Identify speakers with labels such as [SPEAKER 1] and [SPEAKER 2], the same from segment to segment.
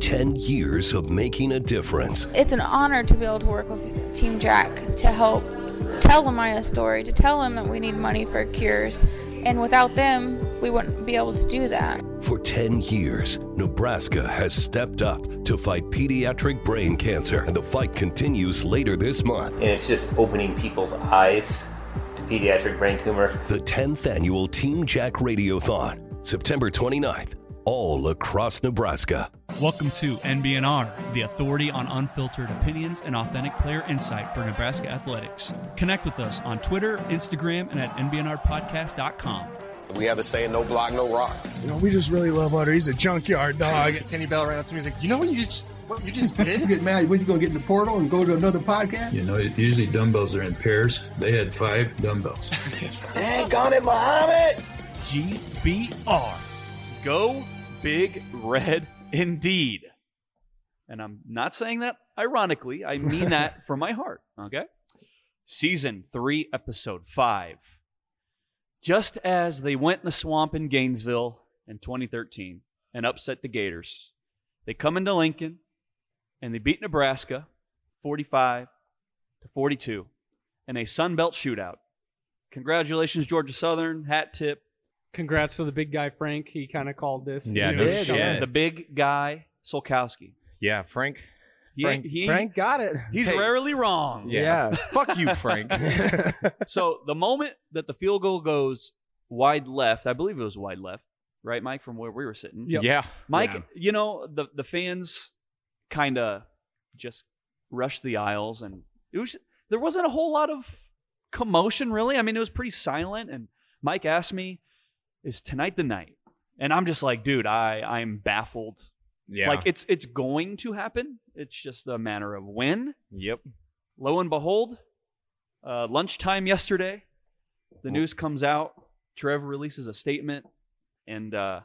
[SPEAKER 1] 10 years of making a difference.
[SPEAKER 2] It's an honor to be able to work with Team Jack to help tell Amaya a story, to tell them that we need money for cures. And without them, we wouldn't be able to do that.
[SPEAKER 1] For 10 years, Nebraska has stepped up to fight pediatric brain cancer, and the fight continues later this month.
[SPEAKER 3] And it's just opening people's eyes to pediatric brain tumor.
[SPEAKER 1] The 10th annual Team Jack Radiothon, September 29th, all across Nebraska.
[SPEAKER 4] Welcome to NBNR, the authority on unfiltered opinions and authentic player insight for Nebraska athletics. Connect with us on Twitter, Instagram, and at NBNRpodcast.com.
[SPEAKER 5] We have a saying, no block, no rock.
[SPEAKER 6] You know, we just really love Otter. He's a junkyard dog.
[SPEAKER 7] Oh, Kenny Bell ran up to me. He's like, you know what you just what you just did?
[SPEAKER 8] you get mad. What, you going to get in the portal and go to another podcast?
[SPEAKER 9] You know, usually dumbbells are in pairs. They had five dumbbells.
[SPEAKER 10] Dang on it, Muhammad!
[SPEAKER 4] GBR. Go big red indeed. And I'm not saying that ironically. I mean that from my heart. Okay. Season three, episode five. Just as they went in the swamp in Gainesville in 2013 and upset the Gators, they come into Lincoln and they beat Nebraska 45 to 42 in a Sun Belt shootout. Congratulations, Georgia Southern. Hat tip.
[SPEAKER 11] Congrats to the big guy Frank. He kind of called this.
[SPEAKER 12] Yeah,
[SPEAKER 11] You
[SPEAKER 12] no
[SPEAKER 11] know,
[SPEAKER 12] shit.
[SPEAKER 11] something.
[SPEAKER 12] Yeah.
[SPEAKER 4] The big guy Solkowski.
[SPEAKER 12] Yeah, Frank.
[SPEAKER 4] He-
[SPEAKER 12] Frank-
[SPEAKER 4] he-
[SPEAKER 7] Frank got it.
[SPEAKER 4] He's
[SPEAKER 12] Hey.
[SPEAKER 4] rarely wrong.
[SPEAKER 12] Yeah.
[SPEAKER 7] Fuck you, Frank.
[SPEAKER 4] so the moment that the field goal goes wide left, I believe it was wide left, right, Mike, from where we were sitting.
[SPEAKER 11] Yep.
[SPEAKER 12] Yeah.
[SPEAKER 4] Mike,
[SPEAKER 11] Yeah.
[SPEAKER 4] you know, the the fans kind of just rushed the aisles and it was there wasn't a whole lot of commotion really. I mean, it was pretty silent and Mike asked me, "Is tonight the night?" And I'm just like, "Dude, I I'm baffled.
[SPEAKER 12] Yeah.
[SPEAKER 4] Like it's it's going to happen. It's just a matter of when."
[SPEAKER 12] yep.
[SPEAKER 4] lo and behold, uh, lunchtime yesterday, the news comes out. Trev releases a statement, and uh,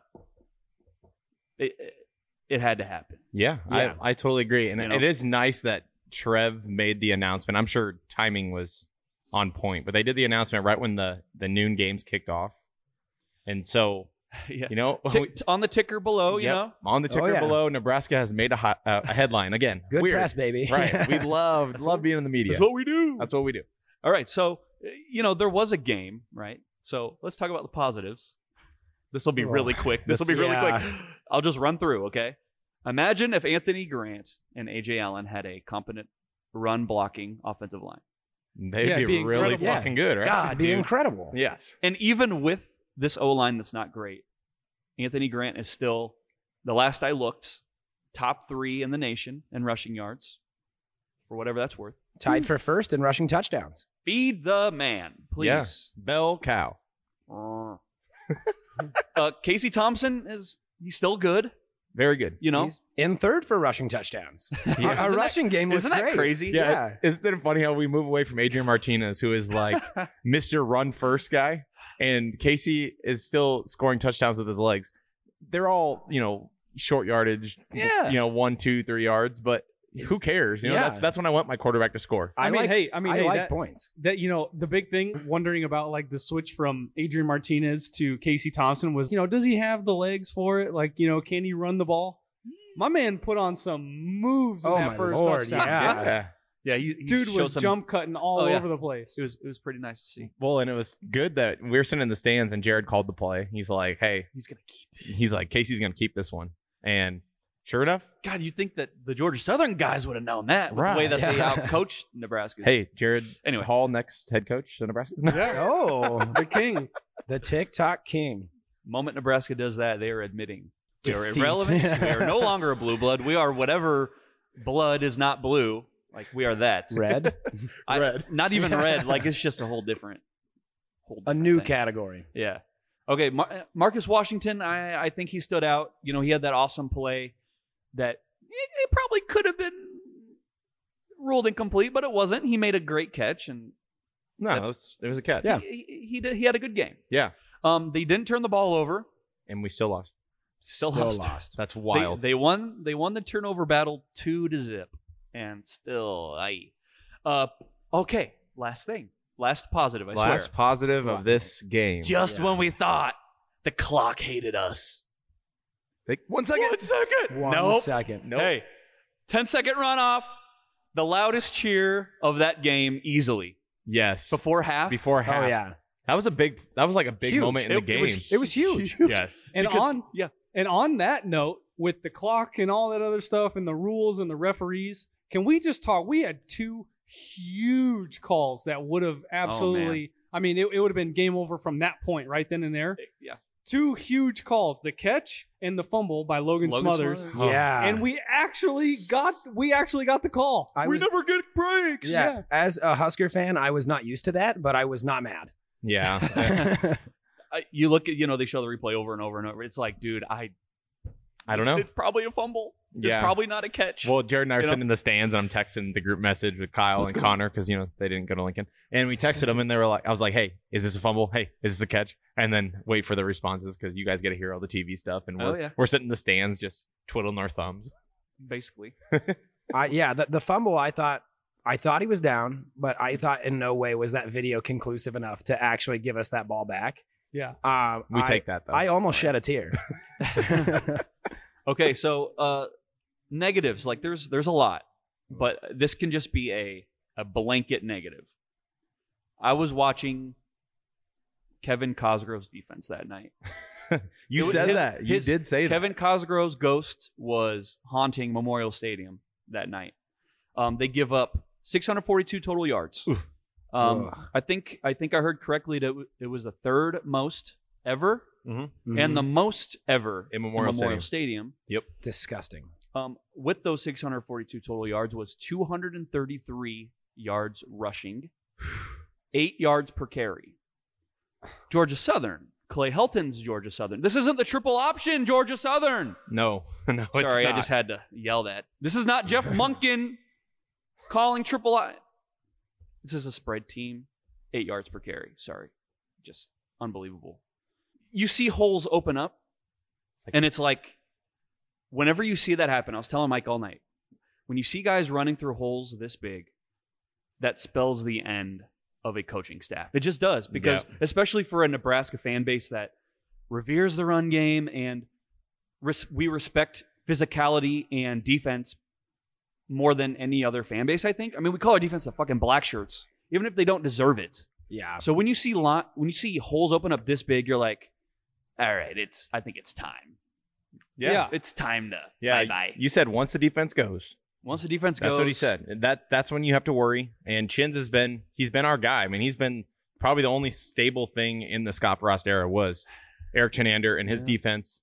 [SPEAKER 4] it it had to happen.
[SPEAKER 12] Yeah.
[SPEAKER 11] Yeah.
[SPEAKER 12] I, I totally agree. And
[SPEAKER 4] You know?
[SPEAKER 12] it is nice that Trev made the announcement. I'm sure timing was on point, but they did the announcement right when the, the noon games kicked off. And so,
[SPEAKER 4] yeah.
[SPEAKER 12] you know,
[SPEAKER 4] Tick- on the ticker below, you
[SPEAKER 12] Yep.
[SPEAKER 4] know,
[SPEAKER 12] on the
[SPEAKER 7] Oh,
[SPEAKER 12] ticker
[SPEAKER 7] yeah.
[SPEAKER 12] below, Nebraska has made a, hot, uh, a headline again.
[SPEAKER 7] Good
[SPEAKER 12] Weird.
[SPEAKER 7] press, baby.
[SPEAKER 12] Right. We love
[SPEAKER 4] That's
[SPEAKER 12] love
[SPEAKER 4] what-
[SPEAKER 12] being in the media.
[SPEAKER 4] that's what we do.
[SPEAKER 12] That's what we do.
[SPEAKER 4] All right, so uh, you know there was a game, right? So let's talk about the positives. This will be
[SPEAKER 7] Oh,
[SPEAKER 4] really quick. This will be
[SPEAKER 7] this-
[SPEAKER 4] really quick.
[SPEAKER 7] yeah.
[SPEAKER 4] I'll just run through, okay? Imagine if Anthony Grant and AJ Allen had a competent run blocking offensive line.
[SPEAKER 12] They'd
[SPEAKER 11] Yeah,
[SPEAKER 12] be,
[SPEAKER 11] it'd be
[SPEAKER 12] really
[SPEAKER 11] incredible.
[SPEAKER 12] fucking good, right?
[SPEAKER 7] God, be incredible.
[SPEAKER 12] Yes.
[SPEAKER 4] And even with this O line that's not great, Anthony Grant is still, the last I looked, top three in the nation in rushing yards, for whatever that's worth.
[SPEAKER 7] Tied for first in rushing touchdowns.
[SPEAKER 4] Feed the man, please.
[SPEAKER 12] Bell cow.
[SPEAKER 4] uh, Casey Thompson is he's still good,
[SPEAKER 12] Very good.
[SPEAKER 4] you know.
[SPEAKER 7] He's in third for rushing touchdowns. Our, our
[SPEAKER 4] Isn't that-
[SPEAKER 7] rushing game was
[SPEAKER 4] Isn't that
[SPEAKER 7] great.
[SPEAKER 4] crazy?
[SPEAKER 12] Yeah.
[SPEAKER 7] Yeah.
[SPEAKER 12] Isn't it funny how we move away from Adrian Martinez, who is like Mr. Run First guy, and Casey is still scoring touchdowns with his legs. They're all, you know, short yardage,
[SPEAKER 4] Yeah.
[SPEAKER 12] you know, one, two, three yards, but who cares? You know,
[SPEAKER 7] Yeah.
[SPEAKER 12] that's that's when I want my quarterback to score.
[SPEAKER 11] I, mean,
[SPEAKER 7] like,
[SPEAKER 11] hey, I mean,
[SPEAKER 7] I
[SPEAKER 11] hey,
[SPEAKER 7] like
[SPEAKER 11] that,
[SPEAKER 7] points.
[SPEAKER 11] that you know the big thing wondering about like the switch from Adrian Martinez to Casey Thompson was you know does he have the legs for it like you know can he run the ball my man put on some moves in
[SPEAKER 7] Oh,
[SPEAKER 11] that
[SPEAKER 7] my
[SPEAKER 11] first
[SPEAKER 7] Lord,
[SPEAKER 11] touchdown
[SPEAKER 7] yeah.
[SPEAKER 4] yeah. You, you
[SPEAKER 11] dude
[SPEAKER 4] showed
[SPEAKER 11] was
[SPEAKER 4] some-
[SPEAKER 11] jump cutting all
[SPEAKER 4] Oh, yeah.
[SPEAKER 11] over the place
[SPEAKER 4] It was it was pretty nice to see.
[SPEAKER 12] Well, and it was good that we were sitting in the stands and Jared called the play. He's like, hey,
[SPEAKER 4] He's gonna keep. it.
[SPEAKER 12] he's like, Casey's going to keep this one. And sure enough,
[SPEAKER 4] God, you'd think that the Georgia Southern guys would have known that with the way
[SPEAKER 12] Right.
[SPEAKER 4] that they
[SPEAKER 7] Yeah.
[SPEAKER 4] outcoached Nebraska.
[SPEAKER 12] hey, Jared
[SPEAKER 4] Anyway.
[SPEAKER 12] Hall, next head coach of Nebraska.
[SPEAKER 7] Oh,
[SPEAKER 11] the king
[SPEAKER 7] the TikTok king.
[SPEAKER 4] moment Nebraska does that, they are admitting we are
[SPEAKER 7] Defeat.
[SPEAKER 4] irrelevant. we are no longer a blue blood. We are whatever blood is not blue. Like we are that.
[SPEAKER 7] Red.
[SPEAKER 4] I-
[SPEAKER 12] Red.
[SPEAKER 4] Not even red. Like it's just a whole different. Whole
[SPEAKER 7] A
[SPEAKER 4] different
[SPEAKER 7] new
[SPEAKER 4] thing.
[SPEAKER 7] category.
[SPEAKER 4] Yeah. Okay, Mar- uh, Marcus Washington. I I think he stood out. You know, he had that awesome play that it, it probably could have been ruled incomplete, but it wasn't. He made a great catch and
[SPEAKER 12] No, it was, it was a catch.
[SPEAKER 7] Yeah.
[SPEAKER 4] he, he, he did, he had a good game.
[SPEAKER 12] Yeah.
[SPEAKER 4] Um, they didn't turn the ball over.
[SPEAKER 12] And we still lost.
[SPEAKER 4] Still lost.
[SPEAKER 12] That's
[SPEAKER 4] They-
[SPEAKER 12] wild.
[SPEAKER 4] They, won. They won the turnover battle two to zip, and still, I. Uh, okay. Last thing. Last positive. I
[SPEAKER 12] Last
[SPEAKER 4] swear.
[SPEAKER 12] positive
[SPEAKER 7] Wow.
[SPEAKER 12] of this game.
[SPEAKER 4] Just
[SPEAKER 7] Yeah.
[SPEAKER 4] when we thought the clock hated us,
[SPEAKER 12] They, one second.
[SPEAKER 4] One second.
[SPEAKER 7] One
[SPEAKER 4] nope.
[SPEAKER 7] second.
[SPEAKER 12] Nope.
[SPEAKER 4] Hey, 10 second runoff. The loudest cheer of that game easily
[SPEAKER 12] Yes.
[SPEAKER 4] before half.
[SPEAKER 12] Before half.
[SPEAKER 7] Oh yeah.
[SPEAKER 12] That was a big. That was like a big
[SPEAKER 4] Huge.
[SPEAKER 12] moment in
[SPEAKER 4] It-
[SPEAKER 12] the
[SPEAKER 4] it
[SPEAKER 12] game.
[SPEAKER 4] was
[SPEAKER 7] It was huge.
[SPEAKER 4] yes.
[SPEAKER 11] And
[SPEAKER 4] Because-
[SPEAKER 11] on-
[SPEAKER 4] Yeah.
[SPEAKER 11] And on that note, with the clock and all that other stuff and the rules and the referees, can we just talk? We had two huge calls that would have
[SPEAKER 4] Oh,
[SPEAKER 11] absolutely, I mean, it, it would have been game over from that point right then and there.
[SPEAKER 4] Yeah.
[SPEAKER 11] Two huge calls the catch and the fumble by Logan,
[SPEAKER 4] Logan
[SPEAKER 11] Smothers.
[SPEAKER 4] Smothers.
[SPEAKER 7] Yeah.
[SPEAKER 12] Ah.
[SPEAKER 11] And we actually got we actually got the call.
[SPEAKER 7] I
[SPEAKER 11] we
[SPEAKER 7] was-
[SPEAKER 11] never get breaks.
[SPEAKER 7] yeah, As a Husker fan, I was not used to that, but I was not mad.
[SPEAKER 12] Yeah.
[SPEAKER 4] I- you look at, you know, they show the replay over and over and over. It's like, dude, I.
[SPEAKER 12] I don't know.
[SPEAKER 4] It's probably a fumble. It's
[SPEAKER 12] Yeah.
[SPEAKER 4] probably not a catch.
[SPEAKER 12] Well, Jared and I are
[SPEAKER 4] You know?
[SPEAKER 12] sitting in the stands, and I'm texting the group message with Kyle and Connor because you know they didn't go to Lincoln, and we texted them, and they were like, "I was like, hey, is this a fumble? Hey, is this a catch?" And then wait for the responses because you guys get to hear all the TV stuff, and we're
[SPEAKER 4] Oh, yeah.
[SPEAKER 12] we're sitting in the stands just twiddling our thumbs.
[SPEAKER 4] basically.
[SPEAKER 7] I, yeah, the, the fumble. I thought, I thought he was down, but I thought in no way was that video conclusive enough to actually give us that ball back.
[SPEAKER 11] Yeah.
[SPEAKER 7] Um,
[SPEAKER 12] We
[SPEAKER 7] I,
[SPEAKER 12] take that though.
[SPEAKER 7] I almost shed a tear.
[SPEAKER 4] Okay, so uh, negatives like there's there's a lot, but this can just be a a blanket negative. I was watching Kevin Cosgrove's defense that night.
[SPEAKER 12] you
[SPEAKER 4] It was-
[SPEAKER 12] said
[SPEAKER 4] his-
[SPEAKER 12] that. You
[SPEAKER 4] his-
[SPEAKER 12] did say
[SPEAKER 4] Kevin Cosgrove's ghost was haunting Memorial Stadium that night. Um, they give up 642 total yards. Um,
[SPEAKER 7] Ugh.
[SPEAKER 4] I think I think I heard correctly that it w- it was the third most ever
[SPEAKER 12] Mm-hmm.
[SPEAKER 4] and the most ever
[SPEAKER 12] In Memorial Stadium.
[SPEAKER 4] Stadium.
[SPEAKER 7] disgusting.
[SPEAKER 4] um, with those 642 total yards was 233 yards rushing, eight yards per carry. Georgia Southern, Clay Helton's Georgia Southern. This isn't the triple option, Georgia Southern.
[SPEAKER 12] that. No, no. it's
[SPEAKER 4] Sorry, I
[SPEAKER 12] not.
[SPEAKER 4] just had to yell that. This is not Jeff Munkin calling triple. I- this is a spread team, eight yards per carry. Sorry, just unbelievable. You see holes open up,
[SPEAKER 12] It's like-
[SPEAKER 4] and it's like whenever you see that happen, I was telling Mike all night. When you see guys running through holes this big, that spells the end of a coaching staff. It just does because, especially for a Nebraska fan base that reveres the run game and res- we respect physicality and defense more than any other fan base. I think. I mean, we call our defense the fucking black shirts, even if they don't deserve it.
[SPEAKER 7] Yeah.
[SPEAKER 4] So when you see lot, when you see holes open up this big, you're like, all right, it's. I think it's time.
[SPEAKER 12] yeah. yeah.
[SPEAKER 4] It's time to bye bye.
[SPEAKER 12] you said once the defense goes,
[SPEAKER 4] Once the defense goes,
[SPEAKER 12] That's what he said. And That that's when you have to worry. And Chins has been he's been our guy. I mean, he's been probably the only stable thing in the Scott Frost era was Eric Chenander and his defense.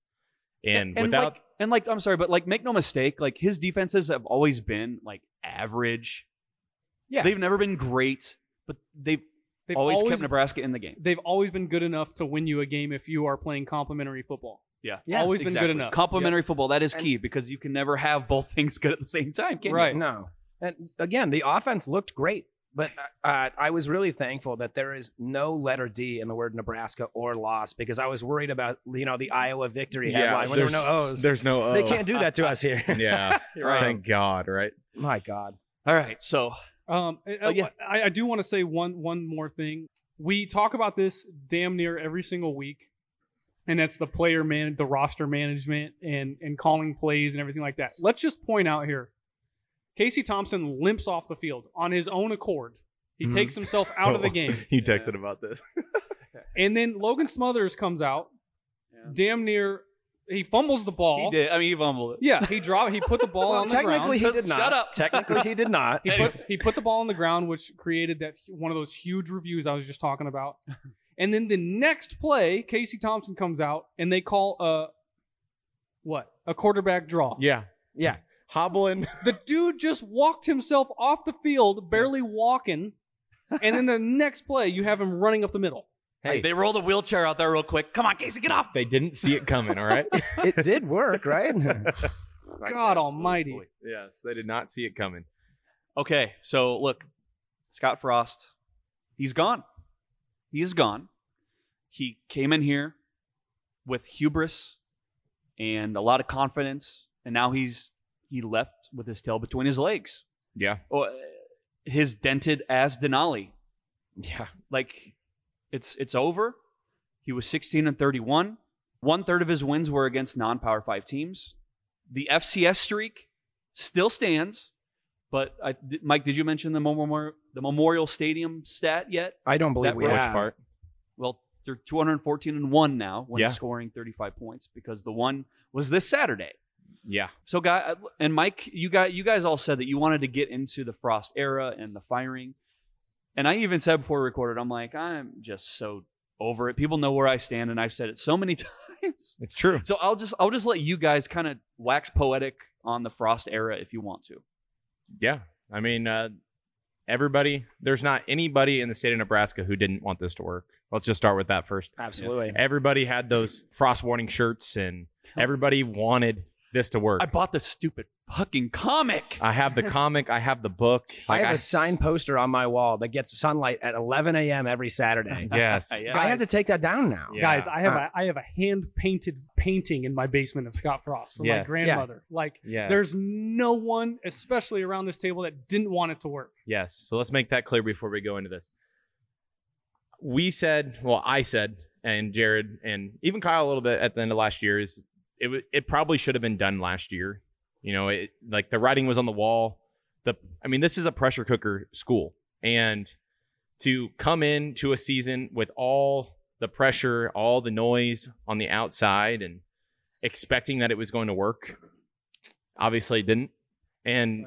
[SPEAKER 12] And, without
[SPEAKER 4] like, and like I'm sorry, but like make no mistake, like his defenses have always been like average.
[SPEAKER 7] Yeah.
[SPEAKER 4] they've never been great, but they've,
[SPEAKER 11] They've
[SPEAKER 4] always,
[SPEAKER 11] always
[SPEAKER 4] kept Nebraska in the game.
[SPEAKER 11] they've always been good enough to win you a game if you are playing complimentary football.
[SPEAKER 4] Yeah,
[SPEAKER 7] Yeah,
[SPEAKER 11] always been good enough.
[SPEAKER 4] Complementary football that is key because you can never have both things good at the same time. Can you?
[SPEAKER 11] Right.
[SPEAKER 7] No. And again, the offense looked great, but uh, I was really thankful that there is no letter D in the word Nebraska or loss because I was worried about you know the Iowa victory headline when there were no
[SPEAKER 12] there's-
[SPEAKER 7] O's.
[SPEAKER 12] There's no O's.
[SPEAKER 7] They can't do that to us here.
[SPEAKER 12] Yeah.
[SPEAKER 7] right.
[SPEAKER 12] Thank God, right?
[SPEAKER 7] My God.
[SPEAKER 4] All right. So
[SPEAKER 11] Um, and-
[SPEAKER 4] Oh, yeah.
[SPEAKER 11] I, I do want to say one one more thing. We talk about this damn near every single week, and that's the player man, the roster management, and and calling plays and everything like that. Let's just point out here, Casey Thompson limps off the field on his own accord. He
[SPEAKER 7] Mhm.
[SPEAKER 11] takes himself out of the game,
[SPEAKER 12] you texted about this.
[SPEAKER 11] and then Logan Smothers comes out.
[SPEAKER 4] Yeah.
[SPEAKER 11] Damn near, he fumbles the ball.
[SPEAKER 4] he did. I mean, he fumbled it.
[SPEAKER 11] Yeah, he dropped. He put the ball
[SPEAKER 7] Well,
[SPEAKER 11] on the ground.
[SPEAKER 7] technically he did not.
[SPEAKER 4] Shut up.
[SPEAKER 7] Technically he did not.
[SPEAKER 11] He put he put the ball on the ground, which created that one of those huge reviews I was just talking about. And then the next play, Casey Thompson comes out and they call a what a quarterback draw.
[SPEAKER 12] Yeah.
[SPEAKER 7] Yeah.
[SPEAKER 12] Hobbling.
[SPEAKER 11] The dude just walked himself off the field, barely walking. And then the next play, you have him running up the middle.
[SPEAKER 12] Hey,
[SPEAKER 4] They roll the wheelchair out there real quick. Come on, Casey, get off.
[SPEAKER 12] they didn't see it coming, all right?
[SPEAKER 7] It did work, right?
[SPEAKER 11] God Almighty!
[SPEAKER 12] yes, they did not see it coming.
[SPEAKER 4] Okay, so look, Scott Frost, he's gone. He is gone. He came in here with hubris and a lot of confidence, and now he's he left with his tail between his legs.
[SPEAKER 12] Yeah.
[SPEAKER 4] Or uh, his dented ass Denali.
[SPEAKER 7] yeah.
[SPEAKER 4] Like it's it's over. He was 16 and 31. One third of his wins were against non Power Five teams. The FCS streak still stands, but I, th- Mike, did you mention the Memorial, the Memorial Stadium stat yet?
[SPEAKER 13] I don't believe
[SPEAKER 4] That
[SPEAKER 13] we
[SPEAKER 4] were-
[SPEAKER 13] have. Which part?
[SPEAKER 4] Well, they're 214 and one now when
[SPEAKER 12] Yeah.
[SPEAKER 4] scoring 35 points because the one was this Saturday.
[SPEAKER 12] Yeah.
[SPEAKER 4] So, guy uh, and Mike, you got you guys all said that you wanted to get into the Frost era and the firing, and I even said before we recorded, I'm like, I'm just so over it. People know where I stand, and I've said it so many times.
[SPEAKER 12] It's true.
[SPEAKER 4] So I'll just I'll just let you guys kind of wax poetic on the Frost era if you want to.
[SPEAKER 12] Yeah. I mean, uh, everybody, there's not anybody in the state of Nebraska who didn't want this to work. Let's just start with that first.
[SPEAKER 13] Absolutely.
[SPEAKER 12] Everybody had those frost warning shirts and
[SPEAKER 7] Oh.
[SPEAKER 12] everybody wanted this to work.
[SPEAKER 4] I bought the stupid fucking comic.
[SPEAKER 12] I have the comic, I have the book.
[SPEAKER 13] I
[SPEAKER 12] Like,
[SPEAKER 13] have a signed poster on my wall that gets sunlight at 11 a.m. every Saturday.
[SPEAKER 12] Yes.
[SPEAKER 13] I have to take that down now.
[SPEAKER 7] Guys, I have
[SPEAKER 13] Uh,
[SPEAKER 7] a I have a hand painted painting in my basement of Scott Frost from my
[SPEAKER 12] Yes.
[SPEAKER 7] grandmother. Like
[SPEAKER 12] Yes.
[SPEAKER 7] there's no one, especially around this table, that didn't want it to work.
[SPEAKER 12] Yes. So let's make that clear before we go into this. We said, well, I said, and Jared and even Kyle a little bit at the end of last year is it wa- it probably should have been done last year. You know, it like the writing was on the wall. The I mean, this is a pressure cooker school. And to come into a season with all the pressure, all the noise on the outside and expecting that it was going to work, obviously it didn't. And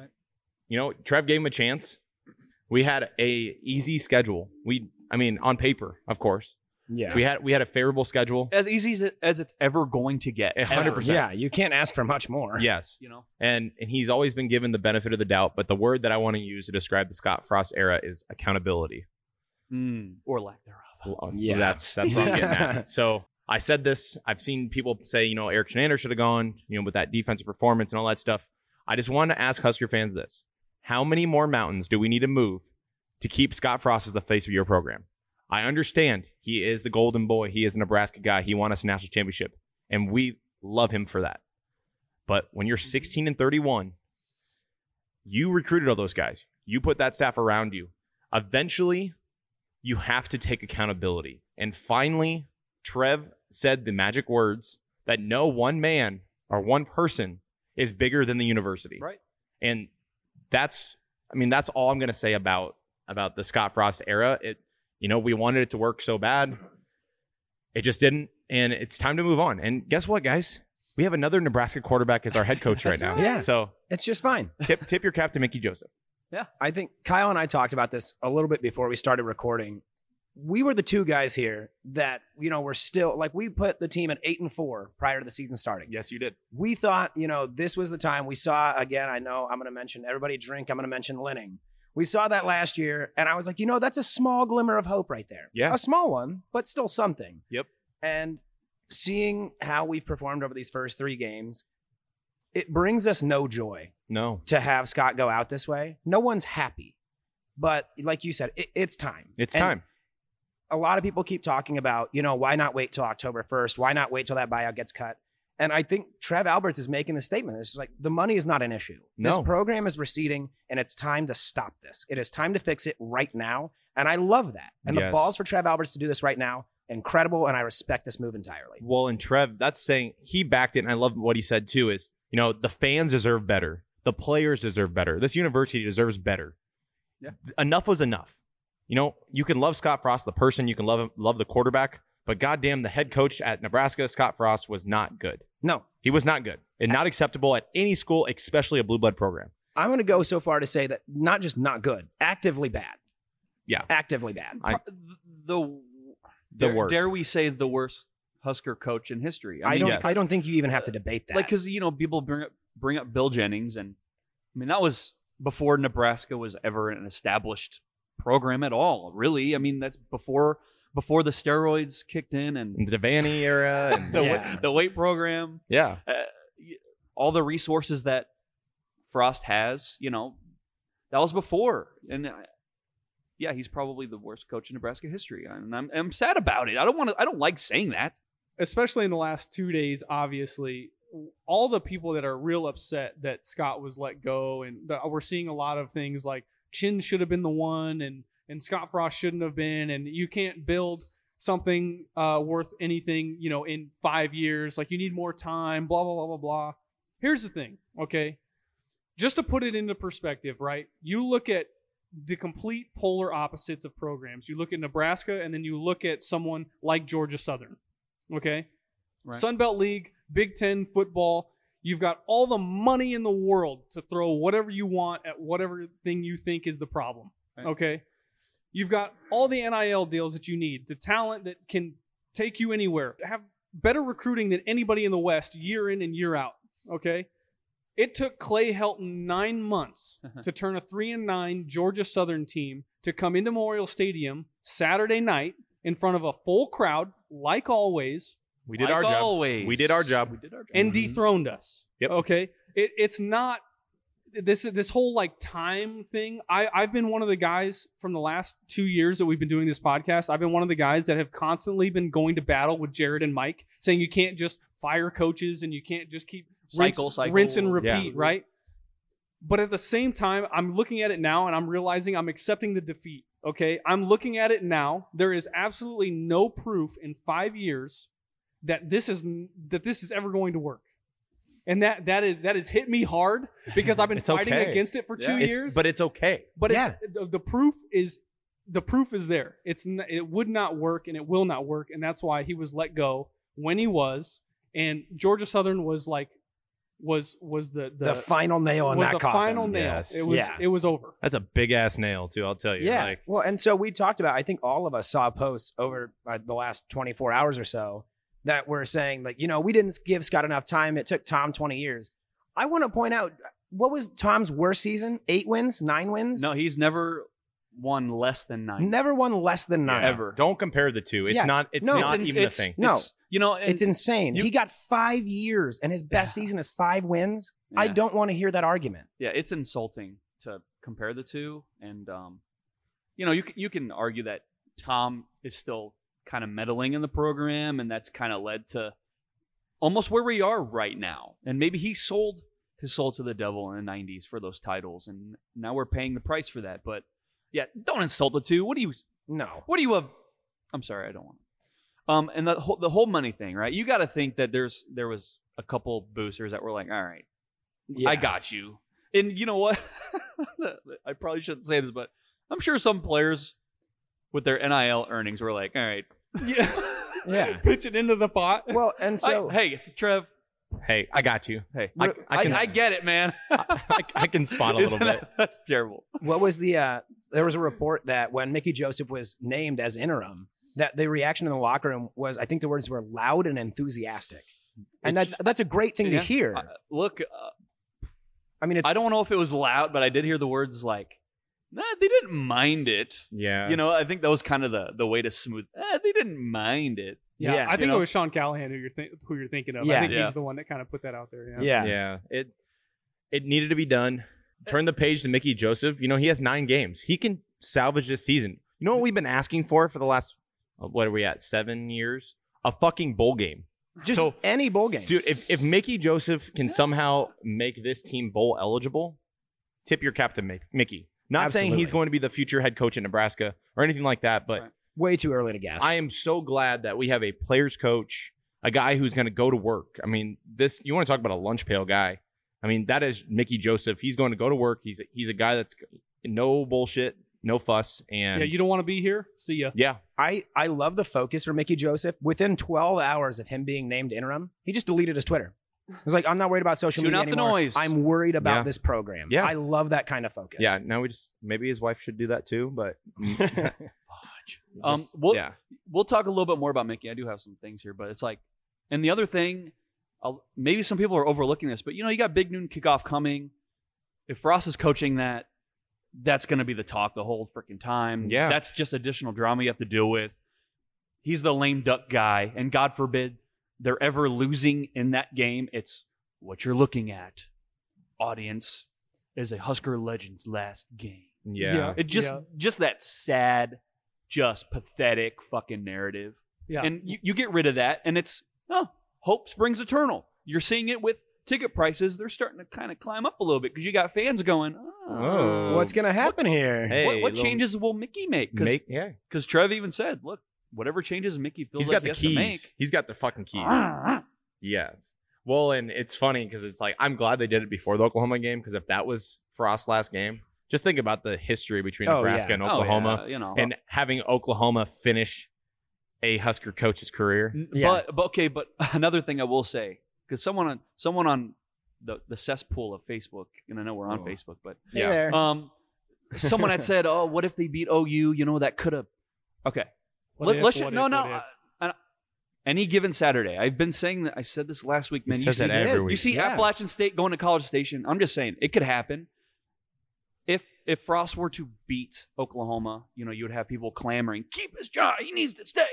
[SPEAKER 12] you know, Trev gave him a chance. We had a easy schedule. We, I mean, on paper, of course.
[SPEAKER 13] Yeah.
[SPEAKER 12] We had we had a favorable schedule.
[SPEAKER 4] As easy as, it, as it's ever going to get. ever.
[SPEAKER 12] 100%.
[SPEAKER 13] Yeah, you can't ask for much more.
[SPEAKER 12] Yes.
[SPEAKER 4] You know.
[SPEAKER 12] And and he's always been given the benefit of the doubt, but the word that I want to use to describe the Scott Frost era is accountability.
[SPEAKER 4] Mm, or lack thereof.
[SPEAKER 12] Well, uh,
[SPEAKER 4] Yeah.
[SPEAKER 12] That's that's what I'm getting
[SPEAKER 4] Yeah.
[SPEAKER 12] at. So I said this. I've seen people say, you know, Eric Shenander should have gone, you know, with that defensive performance and all that stuff. I just want to ask Husker fans this. How many more mountains do we need to move to keep Scott Frost as the face of your program? I understand he is the golden boy. He is a Nebraska guy. He won us a national championship. And we love him for that. But when you're 16 and 31, you recruited all those guys. You put that staff around you. Eventually, you have to take accountability. And finally, Trev said the magic words that no one man or one person is bigger than the university.
[SPEAKER 4] Right.
[SPEAKER 12] And that's I mean, that's all I'm gonna say about about the Scott Frost era. It you know, we wanted it to work so bad. It just didn't. And it's time to move on. And guess what, guys? We have another Nebraska quarterback as our head coach right now.
[SPEAKER 13] Yeah.
[SPEAKER 12] So
[SPEAKER 13] It's just fine.
[SPEAKER 12] tip tip your cap to Mickey Joseph.
[SPEAKER 4] Yeah.
[SPEAKER 13] I think Kyle and I talked about this a little bit before we started recording. We were the two guys here that, you know, were still like we put the team at eight and four prior to the season starting.
[SPEAKER 12] Yes, you did.
[SPEAKER 13] We thought, you know, this was the time we saw again. I know I'm going to mention everybody drink. I'm going to mention Linning. We saw that last year, and I was like, you know, that's a small glimmer of hope right there.
[SPEAKER 12] Yeah.
[SPEAKER 13] A small one, but still something.
[SPEAKER 12] Yep.
[SPEAKER 13] And seeing how we've performed over these first three games, it brings us no joy
[SPEAKER 12] No.
[SPEAKER 13] to have Scott go out this way. No one's happy. But like you said, it, it's time.
[SPEAKER 12] It's
[SPEAKER 13] And
[SPEAKER 12] time.
[SPEAKER 13] A lot of people keep talking about, you know, why not wait till October 1st? Why not wait till that buyout gets cut? And I think Trev Alberts is making the statement. It's just like the money is not an issue. This
[SPEAKER 12] No.
[SPEAKER 13] program is receding and it's time to stop this. It is time to fix it right now. And I love that. And the
[SPEAKER 12] Yes.
[SPEAKER 13] balls for Trev Alberts to do this right now, incredible. And I respect this move entirely.
[SPEAKER 12] Well, and Trev, that's saying he backed it, and I love what he said too. Is you know the fans deserve better, the players deserve better, this university deserves better.
[SPEAKER 4] Yeah.
[SPEAKER 12] Enough was enough. You know, you can love Scott Frost, the person, you can love love the quarterback, but goddamn, the head coach at Nebraska, Scott Frost, was not good.
[SPEAKER 13] No,
[SPEAKER 12] he was not good, and not acceptable at any school, especially a blue blood program.
[SPEAKER 13] I'm going to go so far to say that not just not good, actively bad.
[SPEAKER 12] Yeah.
[SPEAKER 13] Actively bad.
[SPEAKER 12] I,
[SPEAKER 4] the
[SPEAKER 12] The
[SPEAKER 4] dare,
[SPEAKER 12] worst.
[SPEAKER 4] dare we say the worst Husker coach in history?
[SPEAKER 13] I,
[SPEAKER 4] mean,
[SPEAKER 13] don't.
[SPEAKER 4] because-
[SPEAKER 13] I don't think you even have to debate that.
[SPEAKER 4] like because you know people bring up bring up Bill Jennings, and I mean that was before Nebraska was ever an established program at all. Really, I mean that's before before the steroids kicked in and
[SPEAKER 12] the Devaney era, and
[SPEAKER 4] the,
[SPEAKER 12] yeah.
[SPEAKER 4] weight, the weight program,
[SPEAKER 12] yeah,
[SPEAKER 4] uh, y- all the resources that Frost has. You know, that was before, and uh, yeah, he's probably the worst coach in Nebraska history, and I'm, I'm sad about it. I don't want to. I don't like saying that.
[SPEAKER 7] Especially in the last two days, obviously, all the people that are real upset that Scott was let go, and the, we're seeing a lot of things like Chin should have been the one, and and Scott Frost shouldn't have been, and you can't build
[SPEAKER 13] something uh, worth anything, you know, in five years. Like you need more time, blah, blah, blah, blah, blah. Here's the thing, okay? Just to put it into perspective, right? You look at the complete polar opposites of programs. You look at Nebraska and then you look at someone like Georgia Southern, okay?
[SPEAKER 4] Right.
[SPEAKER 13] Sun Belt League, Big Ten football. You've got all the money in the world to throw whatever you want at whatever thing you think is the problem. Okay. You've got all the NIL deals that you need, the talent that can take you anywhere, have better recruiting than anybody in the West year in and year out. Okay. It took Clay Helton nine months to turn a three and nine Georgia Southern team to come into Memorial Stadium Saturday night in front of a full crowd, like always.
[SPEAKER 12] We did our job. We did our job. We did our job.
[SPEAKER 13] And
[SPEAKER 12] Mhm.
[SPEAKER 4] Mm-hmm.
[SPEAKER 13] dethroned us. Yep. Okay. It, it's not this this whole like time thing. I I've been one of the guys from the last two years that we've been doing this podcast. I've been one of the guys that have constantly been going to battle with Jared and Mike, saying you can't just fire coaches and you can't just keep
[SPEAKER 4] Cycle,
[SPEAKER 13] rinse,
[SPEAKER 4] cycle.
[SPEAKER 13] rinse and repeat,
[SPEAKER 4] Yeah. Mm-hmm.
[SPEAKER 13] right? But at the same time, I'm looking at it now and I'm realizing I'm accepting the defeat. Okay. I'm looking at it now. There is absolutely no proof in five years that this is that this is ever going to work. And that that is that has hit me hard because I've been
[SPEAKER 12] It's
[SPEAKER 13] fighting
[SPEAKER 12] okay.
[SPEAKER 13] against it for two
[SPEAKER 12] Yeah. It's-
[SPEAKER 13] years.
[SPEAKER 12] but it's okay.
[SPEAKER 13] But it's, the, the proof is the proof is there. It's n- it would not work and it will not work, and that's why he was let go when he was. And Georgia Southern was like was was the the,
[SPEAKER 11] The final nail in
[SPEAKER 13] was
[SPEAKER 11] that
[SPEAKER 13] the
[SPEAKER 11] coffin.
[SPEAKER 13] final nail.
[SPEAKER 12] Yes.
[SPEAKER 13] It was
[SPEAKER 11] Yeah.
[SPEAKER 13] it was over.
[SPEAKER 12] That's a big ass nail too. I'll tell you.
[SPEAKER 11] Yeah.
[SPEAKER 12] Like,
[SPEAKER 11] well, and so we talked about. I think all of us saw posts over uh, the last 24 hours or so that were saying like, you know, we didn't give Scott enough time. It took Tom 20 years. I want to point out what was Tom's worst season? Eight wins, nine wins.
[SPEAKER 4] No, he's never won less than nine.
[SPEAKER 11] Never won less than nine.
[SPEAKER 4] Ever.
[SPEAKER 12] Don't compare the two. It's
[SPEAKER 11] Yeah.
[SPEAKER 12] not. It's
[SPEAKER 11] No.
[SPEAKER 12] not
[SPEAKER 11] It's-
[SPEAKER 12] even
[SPEAKER 11] it's-
[SPEAKER 12] a thing.
[SPEAKER 11] no.
[SPEAKER 12] It's-
[SPEAKER 4] you know,
[SPEAKER 11] it's insane. he got five years, and his best season is five wins. I
[SPEAKER 4] Yeah.
[SPEAKER 11] don't want to hear that argument.
[SPEAKER 4] yeah, it's insulting to compare the two, and um, you know, you c- you can argue that Tom is still kind of meddling in the program, and that's kind of led to almost where we are right now. And maybe he sold his soul to the devil in the '90s for those titles, and now we're paying the price for that. But yeah, don't insult the two. What do you?
[SPEAKER 11] No.
[SPEAKER 4] What do you have? I'm sorry, I don't want. to. Um, and the whole the whole money thing, right? You got to think that there's there was a couple boosters that were like, all right,
[SPEAKER 11] Yeah.
[SPEAKER 4] I got you. And you know what? I probably shouldn't say this, but I'm sure some players with their NIL earnings were like, all right,
[SPEAKER 11] Yeah.
[SPEAKER 13] Pitch it into the pot.
[SPEAKER 11] Well, and so
[SPEAKER 4] I- hey, Trev,
[SPEAKER 12] Hey, I got you.
[SPEAKER 4] Hey,
[SPEAKER 12] I, I can.
[SPEAKER 4] I, get it, man. I,
[SPEAKER 12] I can spot a little bit.
[SPEAKER 4] that's terrible.
[SPEAKER 11] what was the uh there was a report that when Mickey Joseph was named as interim that the reaction in the locker room was I think the words were loud and enthusiastic. And that's that's a great thing
[SPEAKER 4] Yeah.
[SPEAKER 11] to hear.
[SPEAKER 4] Uh, look, uh,
[SPEAKER 11] I mean, it's,
[SPEAKER 4] I don't know if it was loud, but I did hear the words like, nah, they didn't mind it.
[SPEAKER 12] Yeah.
[SPEAKER 4] You know, I think that was kind of the the way to smooth. Eh, they didn't mind it.
[SPEAKER 13] Yeah,
[SPEAKER 11] Yeah.
[SPEAKER 13] I think
[SPEAKER 4] You know?
[SPEAKER 13] it was Sean Callahan who you're thi- who you're thinking of.
[SPEAKER 11] Yeah.
[SPEAKER 13] I think
[SPEAKER 4] Yeah.
[SPEAKER 13] he's the one that kind of put that out there. Yeah.
[SPEAKER 11] yeah.
[SPEAKER 12] Yeah. It it needed to be done. Turn the page to Mickey Joseph. You know, he has nine games. He can salvage this season. You know what we've been asking for for the last uh, what are we at? Seven years? A fucking bowl game.
[SPEAKER 11] Just
[SPEAKER 12] So-
[SPEAKER 11] any bowl game.
[SPEAKER 12] Dude, if, if Mickey Joseph can somehow make this team bowl eligible, tip your cap to Mick- Mickey. Not saying he's
[SPEAKER 11] Absolutely.
[SPEAKER 12] going to be the future head coach at Nebraska or anything like that, but
[SPEAKER 4] Right.
[SPEAKER 11] Way too early to guess.
[SPEAKER 12] I am so glad that we have a player's coach, a guy who's going to go to work. I mean, this you want to talk about a lunch pail guy. I mean, that is Mickey Joseph. He's going to go to work. He's a, he's a guy that's no bullshit, no fuss, and
[SPEAKER 13] Yeah, you don't want to be here. See ya.
[SPEAKER 12] yeah,
[SPEAKER 11] I I love the focus for Mickey Joseph. Within 12 hours of him being named interim, he just deleted his Twitter. He was like, I'm not worried about social
[SPEAKER 4] Tune
[SPEAKER 11] media
[SPEAKER 4] out the
[SPEAKER 11] anymore.
[SPEAKER 4] noise."
[SPEAKER 11] I'm worried about
[SPEAKER 12] Yeah.
[SPEAKER 11] this program.
[SPEAKER 12] Yeah.
[SPEAKER 11] I love that kind of focus.
[SPEAKER 12] yeah. Now we just maybe his wife should do that too, but
[SPEAKER 4] Um, well-
[SPEAKER 12] yeah,
[SPEAKER 4] we'll talk a little bit more about Mickey. I do have some things here, but it's like, and the other thing, I'll, maybe some people are overlooking this, but you know, you got Big Noon kickoff coming. If Frost is coaching that, that's going to be the talk the whole freaking time.
[SPEAKER 12] Yeah.
[SPEAKER 4] that's just additional drama you have to deal with. He's the lame duck guy, and God forbid they're ever losing in that game. It's what you're looking at, audience, is a Husker legend's last game.
[SPEAKER 12] yeah,
[SPEAKER 13] Yeah.
[SPEAKER 4] It just
[SPEAKER 13] Yeah.
[SPEAKER 4] just that sad, just pathetic fucking narrative.
[SPEAKER 13] Yeah.
[SPEAKER 4] And you, you get rid of that and it's oh, hope springs eternal. You're seeing it with ticket prices. They're starting to kind of climb up a little bit because you got fans going, oh,
[SPEAKER 12] Oh.
[SPEAKER 11] What's going to happen here?
[SPEAKER 12] Hey,
[SPEAKER 4] what, what
[SPEAKER 12] little-
[SPEAKER 4] changes will Mickey make?
[SPEAKER 12] Make yeah.
[SPEAKER 4] Because Trev even said, look, whatever changes Mickey feels
[SPEAKER 12] He's
[SPEAKER 4] like
[SPEAKER 12] got
[SPEAKER 4] he
[SPEAKER 12] the
[SPEAKER 4] has to make. Ah,
[SPEAKER 12] keys. He's got the fucking keys. yes. Well, and it's funny because it's like I'm glad they did it before the Oklahoma game because if that was Frost's last game, just think about the history between
[SPEAKER 4] Oh,
[SPEAKER 12] Nebraska
[SPEAKER 4] yeah.
[SPEAKER 12] and
[SPEAKER 4] Oh,
[SPEAKER 12] Oklahoma,
[SPEAKER 4] yeah, you know.
[SPEAKER 12] and having Oklahoma finish a Husker coach's career.
[SPEAKER 4] But, but okay, but another thing I will say because someone on someone on the the cesspool of Facebook, and I know we're on
[SPEAKER 12] Oh.
[SPEAKER 4] Facebook, but
[SPEAKER 12] Hey Yeah. there.
[SPEAKER 4] um, someone had said, "Oh, what if they beat OU? You know that could have." Okay,
[SPEAKER 13] What
[SPEAKER 4] Let,
[SPEAKER 13] if,
[SPEAKER 4] let's
[SPEAKER 13] what
[SPEAKER 4] ju- no
[SPEAKER 13] if,
[SPEAKER 4] no.
[SPEAKER 13] what if?
[SPEAKER 4] I- I- any given Saturday, I've been saying that. I said this last week,
[SPEAKER 12] He
[SPEAKER 4] man. You
[SPEAKER 12] says
[SPEAKER 4] see,
[SPEAKER 12] that every
[SPEAKER 4] you
[SPEAKER 12] week.
[SPEAKER 4] see
[SPEAKER 12] Yeah.
[SPEAKER 4] Appalachian State going to College Station. I'm just saying it could happen. If if Frost were to beat Oklahoma, you know you would have people clamoring, "Keep his job. He needs to stay."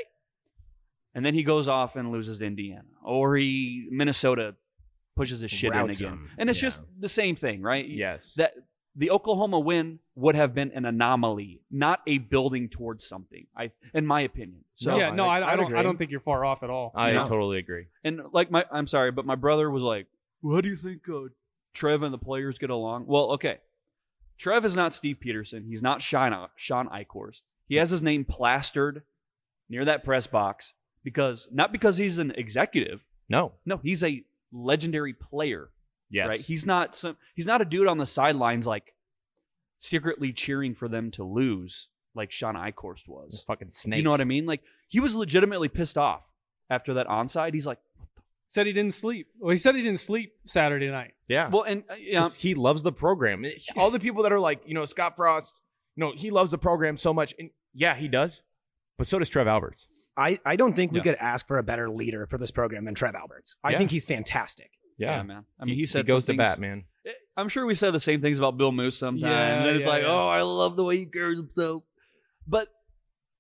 [SPEAKER 4] and then he goes off and loses to Indiana, or he Minnesota pushes his shit
[SPEAKER 12] Routs
[SPEAKER 4] in again,
[SPEAKER 12] him,
[SPEAKER 4] and it's
[SPEAKER 12] yeah.
[SPEAKER 4] just the same thing, right?
[SPEAKER 12] Yes.
[SPEAKER 4] That the Oklahoma win would have been an anomaly, not a building towards something. I, in my opinion. So
[SPEAKER 13] yeah, no, I, I, don't. I don't think you're far off at all.
[SPEAKER 4] I No.
[SPEAKER 12] totally agree.
[SPEAKER 4] And like my, I'm sorry, but my brother was like, "Well, "How do you think uh, Trev and the players get along?" Well, okay, Trev is not Steve Peterson. He's not Sean Sean Eichhorst. He has his name plastered near that press box because not because he's an executive.
[SPEAKER 12] No,
[SPEAKER 4] no, he's a legendary player.
[SPEAKER 12] Yes.
[SPEAKER 4] right. He's not some. He's not a dude on the sidelines like secretly cheering for them to lose like Sean Eichhorst was.
[SPEAKER 12] fucking snake.
[SPEAKER 4] You know what I mean? Like he was legitimately pissed off after that onside. He's like,
[SPEAKER 13] Said he didn't sleep. Well, he said he didn't sleep Saturday night.
[SPEAKER 12] Yeah.
[SPEAKER 4] Well, and uh, yeah,
[SPEAKER 12] he loves the program. All the people that are like, you know, Scott Frost, you know, he loves the program so much, and yeah, he does. But so does Trev Alberts.
[SPEAKER 11] I, I don't think we
[SPEAKER 12] Yeah.
[SPEAKER 11] could ask for a better leader for this program than Trev Alberts. I
[SPEAKER 4] Yeah.
[SPEAKER 11] think he's fantastic.
[SPEAKER 4] Yeah, man. I mean, he, said
[SPEAKER 12] he goes
[SPEAKER 4] some
[SPEAKER 12] to bat,
[SPEAKER 4] things-
[SPEAKER 12] man.
[SPEAKER 4] I'm sure we said the same things about Bill Moose sometimes.
[SPEAKER 13] Yeah,
[SPEAKER 4] and then it's
[SPEAKER 13] yeah,
[SPEAKER 4] like,
[SPEAKER 13] yeah.
[SPEAKER 4] oh, I love the way he carries himself. But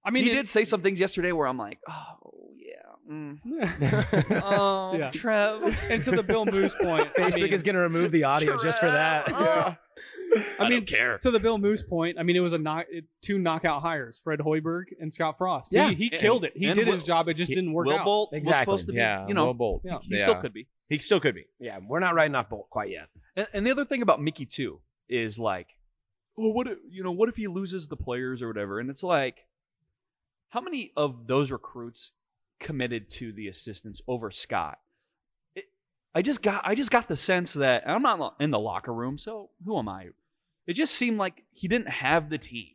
[SPEAKER 13] I mean,
[SPEAKER 4] he
[SPEAKER 13] it-
[SPEAKER 4] did say some things yesterday where I'm like, oh yeah, mm. oh
[SPEAKER 13] Yeah.
[SPEAKER 4] Trev.
[SPEAKER 13] And to the Bill Moose point, I
[SPEAKER 11] Facebook
[SPEAKER 13] mean-
[SPEAKER 11] is going to remove the audio just for that.
[SPEAKER 13] Yeah. I,
[SPEAKER 12] I
[SPEAKER 13] mean,
[SPEAKER 12] don't care.
[SPEAKER 13] to the Bill Moose point, I mean, it was a knock, it- two knockout hires, Fred Hoiberg and Scott Frost.
[SPEAKER 12] Yeah.
[SPEAKER 13] he, he
[SPEAKER 12] And-
[SPEAKER 13] killed it. He
[SPEAKER 12] and
[SPEAKER 13] did
[SPEAKER 12] Will-
[SPEAKER 13] his job. It just
[SPEAKER 12] he-
[SPEAKER 13] didn't work
[SPEAKER 4] Will
[SPEAKER 13] out.
[SPEAKER 4] Bolt was
[SPEAKER 11] Exactly.
[SPEAKER 4] supposed to be,
[SPEAKER 12] Yeah,
[SPEAKER 4] you know,
[SPEAKER 12] Will Bolt.
[SPEAKER 13] Yeah.
[SPEAKER 4] he
[SPEAKER 12] Yeah.
[SPEAKER 4] still could be.
[SPEAKER 12] He still could be.
[SPEAKER 11] Yeah, we're not writing off Bolt quite yet.
[SPEAKER 4] And, and the other thing about Mickey too is like, well, what if, you know, what if he loses the players or whatever? And it's like, how many of those recruits committed to the assistants over Scott? It, I just got I just got the sense that and I'm not lo- in the locker room, so who am I? It just seemed like he didn't have the team.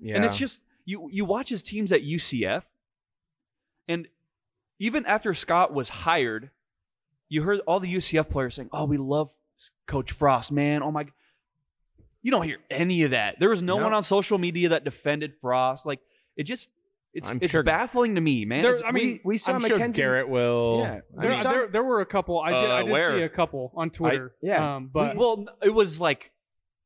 [SPEAKER 12] Yeah.
[SPEAKER 4] And it's just you you watch his teams at UCF, and even after Scott was hired, you heard all the UCF players saying, "Oh, we love Coach Frost, man. Oh my." g-" You don't hear any of that. There was no
[SPEAKER 13] No.
[SPEAKER 4] one on social media that defended Frost. Like it just, it's
[SPEAKER 12] I'm
[SPEAKER 4] it's
[SPEAKER 12] sure-
[SPEAKER 4] baffling to me, man.
[SPEAKER 13] There-
[SPEAKER 4] It's-
[SPEAKER 13] I mean,
[SPEAKER 11] we saw
[SPEAKER 12] I'm sure
[SPEAKER 11] Mackenzie.
[SPEAKER 12] Garrett will.
[SPEAKER 4] Yeah.
[SPEAKER 12] I
[SPEAKER 13] There,
[SPEAKER 12] mean,
[SPEAKER 13] there, there were a couple. I did,
[SPEAKER 12] Uh,
[SPEAKER 13] I did
[SPEAKER 12] where?
[SPEAKER 13] see a couple on Twitter.
[SPEAKER 11] yeah.
[SPEAKER 13] Um, but
[SPEAKER 4] well, it was like,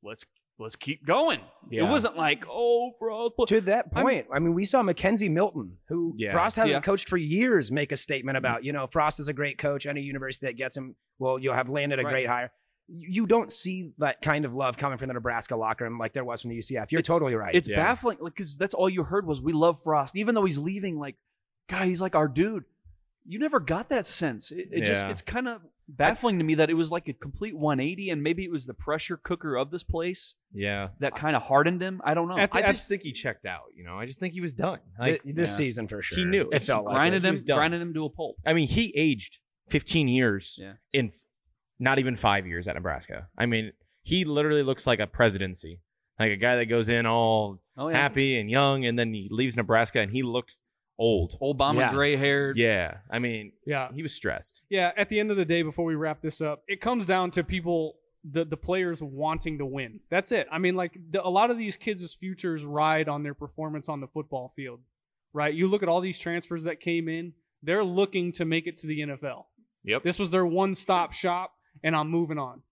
[SPEAKER 4] let's let's keep going.
[SPEAKER 12] Yeah.
[SPEAKER 4] It wasn't like, oh, Frost. but-
[SPEAKER 11] To that
[SPEAKER 4] I'm-
[SPEAKER 11] point, I mean, we saw Mackenzie Milton, who
[SPEAKER 12] Yeah.
[SPEAKER 11] Frost hasn't
[SPEAKER 4] Yeah. Mm-hmm.
[SPEAKER 11] coached for years, make a statement about, you know, Frost is a great coach. Any university that gets him, well, you'll have landed a
[SPEAKER 4] Right.
[SPEAKER 11] great hire. You you don't see that kind of love coming from the Nebraska locker room like there was from the UCF. You're totally right.
[SPEAKER 4] It's
[SPEAKER 12] Yeah.
[SPEAKER 4] baffling, like because that's all you heard was we love Frost, even though he's leaving. Like, God, he's like our dude. You never got that sense. It, it just
[SPEAKER 12] Yeah.
[SPEAKER 4] it's kind of baffling to me that it was like a complete 180, and maybe it was the pressure cooker of this place
[SPEAKER 12] yeah.
[SPEAKER 4] that kind of hardened him. I don't know.
[SPEAKER 13] At the-
[SPEAKER 4] I
[SPEAKER 12] I
[SPEAKER 13] at-
[SPEAKER 12] just think he checked out. You know, I just think he was done.
[SPEAKER 11] Th-
[SPEAKER 12] Like
[SPEAKER 11] this
[SPEAKER 4] yeah.
[SPEAKER 11] season for sure.
[SPEAKER 12] he knew.
[SPEAKER 11] It felt like
[SPEAKER 4] grinded
[SPEAKER 12] it. He
[SPEAKER 4] him,
[SPEAKER 12] was done.
[SPEAKER 4] grinded him to a pulp.
[SPEAKER 12] I mean, he aged 15 years
[SPEAKER 4] Yeah.
[SPEAKER 12] in f- not even five years at Nebraska. I mean, he literally looks like a presidency, like a guy that goes in all
[SPEAKER 4] Oh yeah,
[SPEAKER 12] happy and young, and then he leaves Nebraska and he looks old.
[SPEAKER 4] Obama,
[SPEAKER 11] Yeah.
[SPEAKER 4] gray haired.
[SPEAKER 12] Yeah, I mean,
[SPEAKER 13] yeah.
[SPEAKER 12] he was stressed.
[SPEAKER 13] Yeah. At the end of the day, before we wrap this up, it comes down to people, the, the players wanting to win. That's it. I mean, like the, a lot of these kids' futures ride on their performance on the football field, right? You look at all these transfers that came in, they're looking to make it to the NFL.
[SPEAKER 12] Yep.
[SPEAKER 13] This was their one stop shop, and I'm moving on.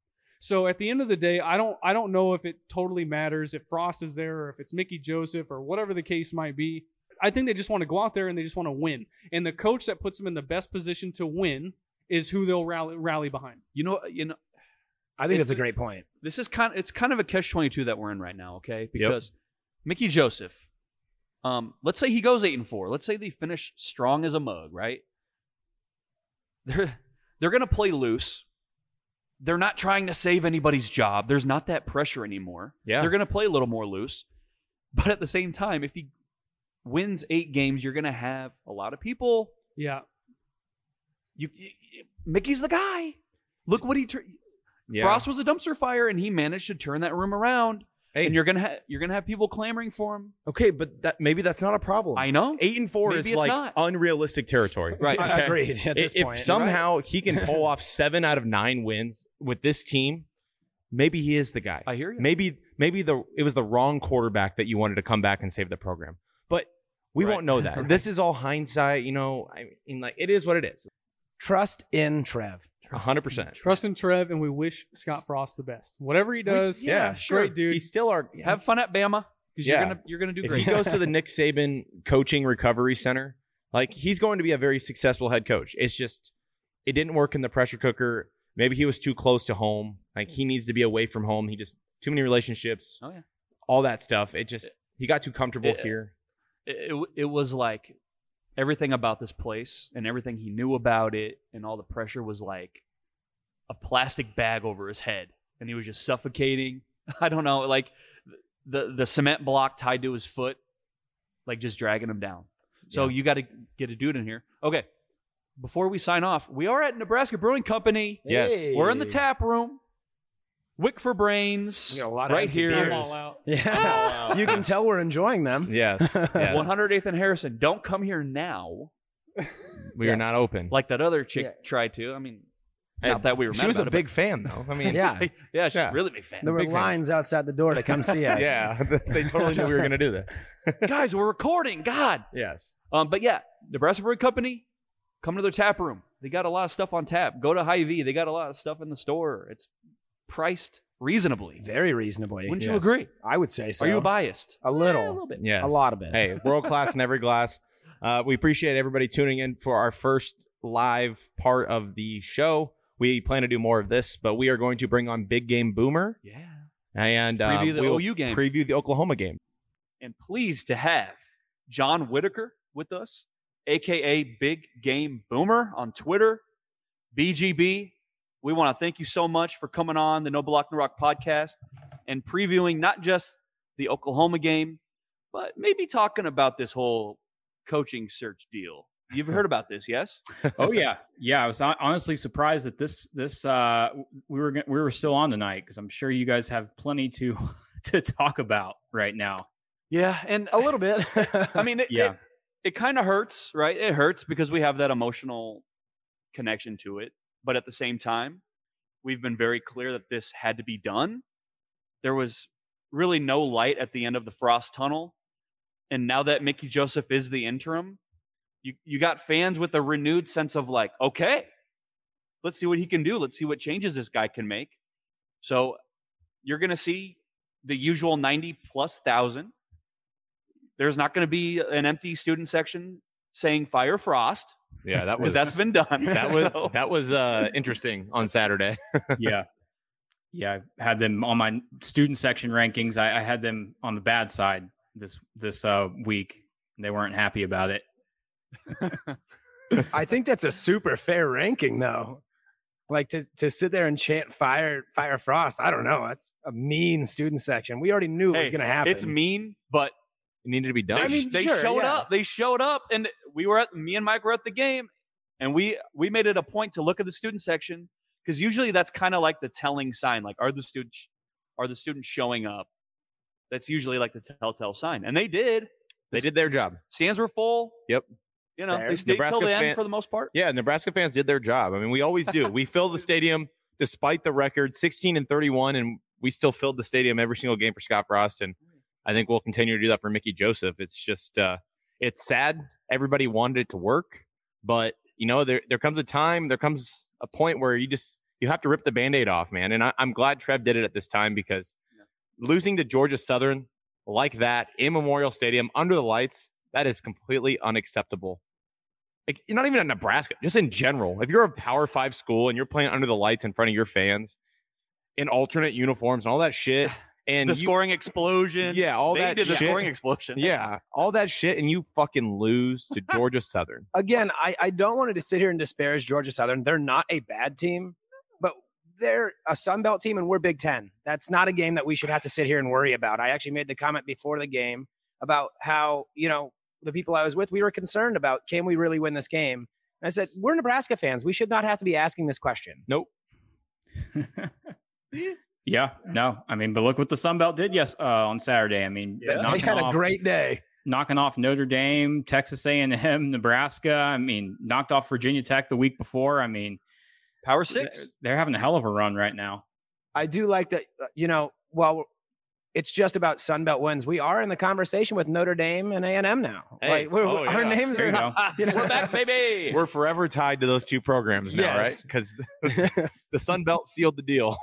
[SPEAKER 13] So at the end of the day, I don't I don't know if it totally matters if Frost is there or if it's Mickey Joseph or whatever the case might be. I think they just want to go out there and they just want to win. And the coach that puts them in the best position to win is who they'll rally rally behind.
[SPEAKER 4] You know, you know,
[SPEAKER 11] I think
[SPEAKER 4] It's-
[SPEAKER 11] that's a great point.
[SPEAKER 4] this is kind. It's kind of a catch 22 that we're in right now. Okay, because Mickey Joseph. Um, let's say he goes eight and four. Let's say they finish strong as a mug, right? they're they're going to play loose. They're not trying to save anybody's job. There's not that pressure anymore.
[SPEAKER 12] Yeah.
[SPEAKER 4] They're going to play a little more loose. But at the same time, if he wins eight games, you're going to have a lot of people.
[SPEAKER 11] Yeah.
[SPEAKER 4] You, you- you- Mickey's the guy. Look what he tur-
[SPEAKER 12] Yeah.
[SPEAKER 4] Frost was a dumpster fire, and he managed to turn that room around.
[SPEAKER 12] Hey.
[SPEAKER 4] And you're gonna ha- you're gonna have people clamoring for him.
[SPEAKER 12] Okay, but that maybe that's not a problem.
[SPEAKER 4] I know.
[SPEAKER 12] Eight and four
[SPEAKER 4] Maybe
[SPEAKER 12] is
[SPEAKER 4] it's
[SPEAKER 12] like
[SPEAKER 4] not.
[SPEAKER 12] unrealistic territory.
[SPEAKER 4] Right. I-
[SPEAKER 12] Okay?
[SPEAKER 7] agreed at
[SPEAKER 12] I-
[SPEAKER 7] this
[SPEAKER 12] if
[SPEAKER 7] point,
[SPEAKER 12] somehow he can pull off seven out of nine wins with this team, maybe he is the guy.
[SPEAKER 4] I hear you.
[SPEAKER 12] Maybe maybe the it was the wrong quarterback that you wanted to come back and save the program. But we
[SPEAKER 4] Right.
[SPEAKER 12] won't know that. This is all hindsight. You know, I mean, like it is what it is.
[SPEAKER 7] Trust in Trev.
[SPEAKER 12] A hundred percent.
[SPEAKER 11] Trust in Trev, and we wish Scott Frost the best. Whatever he does,
[SPEAKER 12] yeah, sure.
[SPEAKER 11] great dude.
[SPEAKER 12] He's still our
[SPEAKER 4] Have fun at Bama because
[SPEAKER 12] Yeah.
[SPEAKER 4] you're gonna you're gonna do
[SPEAKER 12] if
[SPEAKER 4] great.
[SPEAKER 12] he goes to the Nick Saban coaching recovery center, like he's going to be a very successful head coach. It's just it didn't work in the pressure cooker. Maybe he was too close to home. Like he needs to be away from home. He just too many relationships,
[SPEAKER 4] oh yeah.
[SPEAKER 12] all that stuff. It just he got too comfortable
[SPEAKER 4] Yeah.
[SPEAKER 12] here.
[SPEAKER 4] it, it, it was like everything about this place and everything he knew about it and all the pressure was like a plastic bag over his head and he was just suffocating i don't know like the the cement block tied to his foot like just dragging him down so you got to get a dude in here okay before we sign off we are at nebraska brewing company
[SPEAKER 12] Yes.
[SPEAKER 4] we're in the tap room wick for brains
[SPEAKER 7] We got a lot of
[SPEAKER 4] right
[SPEAKER 7] empty
[SPEAKER 4] here
[SPEAKER 11] I'm
[SPEAKER 7] beers.
[SPEAKER 11] all out.
[SPEAKER 7] Yeah. you can tell we're enjoying them.
[SPEAKER 12] Yes. yes.
[SPEAKER 4] 108th and harrison don't come here now
[SPEAKER 12] we are not open.
[SPEAKER 4] like that other chick
[SPEAKER 7] Yeah.
[SPEAKER 4] tried to. I mean,
[SPEAKER 12] Hey,
[SPEAKER 4] not that we were.
[SPEAKER 12] she
[SPEAKER 4] mad
[SPEAKER 12] was a
[SPEAKER 4] about it,
[SPEAKER 12] big fan though. I mean,
[SPEAKER 7] Yeah.
[SPEAKER 4] but- yeah, she's
[SPEAKER 12] yeah.
[SPEAKER 4] a really big fan.
[SPEAKER 7] There were
[SPEAKER 12] Big fan.
[SPEAKER 7] lines outside the door to come see us.
[SPEAKER 12] yeah, they totally knew we were going to do that.
[SPEAKER 4] Guys, we're recording. God.
[SPEAKER 12] Yes.
[SPEAKER 4] Um, but yeah, Nebraska Brewing Company, come to their tap room. They got a lot of stuff on tap. Go to Hy-Vee. They got a lot of stuff in the store. It's priced reasonably.
[SPEAKER 7] Very reasonably.
[SPEAKER 4] Wouldn't you
[SPEAKER 12] yes.
[SPEAKER 4] agree?
[SPEAKER 7] I would say so.
[SPEAKER 4] Are you biased?
[SPEAKER 7] a little,
[SPEAKER 4] Eh, a little bit.
[SPEAKER 12] Yes.
[SPEAKER 7] a lot of it.
[SPEAKER 12] hey, world class in every glass. Uh, we appreciate everybody tuning in for our first live part of the show. We plan to do more of this, but we are going to bring on Big Game Boomer
[SPEAKER 4] Yeah.
[SPEAKER 12] and uh,
[SPEAKER 4] Preview the
[SPEAKER 12] we will
[SPEAKER 4] OU game.
[SPEAKER 12] Preview the Oklahoma game.
[SPEAKER 4] and pleased to have John Whitaker with us, aka Big Game Boomer on Twitter. BGB, we want to thank you so much for coming on the No Block No Rock podcast and previewing not just the Oklahoma game, but maybe talking about this whole coaching search deal. You've heard about this, yes?
[SPEAKER 13] oh yeah, yeah. I was hon- honestly surprised that this this uh w- we were gon- we were still on tonight because I'm sure you guys have plenty to to talk about right now.
[SPEAKER 4] Yeah, and
[SPEAKER 7] A little bit.
[SPEAKER 4] I mean, it,
[SPEAKER 13] Yeah.
[SPEAKER 4] it, it kind of hurts, right? It hurts because we have that emotional connection to it. But at the same time, we've been very clear that this had to be done. There was really no light at the end of the Frost tunnel. And now that Mickey Joseph is the interim, you, you got fans with a renewed sense of like, okay, let's see what he can do. Let's see what changes this guy can make. So you're going to see the usual 90 plus thousand there's not going to be an empty student section saying fire frost
[SPEAKER 12] Yeah, that
[SPEAKER 4] because that's been done.
[SPEAKER 12] that was
[SPEAKER 4] So,
[SPEAKER 12] that was uh, interesting on Saturday.
[SPEAKER 13] Yeah, yeah. I had them on my student section rankings. I, I had them on the bad side this this uh week. They weren't happy about it.
[SPEAKER 7] I think that's a super fair ranking, though. Like to, to sit there and chant fire fire frost. I don't know. That's a mean student section. We already knew it was
[SPEAKER 4] hey,
[SPEAKER 7] going to happen.
[SPEAKER 4] It's mean, but
[SPEAKER 12] It needed to be
[SPEAKER 4] they,
[SPEAKER 12] done.
[SPEAKER 7] I mean,
[SPEAKER 4] they
[SPEAKER 7] sure,
[SPEAKER 4] showed
[SPEAKER 7] yeah.
[SPEAKER 4] up. They showed up, and we were at me and Mike were at the game, and we we made it a point to look at the student section because usually that's kind of like the telling sign, like are the students are the students showing up? That's usually like the telltale sign, and they did.
[SPEAKER 12] they did their job.
[SPEAKER 4] Stands were full.
[SPEAKER 12] Yep.
[SPEAKER 4] You know,
[SPEAKER 7] fair.
[SPEAKER 4] they stayed till
[SPEAKER 12] Nebraska
[SPEAKER 4] the end
[SPEAKER 12] fan-
[SPEAKER 4] for the most part.
[SPEAKER 12] Yeah, Nebraska fans did their job. I mean, we always do. We fill the stadium despite the record, 16 and 31, and we still filled the stadium every single game for Scott Frost. And I think we'll continue to do that for Mickey Joseph. It's just, uh, it's sad. Everybody wanted it to work, but you know, there there comes a time, there comes a point where you just you have to rip the band-aid off, man. And I, I'm glad Trev did it at this time because losing to Georgia Southern like that in Memorial Stadium under the lights, that is completely unacceptable like you're not even in Nebraska, just in general. If you're a Power Five school and you're playing under the lights in front of your fans, in alternate uniforms and all that shit, and
[SPEAKER 4] the
[SPEAKER 12] you-
[SPEAKER 4] scoring explosion.
[SPEAKER 12] yeah, all
[SPEAKER 4] they
[SPEAKER 12] that
[SPEAKER 4] did the
[SPEAKER 12] shit,
[SPEAKER 4] scoring explosion.
[SPEAKER 12] yeah, all that shit, and you fucking lose to Georgia Southern.
[SPEAKER 7] Again, I, I don't want to sit here and disparage Georgia Southern. They're not a bad team, but they're a Sun Belt team and we're Big Ten. That's not a game that we should have to sit here and worry about. I actually made the comment before the game about how, you know, the people I was with, we were concerned about can we really win this game? And I said, we're Nebraska fans. We should not have to be asking this question.
[SPEAKER 12] Nope.
[SPEAKER 13] Yeah, no, I mean, but look what the Sun Belt did yes uh, on Saturday. I mean,
[SPEAKER 7] Yeah. They
[SPEAKER 13] knocking
[SPEAKER 7] had a
[SPEAKER 13] off-
[SPEAKER 7] great day.
[SPEAKER 13] knocking off Notre Dame, Texas A and M, Nebraska. I mean, knocked off Virginia Tech the week before. I mean,
[SPEAKER 4] Power Six.
[SPEAKER 13] They're having a hell of a run right now.
[SPEAKER 7] I do like that, uh, you know, while it's just about Sunbelt wins, we are in the conversation with Notre Dame and A&M now. like, we're,
[SPEAKER 12] oh,
[SPEAKER 7] our
[SPEAKER 12] yeah.
[SPEAKER 7] names
[SPEAKER 12] There
[SPEAKER 7] are
[SPEAKER 12] you go.
[SPEAKER 7] you know,
[SPEAKER 4] We're back, baby.
[SPEAKER 12] We're forever tied to those two programs now,
[SPEAKER 1] Yes.
[SPEAKER 12] right? Because the Sun Belt sealed the deal.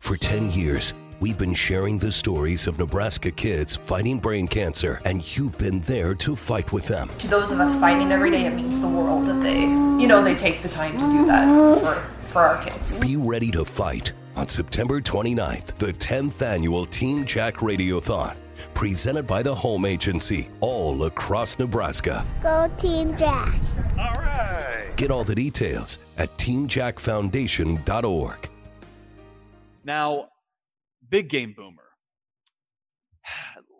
[SPEAKER 1] For 10 years, we've been sharing the stories of Nebraska kids fighting brain cancer, and you've been there to fight with them.
[SPEAKER 14] To those of us fighting every day, it means the world that they, you know, they take the time to do that for, for our kids.
[SPEAKER 1] Be ready to fight on September 29th, the 10th annual Team Jack Radiothon, presented by the Home Agency, all across Nebraska.
[SPEAKER 15] Go Team Jack.
[SPEAKER 1] Get all the details at teamjackfoundation.org.
[SPEAKER 4] Now, big game boomer.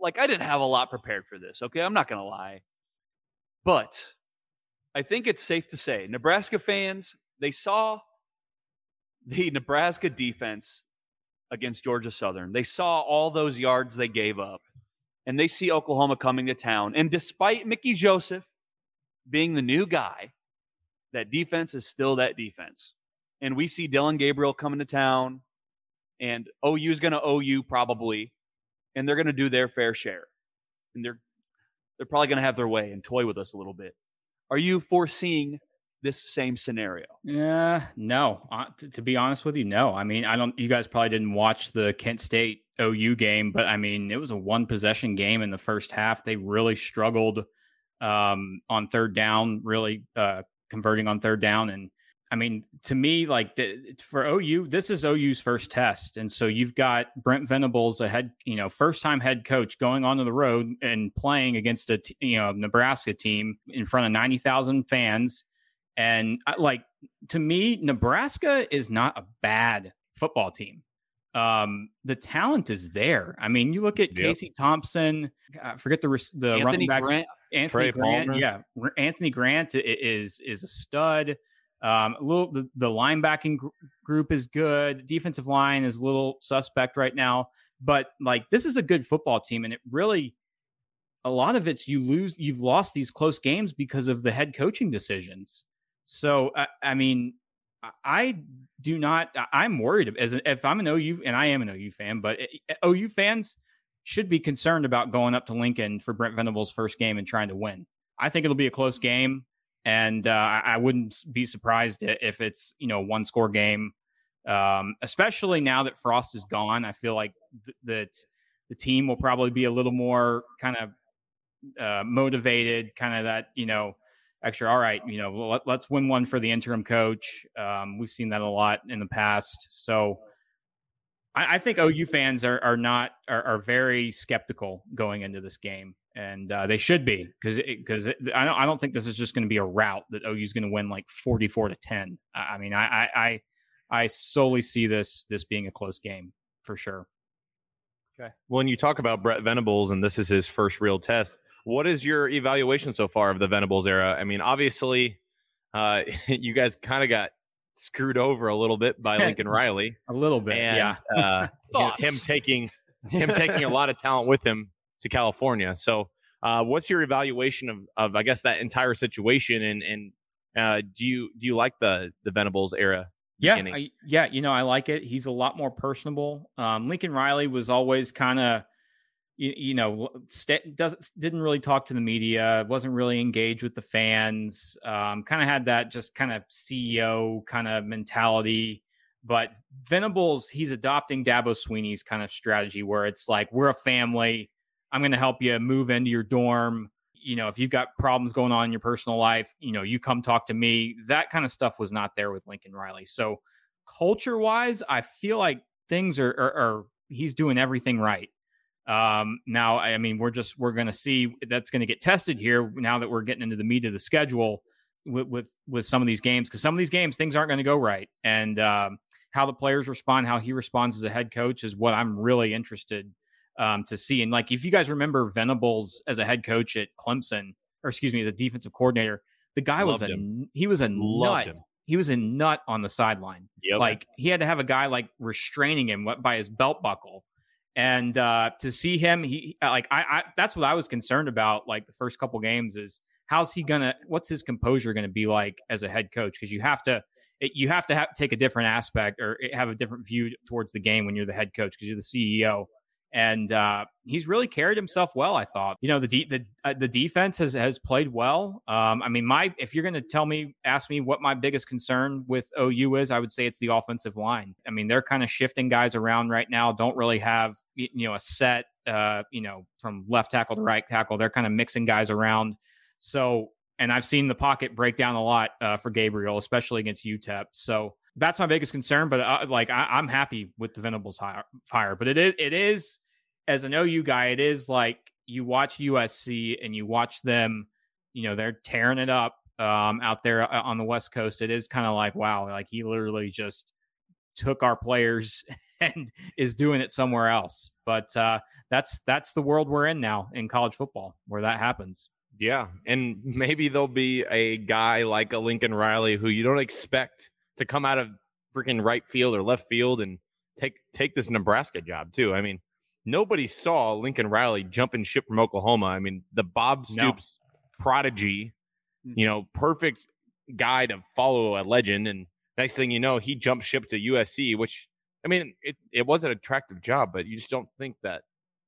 [SPEAKER 4] Like I didn't have a lot prepared for this. Okay, I'm not gonna lie, but I think it's safe to say Nebraska fans they saw the Nebraska defense against Georgia Southern. They saw all those yards they gave up, and they see Oklahoma coming to town. And despite Mickey Joseph being the new guy, that defense is still that defense. And we see Dylan Gabriel coming to town and OU is going to OU probably, and they're going to do their fair share, and they're they're probably going to have their way and toy with us a little bit. Are you foreseeing this same scenario?
[SPEAKER 13] Yeah, no. Uh, t- to be honest with you, no. I mean, I don't. You guys probably didn't watch the Kent State OU game, but I mean, it was a one possession game in the first half. They really struggled um, on third down, really uh, converting on third down, and I mean, to me, like the, for OU, this is OU's first test, and so you've got Brent Venables, a head, you know, first-time head coach, going onto the road and playing against a, t- you know, Nebraska team in front of ninety thousand fans, and I, like to me, Nebraska is not a bad football team. Um, the talent is there. I mean, you look at Casey Thompson. I forget the res- the
[SPEAKER 4] Anthony
[SPEAKER 13] running backs.
[SPEAKER 4] Grant.
[SPEAKER 13] Anthony
[SPEAKER 4] Trey
[SPEAKER 13] Grant,
[SPEAKER 4] Palmer.
[SPEAKER 13] yeah, R- Anthony Grant i- is is a stud. Um, a little the, the linebacking gr- group is good. Defensive line is a little suspect right now, but like this is a good football team, and it really a lot of it's you lose you've lost these close games because of the head coaching decisions. So I, I mean, I- I do not. I- I'm worried as an, if I'm an OU and I am an OU fan, but eh, OU fans should be concerned about going up to Lincoln for Brent Venables' first game and trying to win. I think it'll be a close game, and uh, I I wouldn't s- be surprised i- if it's you know one score game. Um, especially now that Frost is gone, I feel like th- that the team will probably be a little more kind of uh, motivated, kind of that you know extra. All right, you know, let, let's win one for the interim coach. Um, we've seen that a lot in the past, so. I, I think OU fans are are not are, are very skeptical going into this game, and uh, they should be because because I don't I don't think this is just going to be a rout that OU is going to win like forty four to ten. I, I mean, I, I I I solely see this this being a close game for sure.
[SPEAKER 12] When you talk about Brett Venables and this is his first real test, what is your evaluation so far of the Venables era? I mean, obviously, uh, you guys kind of got screwed over a little bit by Lincoln Riley,
[SPEAKER 13] a little bit,
[SPEAKER 12] and,
[SPEAKER 13] yeah.
[SPEAKER 12] uh, him taking him taking a lot of talent with him to California. So, uh, what's your evaluation of, of I guess that entire situation, and and uh, do you do you like the the Venables era?
[SPEAKER 13] Yeah,
[SPEAKER 12] beginning?
[SPEAKER 13] I, yeah, you know, I like it. He's a lot more personable. Um, Lincoln Riley was always kind of, you, you know, st- doesn't didn't really talk to the media, wasn't really engaged with the fans. Um, kind of had that just kind of CEO kind of mentality. But Venables, he's adopting Dabo Sweeney's kind of strategy where it's like we're a family. I'm going to help you move into your dorm. You know, if you've got problems going on in your personal life, you know, you come talk to me. That kind of stuff was not there with Lincoln Riley. So, culture wise, I feel like things are, are, are he's doing everything right. Um, now, I mean, we're just, we're going to see that's going to get tested here now that we're getting into the meat of the schedule with, with, with some of these games, because some of these games, things aren't going to go right. And, um, how the players respond, how he responds as a head coach is what I'm really interested
[SPEAKER 12] um, to see. And like if you guys remember Venables as a head coach at Clemson, or excuse me, as a defensive coordinator, the guy was
[SPEAKER 16] Loved
[SPEAKER 12] a
[SPEAKER 16] him.
[SPEAKER 12] he was a
[SPEAKER 16] Loved
[SPEAKER 12] nut.
[SPEAKER 16] him.
[SPEAKER 12] He was a nut on the sideline.
[SPEAKER 16] Yep.
[SPEAKER 12] Like he had to have a guy like restraining him by his belt buckle. And uh, to see him, he like I, I that's what I was concerned about. Like the first couple games is how's he gonna? What's his composure gonna be like as a head coach? Because you have to it, you have to have, take a different aspect or it- have a different view towards the game when you're the head coach because you're the CEO. And uh, he's really carried himself well, I thought. You know, the de- the uh, the defense has has played well. Um, I mean, my if you're going to tell me, ask me what my biggest concern with OU is, I would say it's the offensive line. I mean, they're kind of shifting guys around right now. Don't really have y- you know a set, uh, you know, from left tackle to right tackle. They're kind of mixing guys around. So, and I've seen the pocket break down a lot uh, for Gabriel, especially against UTEP. So that's my biggest concern. But uh, like, I, I'm happy with the Venables hire, fire. But it is, it is as an OU guy, it is like you watch USC and you watch them. You know, they're tearing it up um, out there uh, on the West Coast. It is kind of like wow, like he literally just took our players and is doing it somewhere else. But uh, that's that's the world we're in now in college football where that happens.
[SPEAKER 16] Yeah, and maybe there'll be a guy like a Lincoln Riley who you don't expect to come out of freaking right field or left field and take take this Nebraska job too. I mean, nobody saw Lincoln Riley jumping ship from Oklahoma. I mean, the Bob
[SPEAKER 12] No.
[SPEAKER 16] Stoops prodigy, you know, perfect guy to follow a legend. And next thing you know, he jumped ship to USC, which I mean, it it was an attractive job, but you just don't think that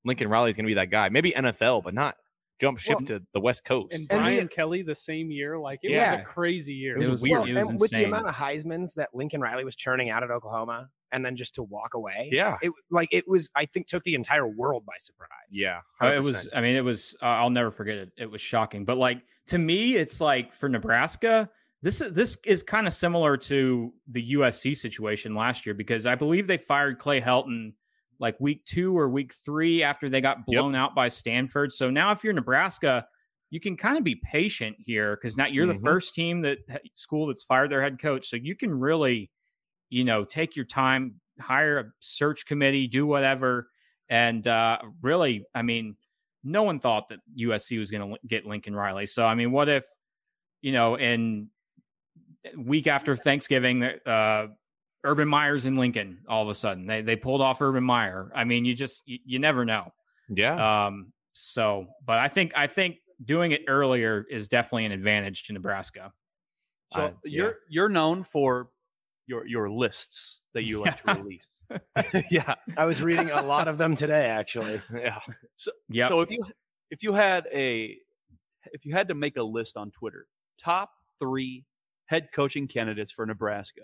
[SPEAKER 16] Lincoln Riley's going to be that guy. Maybe NFL, but not jump ship
[SPEAKER 13] Well,
[SPEAKER 16] to the West Coast.
[SPEAKER 13] And Brian Kelly the same year, like it was
[SPEAKER 16] Yeah.
[SPEAKER 13] a crazy year.
[SPEAKER 16] It was It was weird.
[SPEAKER 11] Well,
[SPEAKER 16] It was
[SPEAKER 11] and with the
[SPEAKER 16] insane.
[SPEAKER 11] amount of Heisman's that Lincoln Riley was churning out at Oklahoma, and then just to walk away,
[SPEAKER 16] Yeah.
[SPEAKER 11] it like it was. I think took the entire world by surprise.
[SPEAKER 16] Yeah,
[SPEAKER 12] Uh, It was, I mean, it was, uh, I'll never forget it. It was shocking. But like to me, it's like for Nebraska, this is, this is kind of similar to the USC situation last year because I believe they fired Clay Helton like week two or week three after they got blown out by Stanford. So now if you're Nebraska, you can kind of be patient here because now you're
[SPEAKER 16] Mhm.
[SPEAKER 12] the first team that school that's fired their head coach. So you can really, you know, take your time, hire a search committee, do whatever. And uh, really, I mean, no one thought that USC was going to get Lincoln Riley. So, I mean, what if, you know, in week after Thanksgiving, uh, Urban Meyer's in Lincoln all of a sudden. They, they pulled off Urban Meyer. I mean, you just, you, you never know.
[SPEAKER 16] Yeah.
[SPEAKER 12] Um, so, but I think, I think doing it earlier is definitely an advantage to Nebraska.
[SPEAKER 4] So
[SPEAKER 12] Uh, yeah.
[SPEAKER 4] you're you're known for your your lists that you like to release. yeah,
[SPEAKER 17] I was reading a lot of them today, actually.
[SPEAKER 4] Yeah. So
[SPEAKER 17] Yep.
[SPEAKER 4] So if you if you had a if you had to make a list on Twitter, top three head coaching candidates for Nebraska,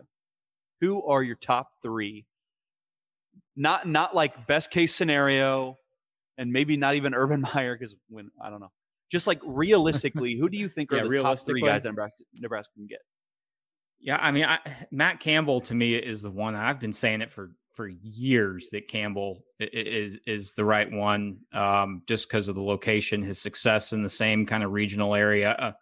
[SPEAKER 4] who are your top three? Not not like best case scenario, and maybe not even Urban Meyer because when I don't know. Just like realistically, who do you think are
[SPEAKER 12] Yeah,
[SPEAKER 4] the top three
[SPEAKER 12] realistically.
[SPEAKER 4] guys that Nebraska, Nebraska can get?
[SPEAKER 12] Yeah, I mean, I, Matt Campbell to me is the one. I've been saying it for for years that Campbell i- i- is is the right one, um, just because of the location, his success in the same kind of regional area,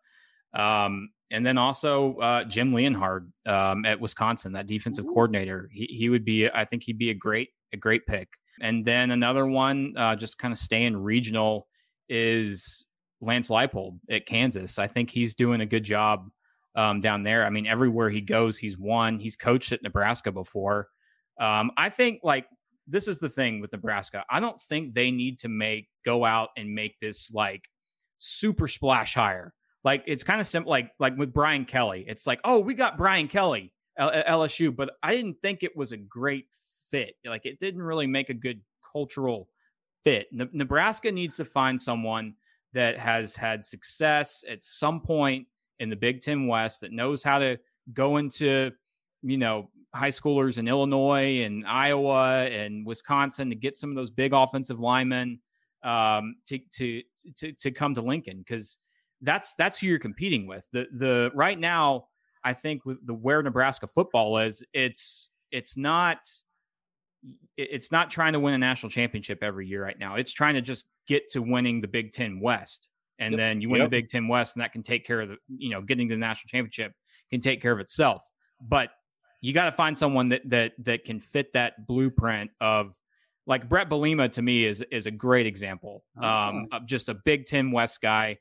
[SPEAKER 12] Uh, um, and then also uh, Jim Leonhard um, at Wisconsin, that defensive coordinator. He he would be, I think, he'd be a great a great pick. And then another one, uh, just kind of staying regional, is Lance Leipold at Kansas. I think he's doing a good job um, down there. I mean, everywhere he goes, he's won. He's coached at Nebraska before. Um, I think like this is the thing with Nebraska. I don't think they need to make go out and make this like super splash hire. Like it's kind of simple. Like like with Brian Kelly, it's like oh we got Brian Kelly L- at LSU, but I didn't think it was a great fit. Like it didn't really make a good cultural fit. Ne- Nebraska needs to find someone that has had success at some point in the Big Ten West that knows how to go into, you know, high schoolers in Illinois and Iowa and Wisconsin to get some of those big offensive linemen um, to, to to to come to Lincoln because that's that's who you're competing with. The the right now, I think with the where Nebraska football is, it's it's not it- it's not trying to win a national championship every year right now. It's trying to just get to winning the Big Ten West, and
[SPEAKER 16] Yep.
[SPEAKER 12] then you win
[SPEAKER 16] Yep.
[SPEAKER 12] the Big Ten West, and that can take care of the you know getting to the national championship can take care of itself. But you got to find someone that that that can fit that blueprint of
[SPEAKER 13] like Brett Belima to me is is a great example.
[SPEAKER 16] Oh,
[SPEAKER 13] Um, of just a Big Ten West guy.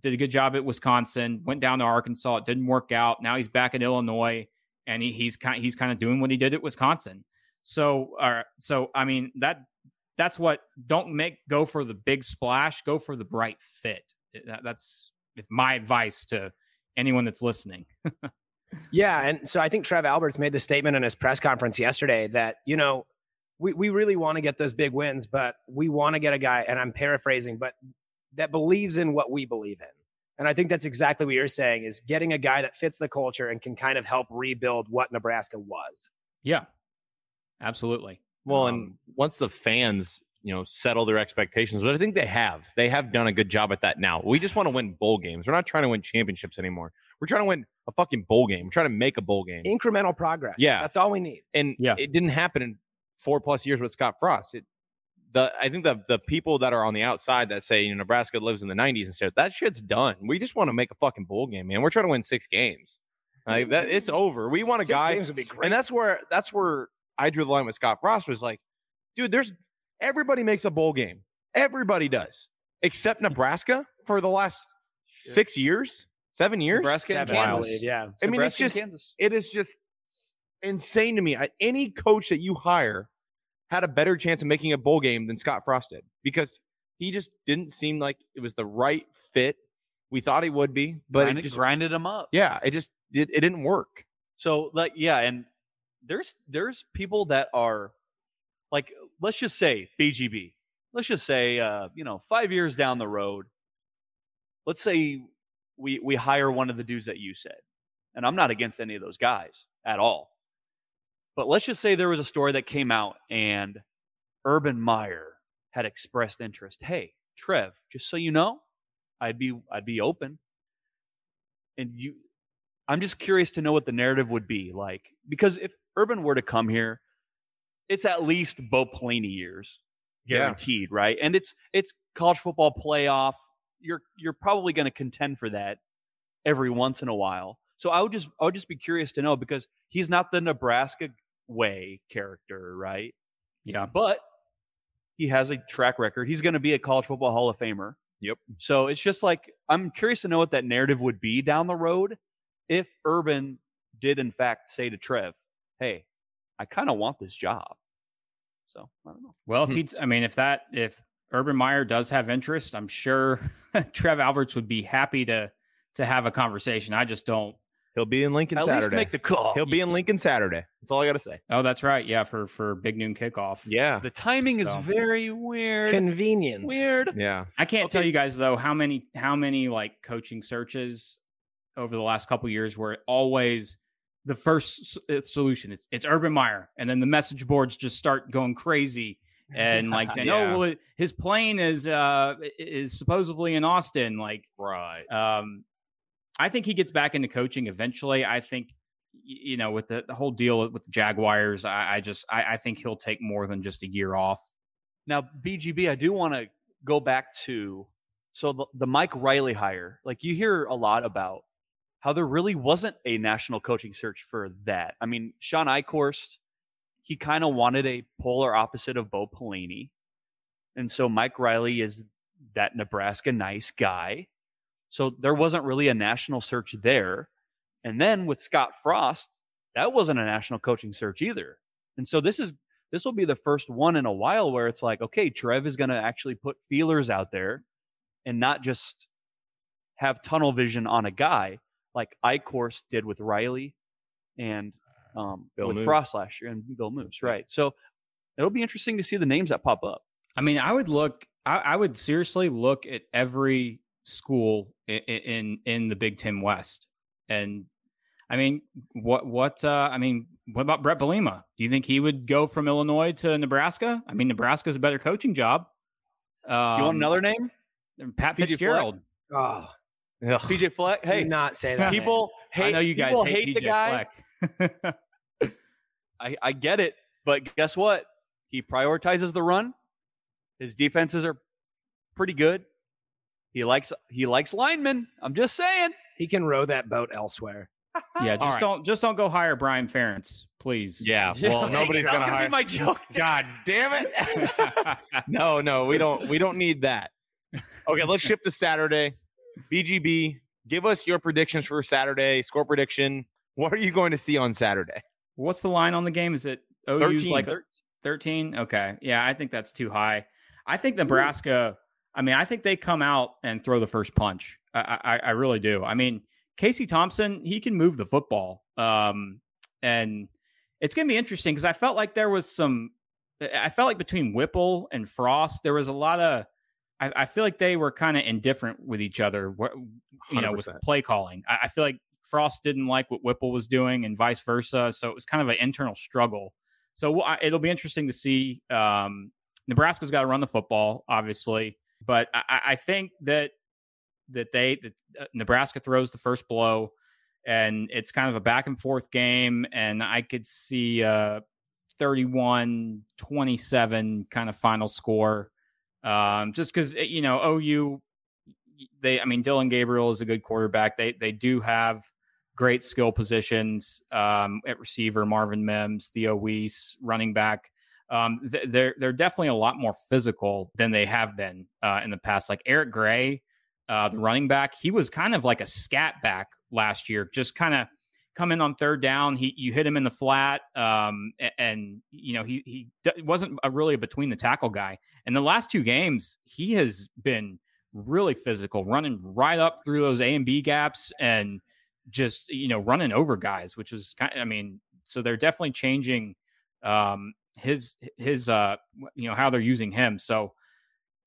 [SPEAKER 13] Did a good job at Wisconsin. Went down to Arkansas. It didn't work out. Now he's back at Illinois, and he, he's kind he's kind of doing what he did at Wisconsin. So, uh, so I mean that that's what don't make go for the big splash. Go for the bright fit. That, that's if my advice to anyone that's listening.
[SPEAKER 7] Yeah, and so I think Trev Alberts made the statement in his press conference yesterday that you know we we really want to get those big wins, but we want to get a guy, and I'm paraphrasing, but that believes in what we believe in. And I think that's exactly what you're saying is getting a guy that fits the culture and can kind of help rebuild what Nebraska was.
[SPEAKER 13] Yeah, absolutely.
[SPEAKER 12] Well,
[SPEAKER 13] Um,
[SPEAKER 12] and once the fans, you know, settle their expectations, but I think they have. They have done a good job at that now. We just want to win bowl games. We're not trying to win championships anymore. We're trying to win a fucking bowl game. We're trying to make a bowl game.
[SPEAKER 7] Incremental progress.
[SPEAKER 12] Yeah.
[SPEAKER 7] That's all we need.
[SPEAKER 12] And yeah. it didn't happen in four plus years with Scott Frost. It, the I think the the people that are on the outside that say you know, Nebraska lives in the '90s and shit, that shit's done. We just want to make a fucking bowl game, man. We're trying to win six games. Like that, it's over. We want a
[SPEAKER 7] Six
[SPEAKER 12] guy,
[SPEAKER 7] games would be great.
[SPEAKER 12] and that's where that's where I drew the line with Scott Frost was like, dude, there's everybody makes a bowl game. Everybody does, except Nebraska for the last six years, seven years.
[SPEAKER 4] Nebraska and Seven, I Kansas. believe, yeah.
[SPEAKER 12] I mean, it's
[SPEAKER 4] Nebraska and
[SPEAKER 12] just
[SPEAKER 4] Kansas.
[SPEAKER 12] it is just insane to me. I- Any coach that you hire had a better chance of making a bowl game than Scott Frost did because he just didn't seem like it was the right fit. We thought he would be, but
[SPEAKER 4] Grinded-
[SPEAKER 12] it just,
[SPEAKER 4] grinded him up.
[SPEAKER 12] yeah, it just it, it didn't work.
[SPEAKER 4] So like yeah, and there's there's people that are like let's just say BGB. Let's just say uh, you know, 5 years down the road, let's say we we hire one of the dudes that you said. And I'm not against any of those guys at all. But let's just say there was a story that came out and Urban Meyer had expressed interest. Hey, Trev, just so you know, I'd be I'd be open. And you I'm just curious to know what the narrative would be like because if Urban were to come here, it's at least Bo Pelini years
[SPEAKER 12] Yeah.
[SPEAKER 4] guaranteed, right? And it's it's college football playoff. You're you're probably going to contend for that every once in a while. So I would just I would just be curious to know because he's not the Nebraska way character, right?
[SPEAKER 13] Yeah.
[SPEAKER 4] But he has a track record. He's going to be a college football Hall of Famer.
[SPEAKER 12] Yep.
[SPEAKER 4] So it's just like I'm curious to know what that narrative would be down the road if Urban did in fact say to Trev, "Hey, I kind of want this job." So I don't know.
[SPEAKER 13] Well, if
[SPEAKER 16] Hmm.
[SPEAKER 13] he's, I mean, if that, if Urban Meyer does have interest, I'm sure Trev Alberts would be happy to to have a conversation. I just don't.
[SPEAKER 12] He'll be in Lincoln
[SPEAKER 13] At least
[SPEAKER 12] Saturday.
[SPEAKER 13] make the call.
[SPEAKER 12] He'll be in Lincoln Saturday. That's all I gotta say.
[SPEAKER 13] Oh, that's right. Yeah, for for big noon kickoff.
[SPEAKER 12] Yeah.
[SPEAKER 4] The timing
[SPEAKER 13] So-
[SPEAKER 4] is very weird.
[SPEAKER 7] Convenient.
[SPEAKER 4] Weird.
[SPEAKER 12] Yeah.
[SPEAKER 13] I can't tell you guys though how many how many like coaching searches over the last couple years where always the first s- uh, solution it's it's Urban Meyer and then the message boards just start going crazy and like saying
[SPEAKER 12] Yeah.
[SPEAKER 13] oh well it- his plane is uh i- is supposedly in Austin like
[SPEAKER 12] right
[SPEAKER 13] um I think he gets back into coaching eventually I think y- you know with the, the whole deal with the Jaguars I, I just I, I think he'll take more than just a year off
[SPEAKER 4] Now, BGB, I do want to go back to so the, the Mike Riley hire. Like you hear a lot about how there really wasn't a national coaching search for that. I mean, Sean Eichorst, he kind of wanted a polar opposite of Bo Pelini, and so Mike Riley is that Nebraska nice guy. So there wasn't really a national search there. And then with Scott Frost, that wasn't a national coaching search either. And so this is this will be the first one in a while where it's like, okay, Trev is going to actually put feelers out there and not just have tunnel vision on a guy like Icorse did with Riley and um,
[SPEAKER 12] Bill
[SPEAKER 4] with
[SPEAKER 12] Moose.
[SPEAKER 4] Frost last year and Bill Moose, right? So it'll be interesting to see the names that pop up.
[SPEAKER 13] I mean, I would look. I, I would seriously look at every school in, in in the Big Ten West, and I mean, what what? Uh, I mean, what about Brett Belima? Do you think he would go from Illinois to Nebraska? I mean, Nebraska's a better coaching job. Um, you
[SPEAKER 4] want another name?
[SPEAKER 13] Pat
[SPEAKER 4] P.J. Fleck?
[SPEAKER 13] Fitzgerald.
[SPEAKER 7] Oh,
[SPEAKER 4] PJ Fleck. Hey,
[SPEAKER 7] do not say that.
[SPEAKER 4] people hate.
[SPEAKER 13] I know you guys
[SPEAKER 4] people
[SPEAKER 13] hate,
[SPEAKER 4] the
[SPEAKER 13] PJ
[SPEAKER 4] guy.
[SPEAKER 13] Fleck.
[SPEAKER 4] I, I get it, but guess what? He prioritizes the run. His defenses are pretty good. He likes he likes linemen. I'm just saying.
[SPEAKER 7] He can row that boat elsewhere.
[SPEAKER 13] Yeah, just
[SPEAKER 12] All right.
[SPEAKER 13] don't just don't go hire Brian Ferentz, please.
[SPEAKER 12] Yeah, well, nobody's gonna hire. God damn it! no, no, we don't. We don't need that. Okay, let's shift to Saturday. BGB, give us your predictions for Saturday. Score prediction. What are you going to see on Saturday?
[SPEAKER 13] What's the line on the game? Is it OU's
[SPEAKER 12] 13.
[SPEAKER 13] like thirteen? Okay, yeah, I think that's too high. I think Nebraska. I mean, I think they come out and throw the first punch. I, I, I really do. I mean, Casey Thompson, he can move the football, um, and it's going to be interesting because I felt like there was some. I felt like between Whipple and Frost, there was a lot of. I, I feel like they were kind of indifferent with each other. wh- You know, with
[SPEAKER 12] 100%.
[SPEAKER 13] play calling, I, I feel like Frost didn't like what Whipple was doing, and vice versa. So it was kind of an internal struggle. So we'll, I, it'll be interesting to see. Um, Nebraska's got to run the football, obviously, but I, I- I think that that they that uh, Nebraska throws the first blow, and it's kind of a back and forth game, and I could see uh 31-27 kind of final score. Um, just because you know OU, they I mean Dylan Gabriel is a good quarterback. They they do have great skill positions um, at receiver. Marvin Mims, Theo Weiss, running back. Um, th- they're they're definitely a lot more physical than they have been uh, in the past. Like Eric Gray, uh, the running back, he was kind of like a scat back last year, just kind of come in on third down. He you hit him in the flat, um, a- and, you know he he d- wasn't a really a between the tackle guy. And the last two games, he has been really physical, running right up through those A and B gaps, and just you know running over guys, which is kind. I mean, so they're definitely changing um, his his uh, you know how they're using him. So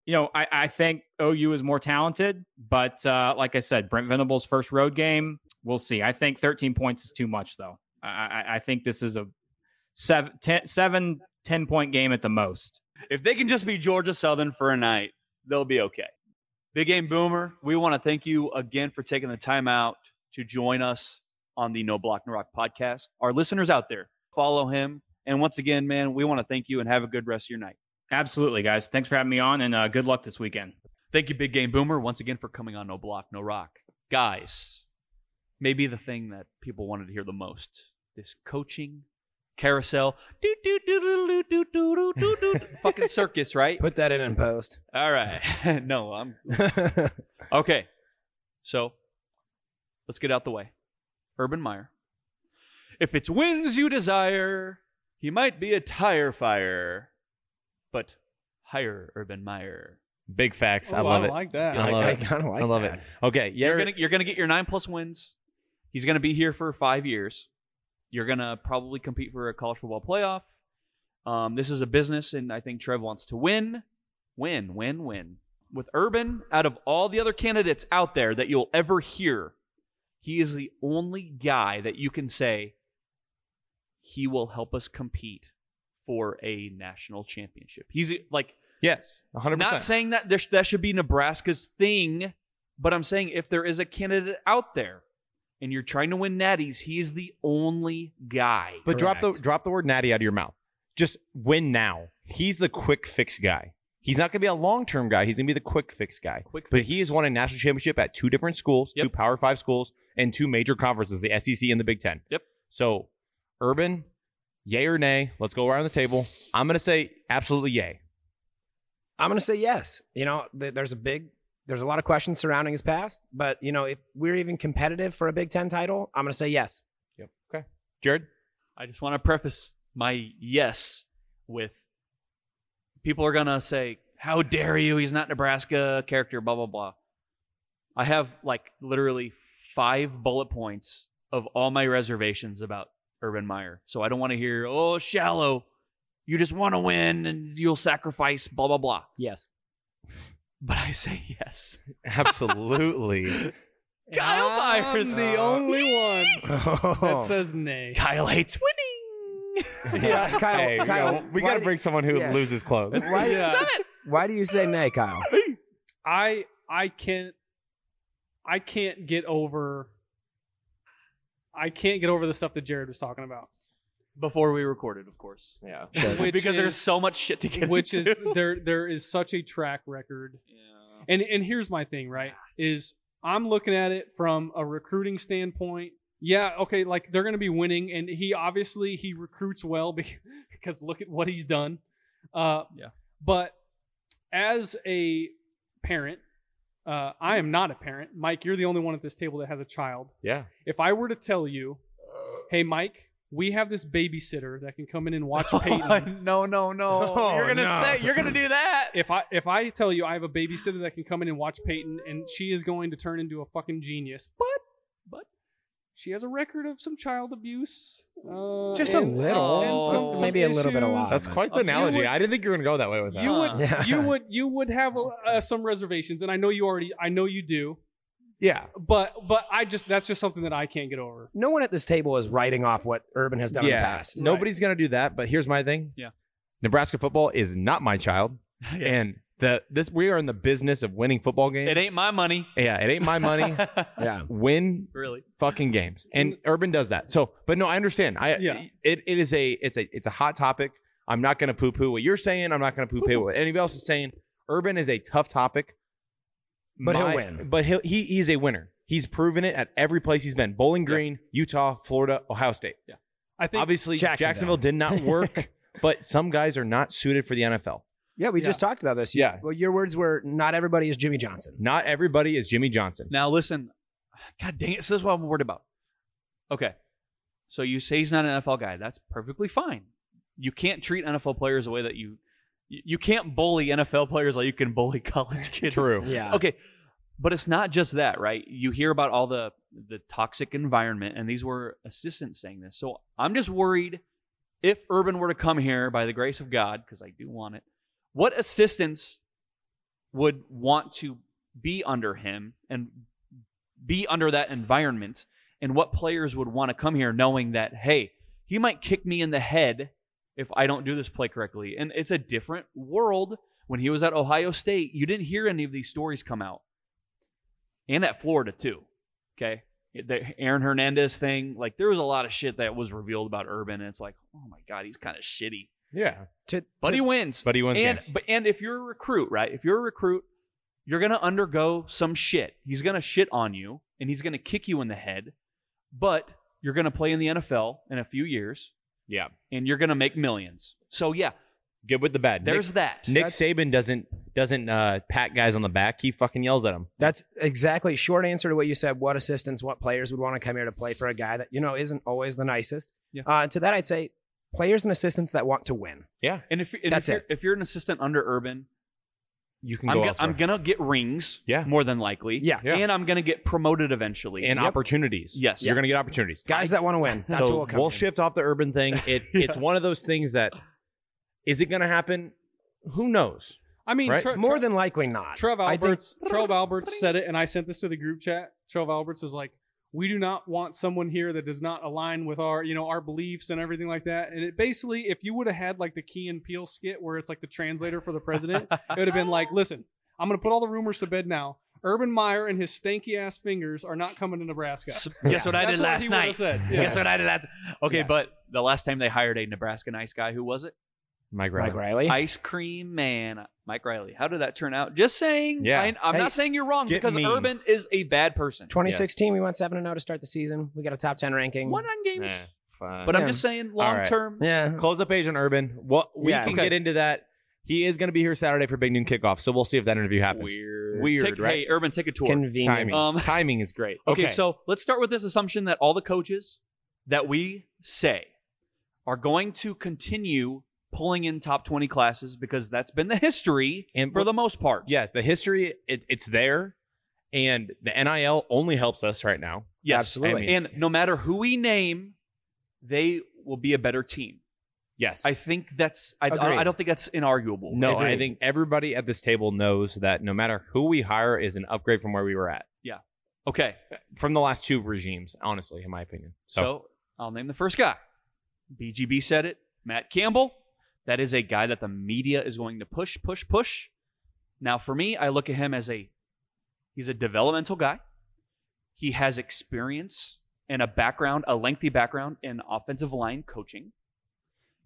[SPEAKER 13] you know, I, I think OU is more talented, but uh, like I said, Brent Venables' first road game, we'll see. I think 13 points is too much, though. I, I, I think this is a seven, 10, seven, 10 point game at the most.
[SPEAKER 4] If they can just be Georgia Southern for a night, they'll be okay. Big Game Boomer, we want to thank you again for taking the time out to join us on the No Block No Rock podcast. Our listeners out there, follow him. And once again, man, we want to thank you and have a good rest of your night.
[SPEAKER 13] Absolutely, guys. Thanks for having me on, and uh, good luck this weekend.
[SPEAKER 4] Thank you, Big Game Boomer, once again for coming on No Block No Rock. Guys, maybe the thing that people wanted to hear the most this coaching carousel. Do, do, do, do, do, do, do, do, do, do. Fucking circus, right?
[SPEAKER 7] Put that in in post.
[SPEAKER 4] All right. no, I'm okay. So let's get out the way. Urban Meyer. If it's wins you desire, he might be a tire fire, but hire Urban Meyer.
[SPEAKER 12] Big facts. I
[SPEAKER 4] Oh, I
[SPEAKER 12] love it.
[SPEAKER 4] like that.
[SPEAKER 12] I
[SPEAKER 4] I-
[SPEAKER 12] love
[SPEAKER 4] I
[SPEAKER 12] it.
[SPEAKER 4] kinda like
[SPEAKER 12] I love
[SPEAKER 4] that.
[SPEAKER 12] it. Okay, yeah.
[SPEAKER 4] You're gonna you're gonna get your nine plus wins. He's gonna be here for five years. You're gonna probably compete for a college football playoff. Um, this is a business, and I think Trev wants to win, win, win, win. With Urban, out of all the other candidates out there that you'll ever hear, he is the only guy that you can say he will help us compete for a national championship. He's like
[SPEAKER 12] yes, 100%.
[SPEAKER 4] not saying that there sh- that should be Nebraska's thing, but I'm saying if there is a candidate out there and you're trying to win natties, he is the only guy.
[SPEAKER 12] But drop the drop the word natty out of your mouth. Just win now. He's the quick fix guy. He's not going to be a long term guy. He's going to be the quick fix guy.
[SPEAKER 4] Quick
[SPEAKER 12] but he has won a national championship at two different schools, two Power Five schools, and two major conferences, the SEC and the Big Ten.
[SPEAKER 4] Yep.
[SPEAKER 12] So, Urban, yay or nay? Let's go around the table. I'm going to say absolutely yay.
[SPEAKER 7] I'm going to say yes. You know, th- there's a big, there's a lot of questions surrounding his past, but you know, if we're even competitive for a Big Ten title, I'm going to say yes.
[SPEAKER 12] Yep. Okay. Jared?
[SPEAKER 4] I just want to preface my yes with people are going to say, How dare you? He's not Nebraska character, blah, blah, blah. I have like literally five bullet points of all my reservations about Urban Meyer. So I don't want to hear, Oh, shallow. You just want to win and you'll sacrifice, blah, blah, blah.
[SPEAKER 7] Yes.
[SPEAKER 4] But I say yes.
[SPEAKER 12] Absolutely.
[SPEAKER 4] Kyle Myers.
[SPEAKER 11] the only one that says nay.
[SPEAKER 4] Kyle hates
[SPEAKER 11] winning.
[SPEAKER 7] Yeah, Kyle-
[SPEAKER 12] Hey, we
[SPEAKER 7] Kyle,
[SPEAKER 12] gotta- we
[SPEAKER 7] why
[SPEAKER 12] got to
[SPEAKER 7] do-
[SPEAKER 12] bring someone who
[SPEAKER 7] yeah.
[SPEAKER 12] loses clothes.
[SPEAKER 7] Why, why do you say nay, Kyle?
[SPEAKER 11] I I can't I can't get over I can't get over the stuff that Jared was talking about.
[SPEAKER 4] Before we recorded, of course.
[SPEAKER 12] Yeah.
[SPEAKER 11] Which
[SPEAKER 4] because there's
[SPEAKER 11] is-
[SPEAKER 4] so much shit to get
[SPEAKER 11] which
[SPEAKER 4] into.
[SPEAKER 11] is there there is such a track record and and here's my thing right is i'm looking at it from a recruiting standpoint Yeah, okay, like they're going to be winning and he obviously he recruits well be- because look at what he's done. Uh
[SPEAKER 4] Yeah.
[SPEAKER 11] but as a parent, uh I am not a parent. Mike, you're the only one at this table that has a child.
[SPEAKER 12] Yeah.
[SPEAKER 11] If I were to tell you, "Hey Mike, we have this babysitter that can come in and watch Peyton."
[SPEAKER 4] no, Oh, no, no.
[SPEAKER 11] Oh,
[SPEAKER 4] you're gonna
[SPEAKER 11] no.
[SPEAKER 4] say you're gonna do that.
[SPEAKER 11] if I if I tell you I have a babysitter that can come in and watch Peyton and she is going to turn into a fucking genius, but but she has a record of some child abuse, uh,
[SPEAKER 7] Just a
[SPEAKER 11] and-
[SPEAKER 7] little.
[SPEAKER 11] and some- some
[SPEAKER 7] Maybe a little bit of
[SPEAKER 11] issues.
[SPEAKER 7] lot.
[SPEAKER 12] That's quite the
[SPEAKER 11] You
[SPEAKER 12] analogy.
[SPEAKER 11] would-
[SPEAKER 12] I didn't think you were gonna go that way with that.
[SPEAKER 11] You would you would you would have uh, some reservations, and I know you already I know you do,
[SPEAKER 12] yeah.
[SPEAKER 11] but but I just that's just something that I can't get over.
[SPEAKER 7] No one at this table is writing off what Urban has done in the past.
[SPEAKER 12] Nobody's gonna do that. But here's my thing.
[SPEAKER 11] Yeah.
[SPEAKER 12] Nebraska football is not my child, and the this we are in the business of winning football games.
[SPEAKER 4] It ain't my money.
[SPEAKER 12] Yeah, it ain't my money. yeah, win
[SPEAKER 4] Really?
[SPEAKER 12] fucking games, and Urban does that. So, but no, I understand. I
[SPEAKER 4] Yeah.
[SPEAKER 12] it, it is a it's a it's a hot topic. I'm not gonna poo poo what you're saying. I'm not gonna poo poo what anybody else is saying. Urban is a tough topic.
[SPEAKER 7] But he'll win.
[SPEAKER 12] But he'll, he he's a winner. He's proven it at every place he's been: Bowling Green, Utah, Florida, Ohio State. Yeah,
[SPEAKER 11] I think
[SPEAKER 12] obviously
[SPEAKER 7] Jacksonville.
[SPEAKER 12] Jacksonville did not work, but some guys are not suited for the NFL.
[SPEAKER 7] Yeah, we just talked about this. You-
[SPEAKER 12] Yeah.
[SPEAKER 7] Well, your words were not everybody is Jimmy Johnson.
[SPEAKER 12] Not everybody is Jimmy Johnson.
[SPEAKER 4] Now listen, God dang it, this is what I'm worried about. Okay, so you say he's not an NFL guy. That's perfectly fine. You can't treat NFL players the way that you you you can't bully NFL players like you can bully college kids.
[SPEAKER 12] True.
[SPEAKER 7] Yeah.
[SPEAKER 4] Okay, but it's not just that, right? You hear about all the the toxic environment, and these were assistants saying this. So I'm just worried if Urban were to come here by the grace of God, because I do want it. What assistants would want to be under him and be under that environment and what players would want to come here knowing that hey he might kick me in the head if i don't do this play correctly and it's a different world when he was at ohio state you didn't hear any of these stories come out and at florida too okay the aaron hernandez thing like there was a lot of shit that was revealed about urban and it's like oh my god he's kind of shitty
[SPEAKER 12] Yeah.
[SPEAKER 7] To,
[SPEAKER 4] but he wins.
[SPEAKER 12] But he wins
[SPEAKER 4] And
[SPEAKER 12] games.
[SPEAKER 4] but and if you're a recruit, right? If you're a recruit, you're gonna undergo some shit. He's gonna shit on you, and he's gonna kick you in the head. But you're gonna play in the NFL in a few years,
[SPEAKER 12] Yeah.
[SPEAKER 4] and you're gonna make millions. So yeah,
[SPEAKER 12] Good with the bad.
[SPEAKER 4] There's that.
[SPEAKER 12] Nick
[SPEAKER 4] That's-
[SPEAKER 12] Saban doesn't doesn't uh, pat guys on the back. He fucking yells at them.
[SPEAKER 7] That's exactly short answer to what you said. What assistants, what players would want to come here to play for a guy that you know isn't always the nicest.
[SPEAKER 4] Yeah.
[SPEAKER 7] Uh, and to that, I'd say players and assistants that want to win.
[SPEAKER 12] Yeah.
[SPEAKER 4] And if and
[SPEAKER 7] That's
[SPEAKER 4] if you're,
[SPEAKER 7] it.
[SPEAKER 4] if you're an assistant under Urban,
[SPEAKER 12] You
[SPEAKER 4] I'm, go- I'm gonna get rings.
[SPEAKER 12] Yeah.
[SPEAKER 4] More than likely.
[SPEAKER 7] Yeah. Yeah.
[SPEAKER 4] And I'm gonna get promoted eventually.
[SPEAKER 12] and opportunities.
[SPEAKER 4] Yes.
[SPEAKER 12] You're gonna get opportunities.
[SPEAKER 7] Guys that want to win. That's
[SPEAKER 12] so
[SPEAKER 7] what
[SPEAKER 12] we'll shift off the urban thing. It it's one of those things that is it gonna happen? Who knows?
[SPEAKER 11] I mean,
[SPEAKER 12] Right?
[SPEAKER 11] Tre- Tre-
[SPEAKER 7] More than likely not.
[SPEAKER 11] Trev
[SPEAKER 7] I think-
[SPEAKER 11] Alberts, Trev Alberts said it, and I sent this to the group chat. Trev Alberts was like, "We do not want someone here that does not align with our, you know, our beliefs and everything like that." And it basically, if you would have had like the Key and Peel skit where it's like the translator for the president, it would have been like, "Listen, I'm going to put all the rumors to bed now. Urban Meyer and his stanky ass fingers are not coming to Nebraska."
[SPEAKER 4] Guess what I
[SPEAKER 11] That's
[SPEAKER 4] did
[SPEAKER 11] what
[SPEAKER 4] last
[SPEAKER 11] he
[SPEAKER 4] night?
[SPEAKER 11] would've said, yeah.
[SPEAKER 4] Guess what I did last? Okay, but the last time they hired a Nebraska nice guy, who was it?
[SPEAKER 12] Mike
[SPEAKER 7] Mike Riley.
[SPEAKER 4] Ice cream man, Mike Riley. How did that turn out? Just saying.
[SPEAKER 12] Yeah.
[SPEAKER 4] I, am
[SPEAKER 7] Hey,
[SPEAKER 4] not saying you're wrong
[SPEAKER 12] get
[SPEAKER 4] because
[SPEAKER 12] mean.
[SPEAKER 4] Urban is a bad person.
[SPEAKER 7] 2016, we went seven and zero to start the season. We got a top ten ranking.
[SPEAKER 4] One on games.
[SPEAKER 12] Eh, fine.
[SPEAKER 4] But I'm
[SPEAKER 7] Yeah.
[SPEAKER 4] just saying,
[SPEAKER 12] All
[SPEAKER 4] long
[SPEAKER 12] right.
[SPEAKER 4] term.
[SPEAKER 7] Yeah.
[SPEAKER 12] Close the page on Urban. What we
[SPEAKER 7] Yeah.
[SPEAKER 12] can
[SPEAKER 4] Okay.
[SPEAKER 12] get into that. He is gonna be here Saturday for big noon kickoff, so we'll see if that interview happens.
[SPEAKER 4] Weird.
[SPEAKER 12] Weird,
[SPEAKER 4] Take,
[SPEAKER 12] right?
[SPEAKER 4] Hey, Urban, take a tour.
[SPEAKER 7] Convenient.
[SPEAKER 12] Timing.
[SPEAKER 4] Um,
[SPEAKER 12] Timing is great.
[SPEAKER 4] Okay, so let's start with this assumption that all the coaches that we say are going to continue pulling in top 20 classes because that's been the history
[SPEAKER 12] And-
[SPEAKER 4] for the most part.
[SPEAKER 12] yes, the history it, it's there, and the NIL only helps us right now.
[SPEAKER 4] Yes,
[SPEAKER 12] Absolutely.
[SPEAKER 4] And, and no matter who we name, they will be a better team.
[SPEAKER 12] Yes,
[SPEAKER 4] I think that's. I,
[SPEAKER 12] Agreed.
[SPEAKER 4] I, don't think that's inarguable.
[SPEAKER 12] No,
[SPEAKER 4] Agreed.
[SPEAKER 12] I think everybody at this table knows that no matter who we hire is an upgrade from where we were at.
[SPEAKER 4] Yeah. Okay.
[SPEAKER 12] From the last two regimes, honestly, in my opinion.
[SPEAKER 4] So,
[SPEAKER 12] So,
[SPEAKER 4] I'll name the first guy. BGB said it. Matt Campbell. That is a guy that the media is going to push, push, push. Now, for me, I look at him as a he's a developmental guy. He has experience and a background, a lengthy background in offensive line coaching.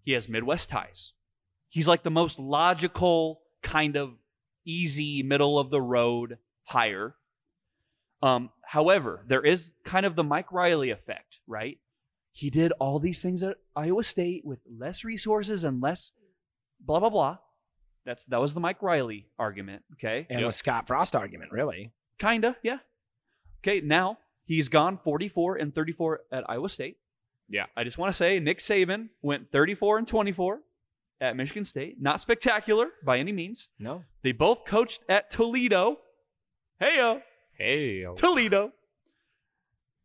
[SPEAKER 4] He has Midwest ties. He's like the most logical kind of easy middle of the road hire. Um, however, there is kind of the Mike Riley effect, right? He did all these things at Iowa State with less resources and less blah blah blah. That's that was the Mike Riley argument, okay?
[SPEAKER 7] And the Scott Frost argument, really.
[SPEAKER 4] Kinda, yeah. Okay, now he's gone 44 and 34 at Iowa State.
[SPEAKER 12] Yeah.
[SPEAKER 4] I just want to say Nick Saban went 34 and 24 at Michigan State. Not spectacular by any means.
[SPEAKER 7] No.
[SPEAKER 4] They both coached at Toledo. Heyo,
[SPEAKER 12] Hey.
[SPEAKER 4] Toledo.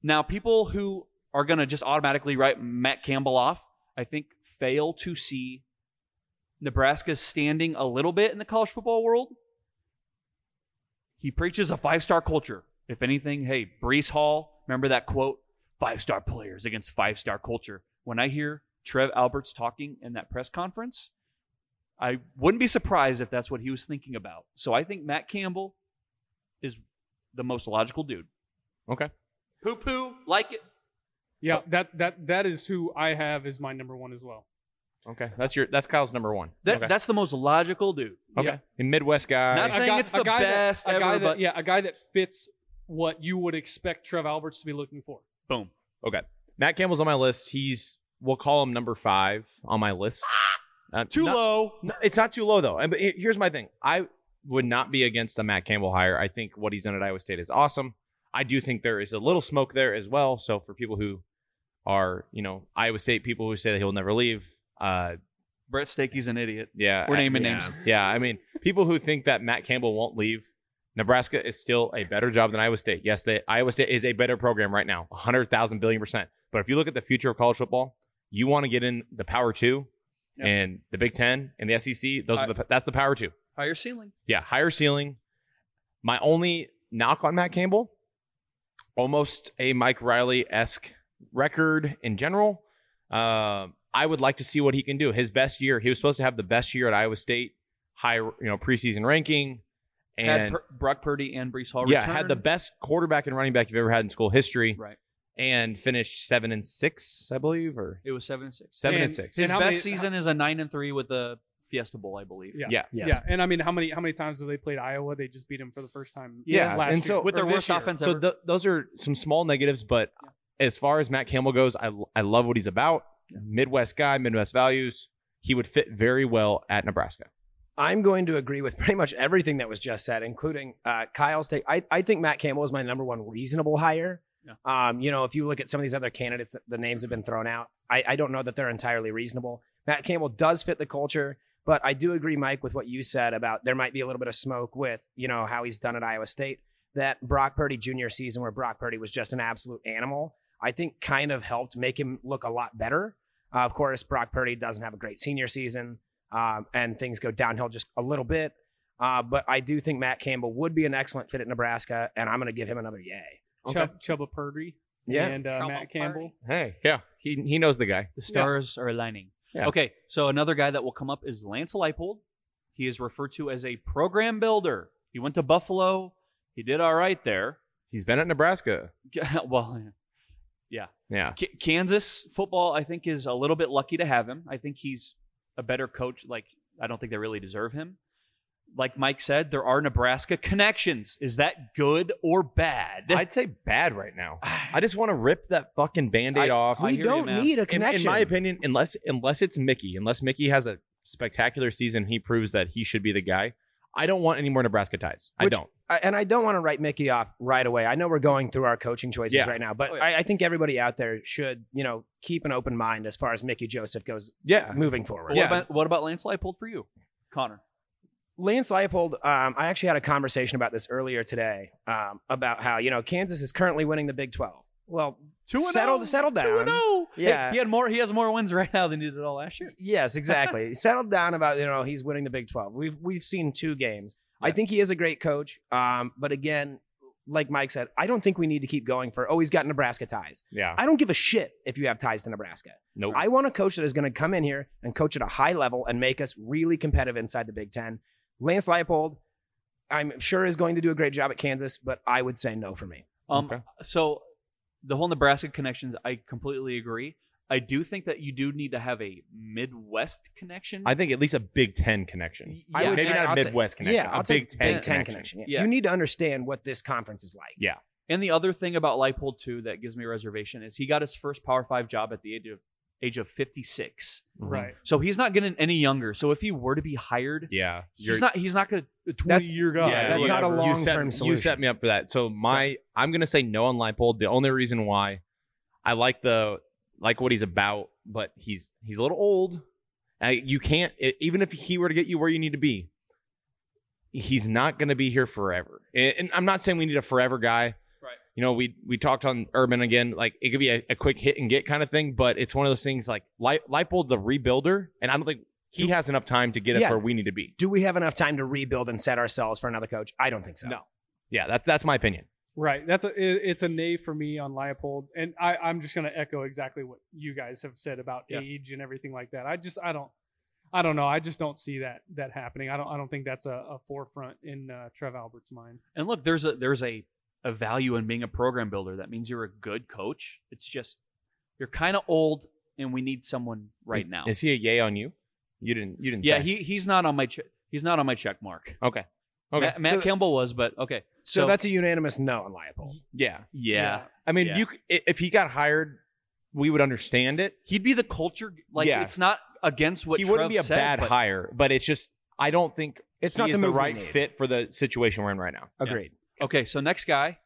[SPEAKER 4] Now, people who are going to just automatically write Matt Campbell off, I think, fail to see Nebraska's standing a little bit in the college football world. He preaches a five star culture. If anything, hey, Brees Hall, remember that quote? Five star players against five star culture. When I hear Trev Alberts talking in that press conference, I wouldn't be surprised if that's what he was thinking about. So I think Matt Campbell is the most logical dude.
[SPEAKER 12] Okay.
[SPEAKER 4] Poo poo, like it.
[SPEAKER 11] Yeah, that that that is who I have as my number one as well.
[SPEAKER 12] Okay. That's your that's Kyle's number one.
[SPEAKER 4] That,
[SPEAKER 12] okay.
[SPEAKER 4] That's the most logical dude.
[SPEAKER 12] okay.
[SPEAKER 11] yeah.
[SPEAKER 12] A Midwest guy.
[SPEAKER 4] Not saying
[SPEAKER 11] guy-
[SPEAKER 4] it's the
[SPEAKER 11] guy
[SPEAKER 4] best
[SPEAKER 11] that, a
[SPEAKER 4] ever,
[SPEAKER 11] guy that-
[SPEAKER 4] but-
[SPEAKER 11] yeah, a guy that fits what you would expect Trev Alberts to be looking for.
[SPEAKER 4] Boom.
[SPEAKER 12] Okay. Matt Campbell's on my list. He's we'll call him number five on my list. Uh,
[SPEAKER 4] Too
[SPEAKER 12] not-
[SPEAKER 4] low.
[SPEAKER 12] No, it's not too low though. And but he- here's my thing. I would not be against a Matt Campbell hire. I think what he's done at Iowa State is awesome. I do think there is a little smoke there as well. So for people who are, you know, Iowa State people who say that he'll never leave, uh,
[SPEAKER 4] Brett Stakey's an idiot.
[SPEAKER 12] yeah,
[SPEAKER 4] We're
[SPEAKER 12] I-
[SPEAKER 4] naming
[SPEAKER 12] yeah.
[SPEAKER 4] names.
[SPEAKER 12] Yeah, I mean, people who think that Matt Campbell won't leave, Nebraska is still a better job than Iowa State. Yes, they, Iowa State is a better program right now, 100,000 billion percent. But if you look at the future of college football, you want to get in the Power Two
[SPEAKER 4] Yep.
[SPEAKER 12] and the Big Ten and the SEC. Those
[SPEAKER 4] I-
[SPEAKER 12] are the that's the Power Two.
[SPEAKER 4] Higher ceiling.
[SPEAKER 12] Yeah, higher ceiling. My only knock on Matt Campbell, almost a Mike Riley esque record in general. Um, I would like to see what he can do. His best year, he was supposed to have the best year at Iowa State, high you know preseason ranking,
[SPEAKER 4] had
[SPEAKER 12] and
[SPEAKER 4] Pur- Brock Purdy and Brees Hall.
[SPEAKER 12] yeah,
[SPEAKER 4] return.
[SPEAKER 12] had the best quarterback and running back you've ever had in school history,
[SPEAKER 4] Right.
[SPEAKER 12] And finished seven and six, I believe, or
[SPEAKER 4] It was seven and six.
[SPEAKER 12] seven and six.
[SPEAKER 4] His
[SPEAKER 11] how
[SPEAKER 4] best
[SPEAKER 11] many-
[SPEAKER 4] season is a nine and three with the Fiesta Bowl, I believe.
[SPEAKER 11] Yeah.
[SPEAKER 12] Yeah.
[SPEAKER 7] Yes.
[SPEAKER 11] Yeah, and I mean, how many how many times have they played Iowa? They just beat him for the first time.
[SPEAKER 12] Yeah,
[SPEAKER 11] last
[SPEAKER 12] and so-
[SPEAKER 11] year,
[SPEAKER 4] With their
[SPEAKER 11] or this
[SPEAKER 4] worst
[SPEAKER 11] year.
[SPEAKER 4] offense
[SPEAKER 12] So
[SPEAKER 4] ever.
[SPEAKER 12] th- those are some small negatives, but as far as Matt Campbell goes, I I love what he's about. Midwest guy, Midwest values. He would fit very well at Nebraska.
[SPEAKER 7] I'm going to agree with pretty much everything that was just said, including uh, Kyle's take. I, I think Matt Campbell is my number one reasonable hire. Um, you know, if you look at some of these other candidates, that the names have been thrown out. I, I don't know that they're entirely reasonable. Matt Campbell does fit the culture, but I do agree, Mike, with what you said about there might be a little bit of smoke with you know how he's done at Iowa State. That Brock Purdy junior season, where Brock Purdy was just an absolute animal, I think kind of helped make him look a lot better. Uh, of course, Brock Purdy doesn't have a great senior season um, and things go downhill just a little bit. Uh, but I do think Matt Campbell would be an excellent fit at Nebraska, and I'm going to give him another yay.
[SPEAKER 11] Chub, Chubba Purdy
[SPEAKER 12] Yeah.
[SPEAKER 11] and uh,
[SPEAKER 4] Chubba
[SPEAKER 11] Matt Campbell.
[SPEAKER 12] Hey, yeah, he he knows the guy.
[SPEAKER 4] The stars are aligning.
[SPEAKER 12] Yeah.
[SPEAKER 4] Okay, so another guy that will come up is Lance Leipold. He is referred to as a program builder. He went to Buffalo. He did all right there.
[SPEAKER 12] He's been at Nebraska.
[SPEAKER 4] well, yeah.
[SPEAKER 12] Yeah,
[SPEAKER 4] K- Kansas football, I think, is a little bit lucky to have him. I think he's a better coach. Like, I don't think they really deserve him. Like Mike said, there are Nebraska connections. Is that good or bad?
[SPEAKER 12] I'd say bad right now. I just want to rip that fucking band-aid
[SPEAKER 4] I-
[SPEAKER 12] off.
[SPEAKER 4] I We hear you, don't man. need a
[SPEAKER 12] In- In,
[SPEAKER 4] connection.
[SPEAKER 12] my opinion, unless unless it's Mickey, unless Mickey has a spectacular season, he proves that he should be the guy. I don't want any more Nebraska ties.
[SPEAKER 7] Which-
[SPEAKER 12] I don't.
[SPEAKER 7] I- and I don't want to write Mickey off right away. I know we're going through our coaching choices
[SPEAKER 12] Yeah.
[SPEAKER 7] right now, but
[SPEAKER 12] Oh, yeah.
[SPEAKER 7] I, I think everybody out there should, you know, keep an open mind as far as Mickey Joseph goes
[SPEAKER 12] Yeah.
[SPEAKER 7] moving forward.
[SPEAKER 4] What, about, what about Lance Leipold for you, Connor?
[SPEAKER 7] Lance Leipold, um, I actually had a conversation about this earlier today um, about how, you know, Kansas is currently winning the Big 12. Well,
[SPEAKER 4] Two and
[SPEAKER 7] settle,
[SPEAKER 4] oh.
[SPEAKER 7] settle down.
[SPEAKER 4] Two and oh. Hey,
[SPEAKER 7] Yeah.
[SPEAKER 4] he had more. He has more wins right now than he did all last year.
[SPEAKER 7] Yes, exactly. Settled down about you know he's winning the Big Twelve. We've we've seen two games. I think he is a great coach. Um, but again, like Mike said, I don't think we need to keep going for oh he's got Nebraska ties.
[SPEAKER 12] Yeah.
[SPEAKER 7] I don't give a shit if you have ties to Nebraska.
[SPEAKER 12] Nope.
[SPEAKER 7] I want a coach that is going to come in here and coach at a high level and make us really competitive inside the Big Ten. Lance Leipold, I'm sure is going to do a great job at Kansas, but I would say no for me.
[SPEAKER 4] Um, So the whole Nebraska connections, I completely agree. I do think that you do need to have a Midwest connection.
[SPEAKER 12] I think at least a Big Ten connection.
[SPEAKER 4] I would-
[SPEAKER 12] maybe
[SPEAKER 4] I'd
[SPEAKER 12] not a
[SPEAKER 4] say-
[SPEAKER 12] Midwest connection.
[SPEAKER 7] Yeah,
[SPEAKER 12] a
[SPEAKER 7] I'll
[SPEAKER 12] Big
[SPEAKER 7] take
[SPEAKER 12] Ten
[SPEAKER 7] Big Ten connection. Yeah.
[SPEAKER 4] Yeah.
[SPEAKER 7] You need to understand what this conference is like.
[SPEAKER 12] Yeah.
[SPEAKER 4] And the other thing about Leipold too that gives me a reservation is he got his first Power Five job at the age of age of 56.
[SPEAKER 12] Mm-hmm.
[SPEAKER 11] Right.
[SPEAKER 4] So he's not getting any younger. So if he were to be hired,
[SPEAKER 12] Yeah,
[SPEAKER 4] he's
[SPEAKER 12] you're-
[SPEAKER 4] not he's not going to a 20
[SPEAKER 12] That's-
[SPEAKER 4] year guy.
[SPEAKER 12] yeah, you- you set- You set me up for that. So my, I'm gonna say no on Leipold. The only reason why, I like the like what he's about, but he's he's a little old. Uh, you can't e- even if he were to get you where you need to be. He's not gonna be here forever. And, and I'm not saying we need a forever guy.
[SPEAKER 11] Right.
[SPEAKER 12] You know, we we talked on Urban again. Like it could be a, a quick hit and get kind of thing, but it's one of those things. Like Leit- Leipold's a rebuilder, and I don't think he has enough time to get us
[SPEAKER 7] Yeah.
[SPEAKER 12] where we need to be.
[SPEAKER 7] Do we have enough time to rebuild and set ourselves for another coach? I don't think so. No.
[SPEAKER 12] Yeah, that, that's my opinion.
[SPEAKER 11] Right. That's a it, it's a nay for me on Leopold, and I I'm just gonna echo exactly what you guys have said about
[SPEAKER 12] Yeah.
[SPEAKER 11] age and everything like that. I just I don't I don't know. I just don't see that that happening. I don't I don't think that's a, a forefront in uh, Trev Albert's mind.
[SPEAKER 4] And look, there's a there's a a value in being a program builder. That means you're a good coach. It's just you're kind of old, and we need someone right now.
[SPEAKER 12] Is he a yay on you? You didn't. You didn't.
[SPEAKER 4] yeah,
[SPEAKER 12] say.
[SPEAKER 4] he he's not on my che- he's not on my check mark.
[SPEAKER 12] Okay. Okay.
[SPEAKER 4] Matt, Matt
[SPEAKER 12] So-
[SPEAKER 4] Campbell was, but okay.
[SPEAKER 7] So, that's a unanimous no on Leopold.
[SPEAKER 12] Yeah.
[SPEAKER 4] Yeah.
[SPEAKER 12] I mean,
[SPEAKER 4] Yeah.
[SPEAKER 12] you c- i- if he got hired, we would understand it.
[SPEAKER 4] He'd be the culture. like
[SPEAKER 12] Yeah.
[SPEAKER 4] it's not against what
[SPEAKER 12] he wouldn't
[SPEAKER 4] Trev
[SPEAKER 12] be a
[SPEAKER 4] said,
[SPEAKER 12] bad
[SPEAKER 4] but-
[SPEAKER 12] hire, but it's just I don't think
[SPEAKER 7] It's
[SPEAKER 12] he
[SPEAKER 7] not
[SPEAKER 12] is
[SPEAKER 7] the move we
[SPEAKER 12] right
[SPEAKER 7] need.
[SPEAKER 12] fit for the situation we're in right now.
[SPEAKER 7] Agreed.
[SPEAKER 4] Okay, so next guy,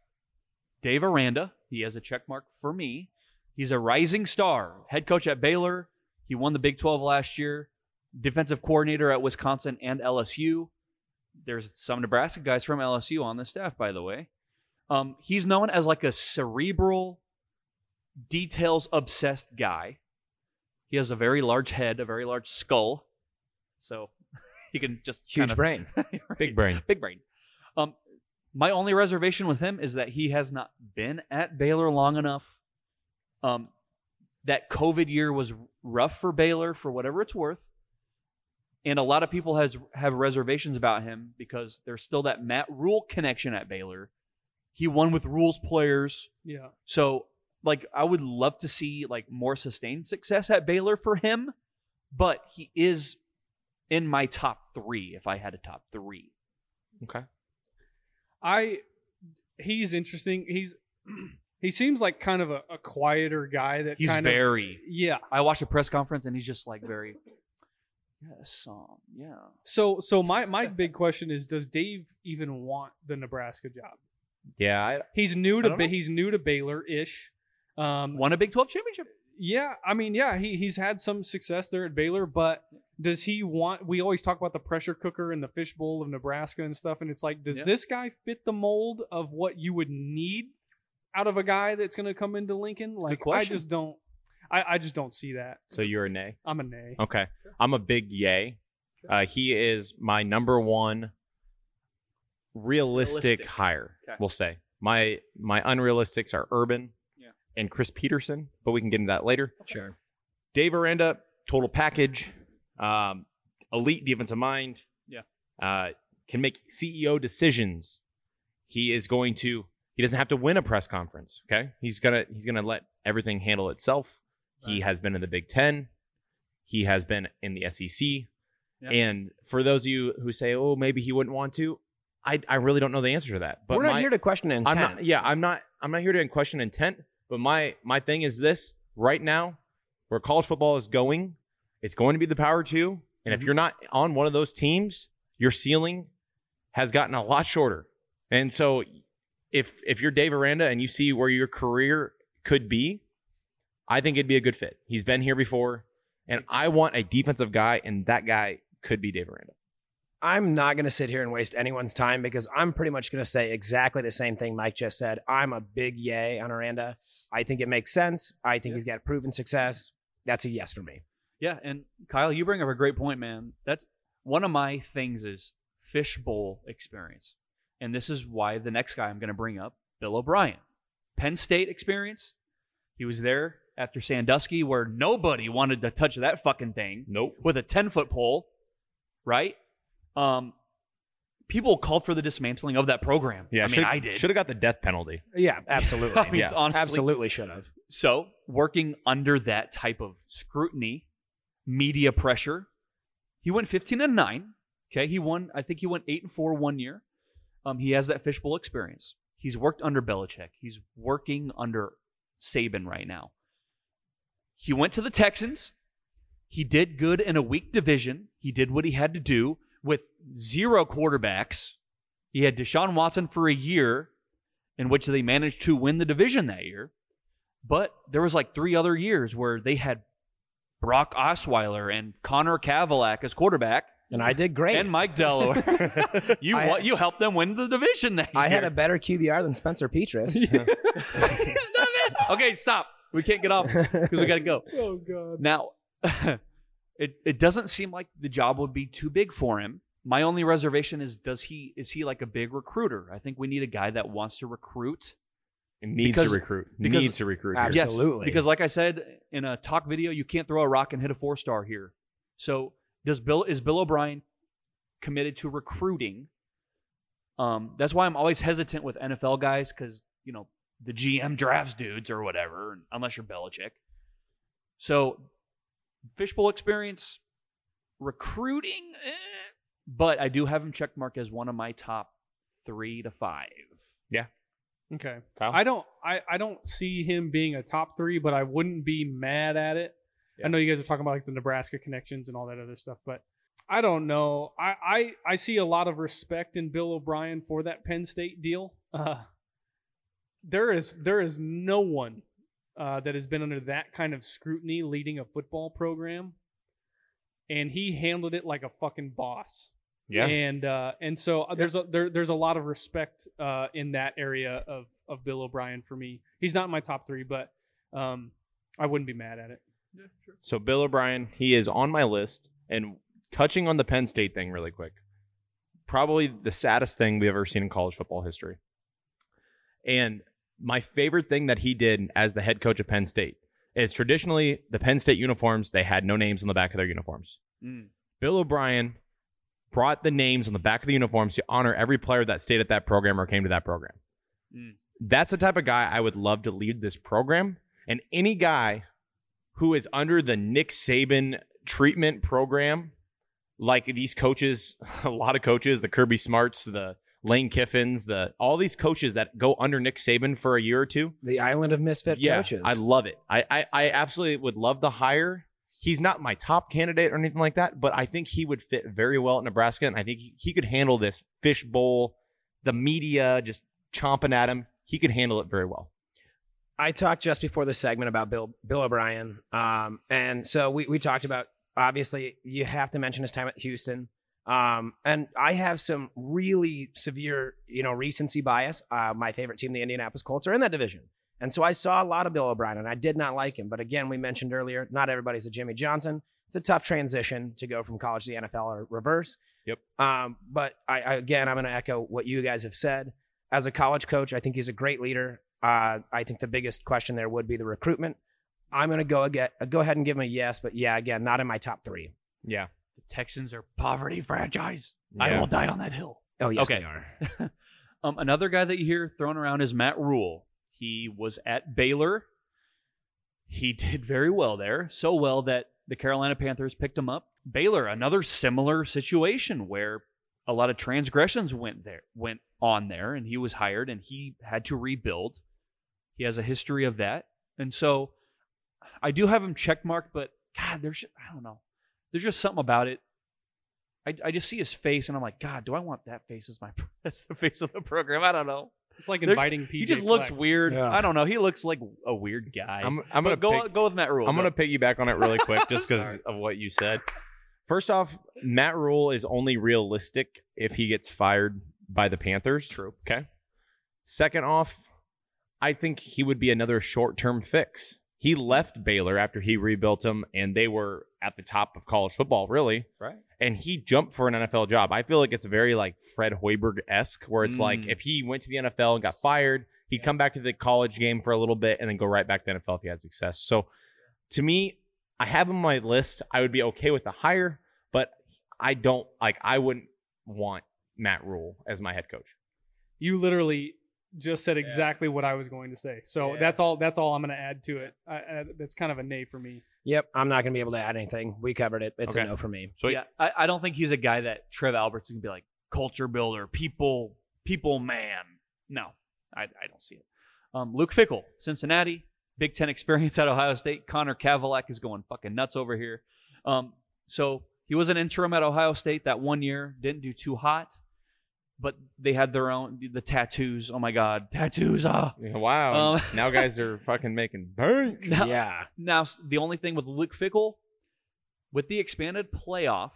[SPEAKER 4] Dave Aranda. He has a check mark for me. He's a rising star, head coach at Baylor. He won the Big 12 last year, defensive coordinator at Wisconsin and LSU. There's some Nebraska guys from LSU on the staff, by the way. Um, he's known as like a cerebral, details obsessed guy. He has a very large head, a very large skull. So he can just
[SPEAKER 7] Huge
[SPEAKER 4] kinda-
[SPEAKER 7] brain.
[SPEAKER 12] Big brain.
[SPEAKER 4] Big brain. Um, my only reservation with him is that he has not been at Baylor long enough. Um, that COVID year was rough for Baylor for whatever it's worth, and a lot of people has have reservations about him because there's still that Matt Rule connection at Baylor. He won with rules players,
[SPEAKER 11] Yeah.
[SPEAKER 4] so like I would love to see like more sustained success at Baylor for him, but he is in my top three if I had a top three.
[SPEAKER 12] Okay.
[SPEAKER 11] I he's interesting. He's he seems like kind of a, a quieter guy that
[SPEAKER 4] He's
[SPEAKER 11] kind of-
[SPEAKER 4] very
[SPEAKER 11] yeah.
[SPEAKER 4] I watched a press conference and he's just like very yes, um, yeah.
[SPEAKER 11] So so my my big question is does Dave even want the Nebraska job?
[SPEAKER 12] Yeah. I,
[SPEAKER 11] He's new
[SPEAKER 4] I
[SPEAKER 11] to
[SPEAKER 4] don't
[SPEAKER 11] ba-
[SPEAKER 4] know.
[SPEAKER 11] he's new to Baylor ish. Um,
[SPEAKER 4] Won a Big Twelve championship.
[SPEAKER 11] Yeah, I mean, yeah, he he's had some success there at Baylor, but does he want? We always talk about the pressure cooker and the fishbowl of Nebraska and stuff, and it's like, does
[SPEAKER 4] Yeah.
[SPEAKER 11] this guy fit the mold of what you would need out of a guy that's going to come into Lincoln? Like, I
[SPEAKER 4] question.
[SPEAKER 11] just don't, I, I just don't see that.
[SPEAKER 12] So you're a nay.
[SPEAKER 11] I'm a nay.
[SPEAKER 12] Okay. I'm a big yay. Uh, he is my number one realistic,
[SPEAKER 4] Realistic.
[SPEAKER 12] hire.
[SPEAKER 4] Okay.
[SPEAKER 12] We'll say my my unrealistics are Urban
[SPEAKER 4] Yeah.
[SPEAKER 12] and Chris Peterson, but we can get into that later.
[SPEAKER 4] Sure.
[SPEAKER 12] Dave Aranda, total package, um, elite defensive mind.
[SPEAKER 4] Yeah.
[SPEAKER 12] Uh, can make CEO E decisions. He is going to. He doesn't have to win a press conference. Okay. He's gonna. He's gonna let everything handle itself. He has been in the Big Ten. He has been in the SEC.
[SPEAKER 4] Yeah.
[SPEAKER 12] And for those of you who say, "Oh, maybe he wouldn't want to," I I really don't know the answer to that. But
[SPEAKER 7] We're not
[SPEAKER 12] my-
[SPEAKER 7] here to question intent.
[SPEAKER 12] I'm not, yeah, I'm not. I'm not here to question intent. But my my thing is this: right now, where college football is going, it's going to be the power two. And
[SPEAKER 7] Mm-hmm.
[SPEAKER 12] if you're not on one of those teams, your ceiling has gotten a lot shorter. And so, if if you're Dave Aranda and you see where your career could be, I think it'd be a good fit. He's been here before, and I want a defensive guy, and that guy could be Dave Aranda.
[SPEAKER 7] I'm not going to sit here and waste anyone's time because I'm pretty much going to say exactly the same thing Mike just said. I'm a big yay on Aranda. I think it makes sense. I think he's got proven success. That's a yes for me.
[SPEAKER 4] Yeah, and Kyle, you bring up a great point, man. That's one of my things is fishbowl experience. And this is why the next guy I'm going to bring up, Bill O'Brien. Penn State experience. He was there after Sandusky where nobody wanted to touch that fucking thing.
[SPEAKER 12] Nope.
[SPEAKER 4] With a 10-foot pole, right? Um people called for the dismantling of that program. I mean, I did.
[SPEAKER 12] Should have got the death penalty.
[SPEAKER 7] Yeah, absolutely.
[SPEAKER 4] I mean,
[SPEAKER 12] Yeah.
[SPEAKER 4] honestly,
[SPEAKER 7] absolutely should have.
[SPEAKER 4] So, working under that type of scrutiny, media pressure, he went 15 and 9. Okay. He won, I think he went 8 and 4 one year. Um, he has that fishbowl experience. He's worked under Belichick. He's working under Saban right now. He went to the Texans. He did good in a weak division. He did what he had to do with zero quarterbacks. He had Deshaun Watson for a year, in which they managed to win the division that year. But there was like three other years where they had Brock Osweiler and Connor Cavillac as quarterback.
[SPEAKER 7] And I did great.
[SPEAKER 4] And Mike Delaware. you
[SPEAKER 7] I-
[SPEAKER 4] wa- you helped them win the division that
[SPEAKER 7] I had
[SPEAKER 4] year.
[SPEAKER 7] a better QBR than Spencer Petras.
[SPEAKER 4] okay, stop. We can't get off because we got to go.
[SPEAKER 11] Oh god.
[SPEAKER 4] Now, it it doesn't seem like the job would be too big for him. My only reservation is does he is he like a big recruiter? I think we need a guy that wants to recruit.
[SPEAKER 12] It needs to recruit.
[SPEAKER 4] because-
[SPEAKER 12] Needs to recruit here.
[SPEAKER 4] Yes,
[SPEAKER 12] Absolutely.
[SPEAKER 4] because like I said in a talk video, you can't throw a rock and hit a four star here. So does Bill is Bill O'Brien committed to recruiting? Um, that's why I'm always hesitant with NFL guys because you know the GM drafts dudes or whatever, unless you're Belichick. So fishbowl experience, recruiting, eh, but I do have him checked mark as one of my top three to five.
[SPEAKER 12] Yeah.
[SPEAKER 11] Okay.
[SPEAKER 12] Kyle?
[SPEAKER 11] I don't I, I don't see him being a top three, but I wouldn't be mad at it. I know you guys are talking about like the Nebraska connections and all that other stuff, but I don't know. I, I, I see a lot of respect in Bill O'Brien for that Penn State deal. Uh, there is there is no one uh, that has been under that kind of scrutiny leading a football program, and he handled it like a fucking boss.
[SPEAKER 12] Yeah.
[SPEAKER 11] And uh, and so there's a there, there's a lot of respect uh, in that area of of Bill O'Brien for me. He's not in my top three, but um, I wouldn't be mad at it.
[SPEAKER 12] So Bill O'Brien, he is on my list. And touching on the Penn State thing really quick, probably the saddest thing we've ever seen in college football history. And my favorite thing that he did as the head coach of Penn State is traditionally the Penn State uniforms, they had no names on the back of their uniforms. Bill O'Brien brought the names on the back of the uniforms to honor every player that stayed at that program or came to that program.
[SPEAKER 4] Mm.
[SPEAKER 12] That's the type of guy I would love to lead this program. And any guy who is under the Nick Saban treatment program, like these coaches, a lot of coaches, the Kirby Smarts, the Lane Kiffins, the all these coaches that go under Nick Saban for a year or two,
[SPEAKER 7] the island of misfit
[SPEAKER 12] yeah,
[SPEAKER 7] coaches.
[SPEAKER 12] I love it. I, I I absolutely would love the hire. He's not my top candidate or anything like that, but I think he would fit very well at Nebraska, and I think he, he could handle this fishbowl, the media just chomping at him. He could handle it very well.
[SPEAKER 7] I talked just before the segment about Bill Bill O'Brien, um, and so we we talked about obviously you have to mention his time at Houston, um, and I have some really severe you know recency bias. Uh, my favorite team, the Indianapolis Colts, are in that division, and so I saw a lot of Bill O'Brien, and I did not like him. But again, we mentioned earlier, not everybody's a Jimmy Johnson. It's a tough transition to go from college to the NFL or reverse.
[SPEAKER 12] Yep.
[SPEAKER 7] Um, but I, I again, I'm going to echo what you guys have said. As a college coach, I think he's a great leader. Uh, I think the biggest question there would be the recruitment. I'm going to go again, go ahead and give him a yes, but yeah, again, not in my top three.
[SPEAKER 12] Yeah.
[SPEAKER 4] The Texans are poverty franchise. I will die on that hill.
[SPEAKER 7] Oh, yes,
[SPEAKER 4] okay.
[SPEAKER 7] they are.
[SPEAKER 4] um, another guy that you hear thrown around is Matt Rule. He was at Baylor. He did very well there, so well that the Carolina Panthers picked him up. Baylor, another similar situation where a lot of transgressions went there, went on there, and he was hired and he had to rebuild. He has a history of that, and so I do have him check marked, but God, there's I don't know, there's just something about it. I, I just see his face and I'm like, God, do I want that face as my that's the face of the program? I don't know.
[SPEAKER 11] It's like
[SPEAKER 4] There-
[SPEAKER 11] inviting PJ.
[SPEAKER 4] He just looks
[SPEAKER 11] Fleck.
[SPEAKER 4] weird.
[SPEAKER 12] Yeah.
[SPEAKER 4] I don't know. He looks like a weird guy.
[SPEAKER 12] I'm, I'm
[SPEAKER 4] But
[SPEAKER 12] gonna
[SPEAKER 4] go
[SPEAKER 12] pick-
[SPEAKER 4] go with Matt Rule.
[SPEAKER 12] I'm
[SPEAKER 4] Go.
[SPEAKER 12] gonna piggyback on it really quick, just
[SPEAKER 4] I'm
[SPEAKER 12] because
[SPEAKER 4] sorry.
[SPEAKER 12] of what you said. First off, Matt Rule is only realistic if he gets fired by the Panthers. True. Okay. Second off, I think he would be another short-term fix. He left Baylor after he rebuilt them, and they were at the top of college football, really.
[SPEAKER 4] Right.
[SPEAKER 12] And he jumped for an NFL job. I feel like it's very like Fred Hoiberg esque, where it's like
[SPEAKER 4] Mm.
[SPEAKER 12] if he went to the NFL and got fired, he'd come back to the college game for a little bit and then go right back to the NFL if he had success. So to me, I have him on my list. I would be okay with the hire, but I don't like I wouldn't want Matt Rule as my head coach.
[SPEAKER 11] You literally just said exactly what I was going to say. So that's all. That's all I'm going to add to it. I, I, that's kind of a nay for me.
[SPEAKER 7] Yep, I'm not going to be able to add anything. We covered it. It's a
[SPEAKER 4] Okay.
[SPEAKER 7] no for me.
[SPEAKER 12] So
[SPEAKER 4] yeah, I, I don't think he's a guy that Trev Alberts can be like culture builder, people people man. No, I, I don't see it. Um, Luke Fickle, Cincinnati, Big Ten experience at Ohio State. Connor Kavalak is going fucking nuts over here. Um, so he was an interim at Ohio State that one year. Didn't do too hot, but they had their own the tattoos. Oh my god, tattoos! Ah,
[SPEAKER 12] Yeah, wow.
[SPEAKER 4] Um,
[SPEAKER 12] now guys are fucking making bank.
[SPEAKER 4] Now- Now s- the only thing with Luke Fickle, with the expanded playoff,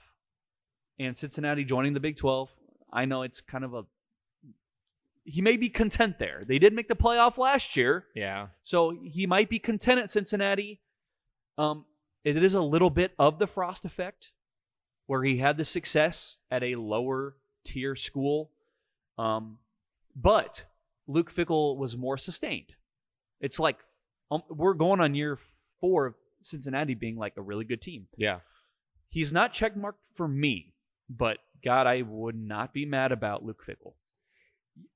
[SPEAKER 4] and Cincinnati joining the Big Twelve, I know it's kind of a. He may be content there. They did make the playoff last year.
[SPEAKER 12] Yeah.
[SPEAKER 4] So he might be content at Cincinnati. Um, it is a little bit of the Frost effect, where he had the success at a lower tier school, um, but Luke Fickle was more sustained. It's like um, we're going on year four of Cincinnati being like a really good team.
[SPEAKER 12] Yeah.
[SPEAKER 4] He's not checkmarked for me, but God, I would not be mad about Luke Fickle.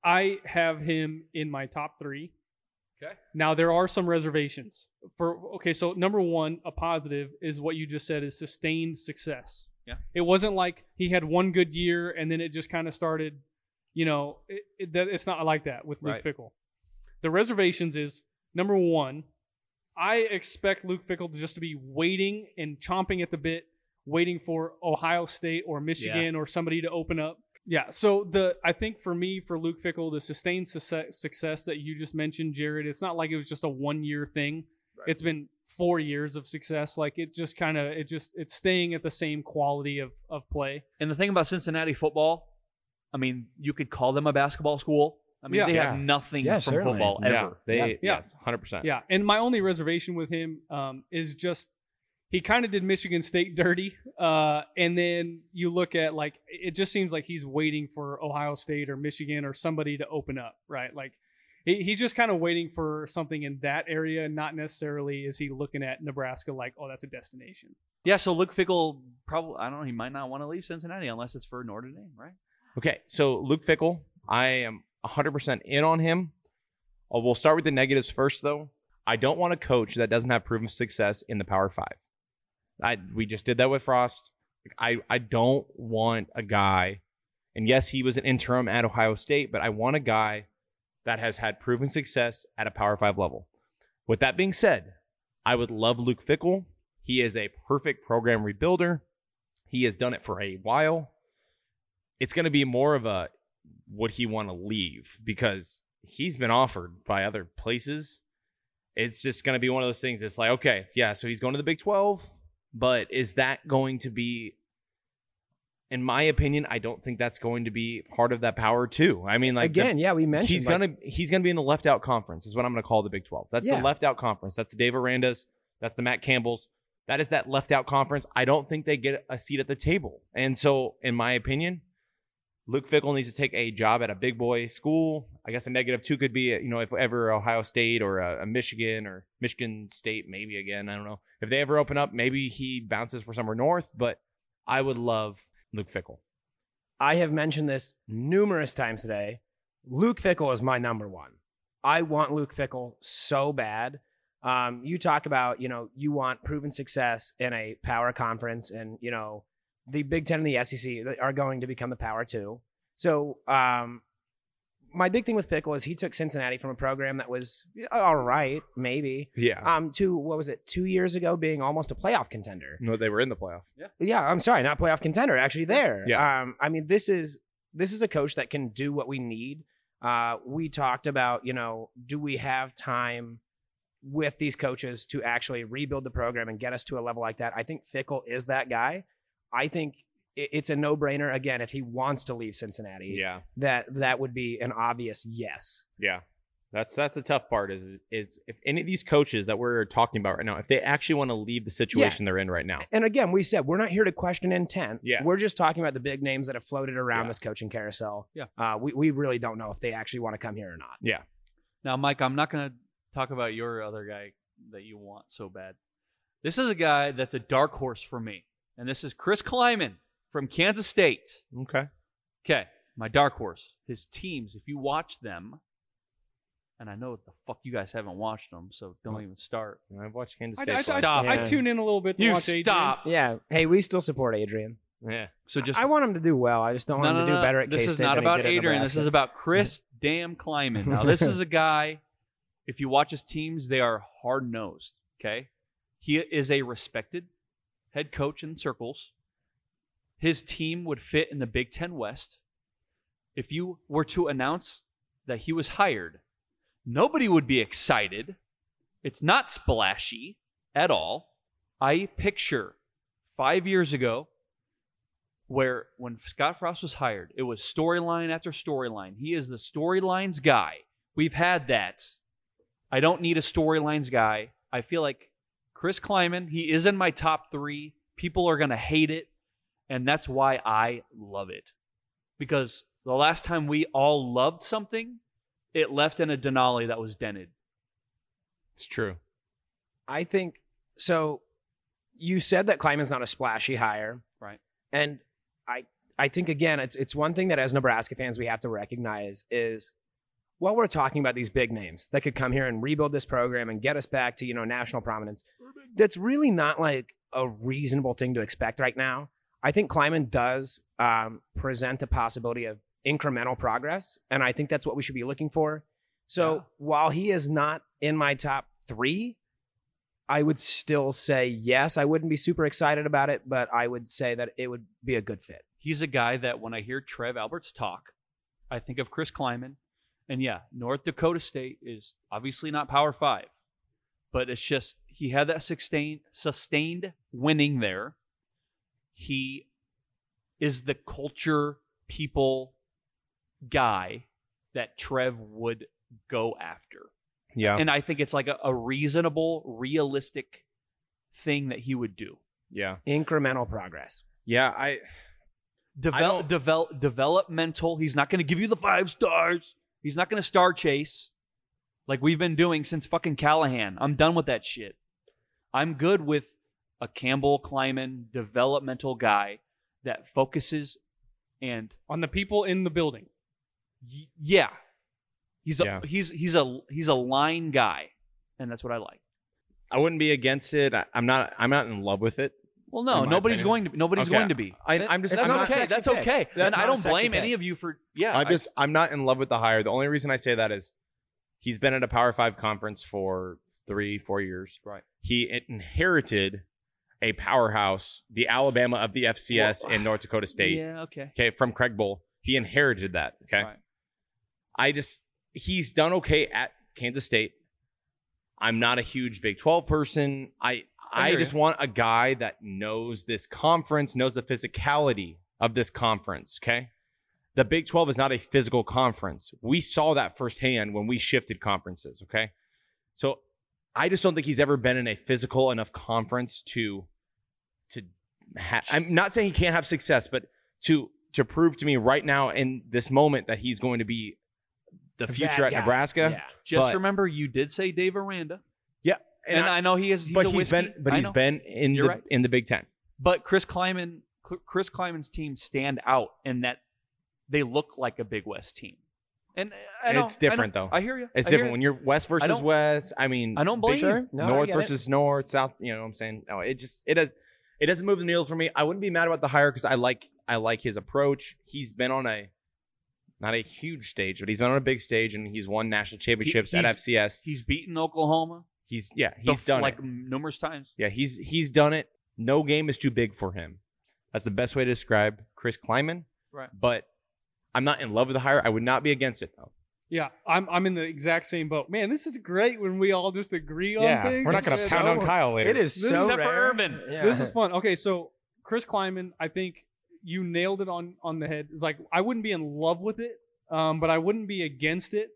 [SPEAKER 11] I have him in my top three.
[SPEAKER 4] Okay.
[SPEAKER 11] Now there are some reservations. For okay, so number one, a positive is what you just said is sustained success.
[SPEAKER 4] Yeah.
[SPEAKER 11] It wasn't like he had one good year and then it just kind of started. You know, it, it, that, it's not like that with Luke
[SPEAKER 4] Right.
[SPEAKER 11] Fickle. The reservations is number one. I expect Luke Fickle to just to be waiting and chomping at the bit, waiting for Ohio State or Michigan or somebody to open up. Yeah. So the I think for me for Luke Fickle the sustained success, success that you just mentioned, Jared, it's not like it was just a one year thing. It's been four years of success. Like it just kind of it just it's staying at the same quality of of play.
[SPEAKER 4] And the thing about Cincinnati football, I mean, you could call them a basketball school. I mean,
[SPEAKER 11] Yeah.
[SPEAKER 4] they have
[SPEAKER 11] Yeah.
[SPEAKER 4] nothing
[SPEAKER 11] Yeah,
[SPEAKER 4] from
[SPEAKER 11] certainly.
[SPEAKER 4] football
[SPEAKER 11] Yeah.
[SPEAKER 4] ever.
[SPEAKER 11] They- Yeah. yes,
[SPEAKER 12] hundred percent.
[SPEAKER 11] Yeah, and my only reservation with him um, is just he kind of did Michigan State dirty, uh, and then you look at like it just seems like he's waiting for Ohio State or Michigan or somebody to open up, right? Like he, he's just kind of waiting for something in that area, not necessarily is he looking at Nebraska like, oh, that's a destination.
[SPEAKER 4] Yeah, so Luke Fickle probably I don't know, he might not want to leave Cincinnati unless it's for Notre Dame, right?
[SPEAKER 12] Okay, so Luke Fickle, I am 100% in on him. Uh, We'll start with the negatives first, though. I don't want a coach that doesn't have proven success in the Power Five. I we just did that with Frost. I I don't want a guy, and yes, he was an interim at Ohio State, but I want a guy that has had proven success at a Power Five level. With that being said, I would love Luke Fickle. He is a perfect program rebuilder. He has done it for a while it's going to be more of a would he want to leave because he's been offered by other places. It's just going to be one of those things. It's like, okay, yeah, so he's going to the Big 12, but is that going to be, in my opinion, I don't think that's going to be part of that power too. I mean, like the-
[SPEAKER 7] Again, yeah, we mentioned,
[SPEAKER 12] he's
[SPEAKER 7] like-
[SPEAKER 12] gonna he's gonna be in the left out conference is what I'm gonna call the Big 12. That's
[SPEAKER 7] Yeah.
[SPEAKER 12] the left out conference. That's the Dave Arandas. That's the Matt Campbell's. That is that left out conference. I don't think they get a seat at the table. And so, in my opinion, Luke Fickle needs to take a job at a big boy school. I guess a negative two could be, you know, if ever Ohio State or a, a Michigan or Michigan State, maybe again, I don't know. If they ever open up, maybe he bounces for somewhere north, but I would love Luke Fickle.
[SPEAKER 7] I have mentioned this numerous times today. Luke Fickle is my number one. I want Luke Fickle so bad. Um, you talk about, you know, you want proven success in a power conference, and you know, the Big Ten and the SEC are going to become the power two. So, um, my big thing with Fickle is he took Cincinnati from a program that was all right, maybe,
[SPEAKER 12] Yeah.
[SPEAKER 7] um, to what was it, two years ago, being almost a playoff contender.
[SPEAKER 12] No, they were in the playoff.
[SPEAKER 7] Yeah, I'm sorry, not playoff contender. Actually, there.
[SPEAKER 12] Yeah.
[SPEAKER 7] Um, I mean, this is this is a coach that can do what we need. Uh, we talked about, you know, do we have time with these coaches to actually rebuild the program and get us to a level like that? I think Fickle is that guy. I think i- it's a no brainer. Again, if he wants to leave Cincinnati,
[SPEAKER 12] Yeah.
[SPEAKER 7] that that would be an obvious yes.
[SPEAKER 12] Yeah. That's that's the tough part is is if any of these coaches that we're talking about right now, if they actually want to leave the situation they're in right now.
[SPEAKER 7] And again, we said we're not here to question intent.
[SPEAKER 12] Yeah.
[SPEAKER 7] We're just talking about the big names that have floated around this coaching carousel.
[SPEAKER 4] Yeah.
[SPEAKER 7] Uh, we, we really don't know if they actually want to come here or not.
[SPEAKER 12] Yeah.
[SPEAKER 4] Now, Mike, I'm not going to talk about your other guy that you want so bad. This is a guy that's a dark horse for me, and this is Chris Kleiman from Kansas State.
[SPEAKER 12] Okay.
[SPEAKER 4] Okay, my dark horse. His teams, if you watch them, and I know the fuck you guys haven't watched them, so don't even start.
[SPEAKER 12] I've watched Kansas
[SPEAKER 11] I- State I- I- play. I tune in a little bit to
[SPEAKER 4] you
[SPEAKER 11] watch Adrian.
[SPEAKER 4] stop.
[SPEAKER 7] Yeah. Hey, we still support Adrian.
[SPEAKER 12] Yeah.
[SPEAKER 4] So just
[SPEAKER 7] I want him to do well. I just don't want him to do better at
[SPEAKER 4] This
[SPEAKER 7] K
[SPEAKER 4] is not
[SPEAKER 7] State than
[SPEAKER 4] about
[SPEAKER 7] he did at
[SPEAKER 4] Adrian. This
[SPEAKER 7] Nebraska.
[SPEAKER 4] is about Chris damn Kleiman. Now, this is a guy, if you watch his teams, they are hard nosed. Okay. He is a respected head coach in circles. His team would fit in the Big Ten West. If you were to announce that he was hired, nobody would be excited. It's not splashy at all. I picture five years ago where when Scott Frost was hired, it was storyline after storyline. He is the storylines guy. We've had that. I don't need a storylines guy. I feel like Chris Kleiman, he is in my top three. People are going to hate it. And that's why I love it. Because the last time we all loved something, it left in a Denali that was dented.
[SPEAKER 12] It's true.
[SPEAKER 7] I think so. You said that Kleiman's not a splashy hire,
[SPEAKER 4] right?
[SPEAKER 7] And I I think again, it's it's one thing that as Nebraska fans we have to recognize is while we're talking about these big names that could come here and rebuild this program and get us back to you know national prominence, that's really not like a reasonable thing to expect right now. I think Kleiman does um, present a possibility of incremental progress, and I think that's what we should be looking for. So while he is not in my top three, I would still say yes. I wouldn't be super excited about it, but I would say that it would be a good fit.
[SPEAKER 4] He's a guy that when I hear Trev Alberts talk, I think of Chris Kleiman. And yeah, North Dakota State is obviously not Power Five, but it's just he had that sustained sustained winning there. He is the culture people guy that Trev would go after.
[SPEAKER 12] Yeah.
[SPEAKER 4] And I think it's like a, a reasonable, realistic thing that he would do.
[SPEAKER 12] Yeah.
[SPEAKER 7] Incremental progress.
[SPEAKER 12] Yeah, I
[SPEAKER 4] Develop, develop, developmental. He's not going to give you the five stars. He's not going to star chase like we've been doing since fucking Callahan. I'm done with that shit. I'm good with a Campbell Kleiman developmental guy that focuses and
[SPEAKER 11] on the people in the building.
[SPEAKER 4] Y- yeah. He's a
[SPEAKER 12] Yeah.
[SPEAKER 4] he's he's a he's a line guy and that's what I like.
[SPEAKER 12] I wouldn't be against it. I, I'm not. I'm not in love with it.
[SPEAKER 4] Well, no,
[SPEAKER 12] in my
[SPEAKER 4] nobody's
[SPEAKER 12] opinion.
[SPEAKER 4] going to. Nobody's
[SPEAKER 12] Okay.
[SPEAKER 4] going to be.
[SPEAKER 12] I, I'm just.
[SPEAKER 4] That's
[SPEAKER 12] I'm not-
[SPEAKER 4] okay. That's okay. and I don't blame any of you for. Yeah,
[SPEAKER 12] I just. I, am not in love with the hire. The only reason I say that is, he's been at a Power Five conference for three, four years.
[SPEAKER 4] Right.
[SPEAKER 12] He inherited a powerhouse, the Alabama of the FCS and North Dakota State.
[SPEAKER 4] Yeah, okay.
[SPEAKER 12] Okay, from Craig Bull. He inherited that. Okay. I just he's done okay at Kansas State. I'm not a huge Big 12 person. I
[SPEAKER 4] I
[SPEAKER 12] I,
[SPEAKER 4] hear
[SPEAKER 12] just
[SPEAKER 4] ya.
[SPEAKER 12] want a guy that knows this conference, knows the physicality of this conference, okay? The Big 12 is not a physical conference. We saw that firsthand when we shifted conferences, okay? So I just don't think he's ever been in a physical enough conference to to ha- I'm not saying he can't have success, but to to prove to me right now in this moment that he's going to be the
[SPEAKER 4] That
[SPEAKER 12] future at
[SPEAKER 4] guy.
[SPEAKER 12] Nebraska.
[SPEAKER 4] Yeah. Just
[SPEAKER 12] but,
[SPEAKER 4] remember, you did say Dave Aranda.
[SPEAKER 12] Yeah,
[SPEAKER 4] and, I, know he is. He's
[SPEAKER 12] but
[SPEAKER 4] a
[SPEAKER 12] he's
[SPEAKER 4] whiskey.
[SPEAKER 12] been but
[SPEAKER 4] I
[SPEAKER 12] he's
[SPEAKER 4] know.
[SPEAKER 12] been in
[SPEAKER 4] You're
[SPEAKER 12] the
[SPEAKER 4] right.
[SPEAKER 12] in the Big Ten.
[SPEAKER 4] But Chris Kleiman, Cl- Chris Kleiman's team stand out in that they look like a Big West team, and I know,
[SPEAKER 12] It's different
[SPEAKER 4] I know.
[SPEAKER 12] though.
[SPEAKER 4] I hear you.
[SPEAKER 12] It's
[SPEAKER 4] I hear
[SPEAKER 12] different
[SPEAKER 4] ya.
[SPEAKER 12] when you're West
[SPEAKER 4] I
[SPEAKER 12] versus
[SPEAKER 4] don't-
[SPEAKER 12] West. I mean,
[SPEAKER 4] I don't blame
[SPEAKER 12] Big-
[SPEAKER 4] you. No, I
[SPEAKER 12] North
[SPEAKER 4] get it.
[SPEAKER 12] versus North, South. You know what I'm saying? No, it just it does it doesn't move the needle for me. I wouldn't be mad about the hire because I like I like his approach. He's been on a not a huge stage, but he's been on a big stage and he's won national championships at
[SPEAKER 4] he's-
[SPEAKER 12] FCS.
[SPEAKER 4] He's beaten Oklahoma.
[SPEAKER 12] He's yeah, he's
[SPEAKER 4] bef-
[SPEAKER 12] done
[SPEAKER 4] like
[SPEAKER 12] it.
[SPEAKER 4] numerous times.
[SPEAKER 12] Yeah, he's he's done it. No game is too big for him. That's the best way to describe Chris Kleiman.
[SPEAKER 4] Right.
[SPEAKER 12] But I'm not in love with the hire. I would not be against it though.
[SPEAKER 11] Yeah, I'm I'm in the exact same boat. Man, this is great when we all just agree
[SPEAKER 12] Yeah,
[SPEAKER 11] on things.
[SPEAKER 12] we're not gonna
[SPEAKER 11] Man, Oh,
[SPEAKER 12] pound on Kyle later. It is
[SPEAKER 11] This
[SPEAKER 12] so
[SPEAKER 4] Except for rare. Urban.
[SPEAKER 11] This
[SPEAKER 4] Yeah.
[SPEAKER 11] is fun. Okay, so Chris Kleiman, I think you nailed it on on the head. It's like I wouldn't be in love with it, um, but I wouldn't be against it.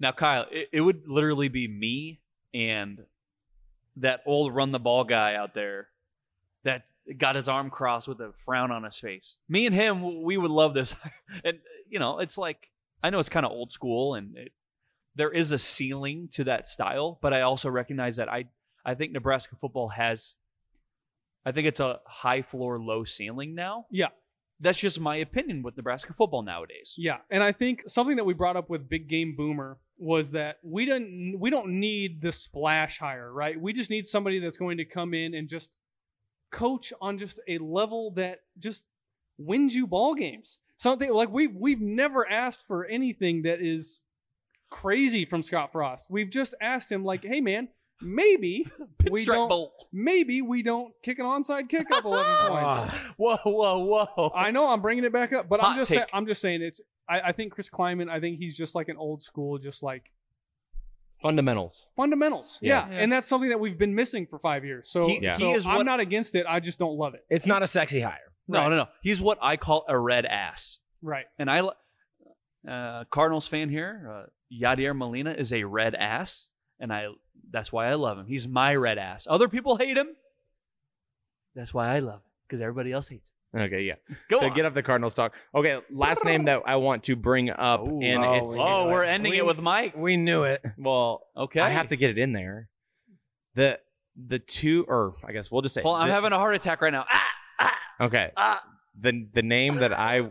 [SPEAKER 4] Now, Kyle, it, it would literally be me and that old run the ball guy out there that got his arm crossed with a frown on his face. Me and him, w- we would love this. and, you know, it's like, I know it's kind of old school and it, there is a ceiling to that style, but I also recognize that I, I think Nebraska football has, I think it's a high floor, low ceiling now.
[SPEAKER 11] Yeah.
[SPEAKER 4] That's just my opinion with Nebraska football nowadays.
[SPEAKER 11] Yeah, and I think something that we brought up with Big Game Boomer was that we didn't we don't need the splash hire, right? We just need somebody that's going to come in and just coach on just a level that just wins you ball games. something like we we've never asked for anything that is crazy from Scott Frost. We've just asked him like, "Hey man, maybe we
[SPEAKER 4] Strike
[SPEAKER 11] don't
[SPEAKER 4] bolt.
[SPEAKER 11] maybe we don't kick an onside kick up 11 points."
[SPEAKER 4] Whoa, whoa, whoa!
[SPEAKER 11] I know I'm bringing it back up, but
[SPEAKER 4] Hot
[SPEAKER 11] I'm just
[SPEAKER 4] take.
[SPEAKER 11] sa- I'm just saying it's I, I think Chris Kleiman, I think he's just like an old school just like
[SPEAKER 12] Fundamentals.
[SPEAKER 11] fundamentals.
[SPEAKER 12] Yeah.
[SPEAKER 11] Yeah.
[SPEAKER 12] Yeah.
[SPEAKER 11] and that's something that we've been missing for 5 years. So,
[SPEAKER 4] He-
[SPEAKER 11] so
[SPEAKER 4] he is
[SPEAKER 11] I'm
[SPEAKER 4] what-
[SPEAKER 11] not against it. I just don't love it.
[SPEAKER 7] It's not a sexy hire.
[SPEAKER 4] No,
[SPEAKER 11] Right.
[SPEAKER 4] no, no. He's what I call a red ass.
[SPEAKER 11] Right.
[SPEAKER 4] And I, li- uh, Cardinals fan here, uh, Yadier Molina is a red ass, and I. That's why I love him. He's my red ass. Other people hate him. That's why I love him because everybody else hates.
[SPEAKER 12] Okay, yeah.
[SPEAKER 4] Go
[SPEAKER 12] so
[SPEAKER 4] on.
[SPEAKER 12] get up the Cardinals talk. Okay, last name that I want to bring up, and
[SPEAKER 4] oh,
[SPEAKER 12] it's
[SPEAKER 4] we knew Oh, it. we're ending it with Mike.
[SPEAKER 7] We knew it.
[SPEAKER 12] Well,
[SPEAKER 4] okay,
[SPEAKER 12] I have to get it in there. The the two, or I guess we'll just say.
[SPEAKER 4] Paul, I'm
[SPEAKER 12] the-
[SPEAKER 4] having a heart attack right now. Ah,
[SPEAKER 12] okay.
[SPEAKER 7] Uh,
[SPEAKER 4] ah.
[SPEAKER 12] the the name that I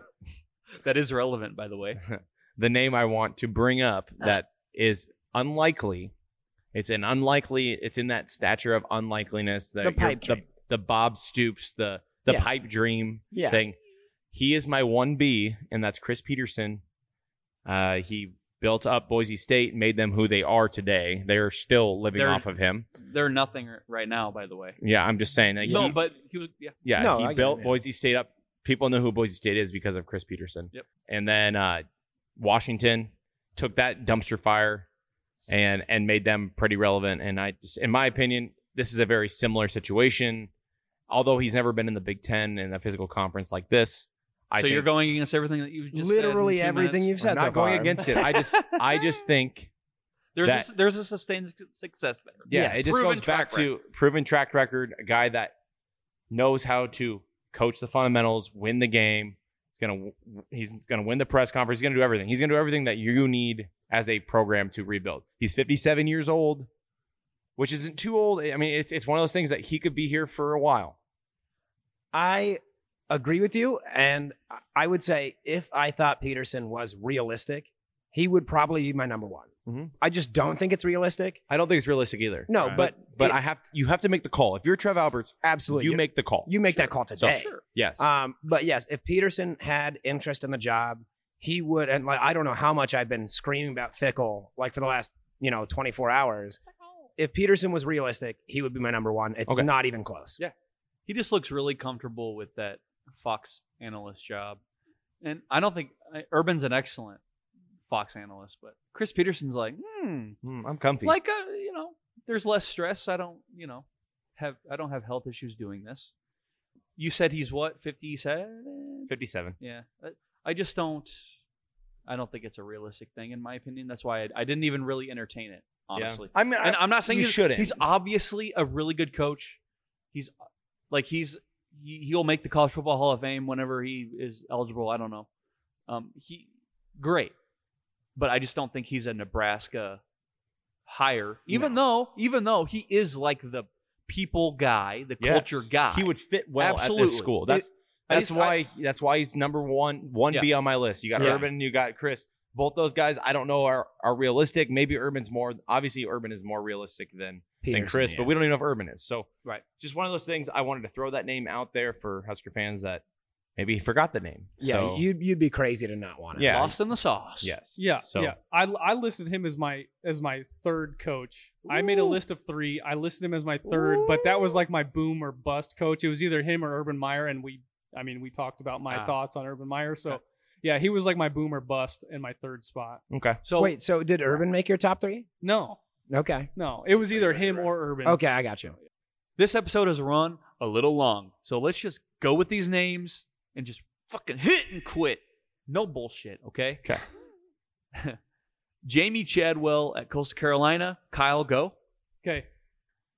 [SPEAKER 4] That is relevant, by the way.
[SPEAKER 12] the name I want to bring up
[SPEAKER 7] Uh.
[SPEAKER 12] that is unlikely. It's an unlikely. It's in that stature of unlikeliness. That
[SPEAKER 7] The
[SPEAKER 12] you're-
[SPEAKER 7] pipe
[SPEAKER 12] the,
[SPEAKER 7] dream.
[SPEAKER 12] the Bob Stoops, the the
[SPEAKER 7] Yeah.
[SPEAKER 12] pipe dream
[SPEAKER 7] Yeah.
[SPEAKER 12] thing. He is my one B, and that's Chris Peterson. Uh, he built up Boise State, made them who they are today. They're still living
[SPEAKER 4] They're-
[SPEAKER 12] off of him.
[SPEAKER 4] They're nothing r- right now, by the way.
[SPEAKER 12] Yeah, I'm just saying. that
[SPEAKER 4] no,
[SPEAKER 12] he-
[SPEAKER 4] but he was. Yeah.
[SPEAKER 12] yeah,
[SPEAKER 4] No, I
[SPEAKER 12] he
[SPEAKER 4] get
[SPEAKER 12] built
[SPEAKER 4] it, yeah.
[SPEAKER 12] Boise State up. People know who Boise State is because of Chris Peterson.
[SPEAKER 4] Yep.
[SPEAKER 12] And then uh, Washington took that dumpster fire and and made them pretty relevant. And I just, in my opinion, this is a very similar situation. Although he's never been in the Big Ten in a physical conference like this, I
[SPEAKER 4] so you're
[SPEAKER 12] think-
[SPEAKER 4] going against everything that you've just said in
[SPEAKER 7] Literally
[SPEAKER 4] two
[SPEAKER 7] everything
[SPEAKER 4] minutes?
[SPEAKER 7] you've said.
[SPEAKER 12] I'm
[SPEAKER 7] so
[SPEAKER 12] not going
[SPEAKER 7] far.
[SPEAKER 12] against it. I just I just think
[SPEAKER 4] There's
[SPEAKER 12] that-
[SPEAKER 4] a, there's a sustained su- success there.
[SPEAKER 12] yeah, it just
[SPEAKER 4] Proven
[SPEAKER 12] goes
[SPEAKER 4] track
[SPEAKER 12] back to proven track record, a guy that knows how to coach the fundamentals, win the game. He's gonna w- he's gonna win the press conference. He's gonna do everything. He's gonna do everything that you need as a program to rebuild. He's 57 years old, which isn't too old. I mean, it's it's one of those things that he could be here for a while.
[SPEAKER 7] I agree with you. And I- I would say if I thought Peterson was realistic, he would probably be my number one.
[SPEAKER 4] Mm-hmm.
[SPEAKER 12] Mhm.
[SPEAKER 7] I just don't think it's realistic.
[SPEAKER 12] I don't think it's realistic either. Uh,
[SPEAKER 7] No, but
[SPEAKER 12] but
[SPEAKER 7] it-
[SPEAKER 12] I have you have to make the call. If you're Trev Alberts,
[SPEAKER 7] Absolutely.
[SPEAKER 12] you make the call.
[SPEAKER 7] you make that call
[SPEAKER 12] So,
[SPEAKER 7] today.
[SPEAKER 12] Yes.
[SPEAKER 7] Um, but yes, if Peterson had interest in the job, he would. And like, I don't know how much I've been screaming about Fickle like for the last you know 24 hours. If Peterson was realistic, he would be my number one. It's
[SPEAKER 12] Okay.
[SPEAKER 7] not even close.
[SPEAKER 4] Yeah. He just looks really comfortable with that Fox analyst job, and I don't think I- Urban's an excellent Fox analyst, but Chris Peterson's like, hmm,
[SPEAKER 12] Mm, I'm comfy.
[SPEAKER 4] like uh, you know, there's less stress. I don't, you know, have I don't have health issues doing this. You said he's what 57?
[SPEAKER 12] 57.
[SPEAKER 4] Yeah, I- I just don't. I don't think it's a realistic thing, in my opinion. That's why I, I didn't even really entertain it, honestly.
[SPEAKER 12] I mean, I-
[SPEAKER 4] and I'm not saying
[SPEAKER 12] you
[SPEAKER 4] he's-
[SPEAKER 12] shouldn't.
[SPEAKER 4] He's obviously a really good coach. He's like he's he, he'll make the College Football Hall of Fame whenever he is eligible. I don't know. Um, he great, but I just don't think he's a Nebraska hire. Even though, even though he is like the people guy, the
[SPEAKER 12] Yes.
[SPEAKER 4] culture guy.
[SPEAKER 12] He would fit well at
[SPEAKER 4] Absolutely.
[SPEAKER 12] this school.
[SPEAKER 4] It-
[SPEAKER 12] That's
[SPEAKER 4] I
[SPEAKER 12] that's
[SPEAKER 4] just-
[SPEAKER 12] why
[SPEAKER 4] I-
[SPEAKER 12] that's why he's number one one B
[SPEAKER 4] Yeah.
[SPEAKER 12] on my list. You got
[SPEAKER 4] Yeah.
[SPEAKER 12] Urban, you got Chris. Both those guys, I don't know, are are realistic. Maybe Urban's more obviously Urban is more realistic than than
[SPEAKER 7] Peterson,
[SPEAKER 12] Chris, but
[SPEAKER 7] yeah.
[SPEAKER 12] we don't even know if Urban is. So
[SPEAKER 4] Right.
[SPEAKER 12] just one of those things. I wanted to throw that name out there for Husker fans that maybe he forgot the name.
[SPEAKER 7] Yeah,
[SPEAKER 12] So,
[SPEAKER 7] you'd you'd be crazy to not want it.
[SPEAKER 12] yeah,
[SPEAKER 4] Lost in the sauce.
[SPEAKER 12] yes,
[SPEAKER 11] Yeah,
[SPEAKER 12] So-
[SPEAKER 11] yeah. I, I listed him as my as my third coach. I made a
[SPEAKER 4] Ooh.
[SPEAKER 11] list of three. I listed him as my third, but that was like my boom or bust coach. It was either him or Urban Meyer, and we I mean we talked about my
[SPEAKER 4] Ah.
[SPEAKER 11] thoughts on Urban Meyer. So yeah, he was like my boom or bust in my third spot.
[SPEAKER 12] okay.
[SPEAKER 4] So
[SPEAKER 7] Wait, so did Urban make your top three?
[SPEAKER 11] No,
[SPEAKER 7] Okay.
[SPEAKER 11] no, it was either him or Urban.
[SPEAKER 7] Okay, I got you.
[SPEAKER 4] this episode has run a little long, so let's just go with these names and just fucking hit and quit. No bullshit, okay?
[SPEAKER 12] Okay.
[SPEAKER 4] Jamie Chadwell at Coastal Carolina. Kyle, go.
[SPEAKER 11] Okay.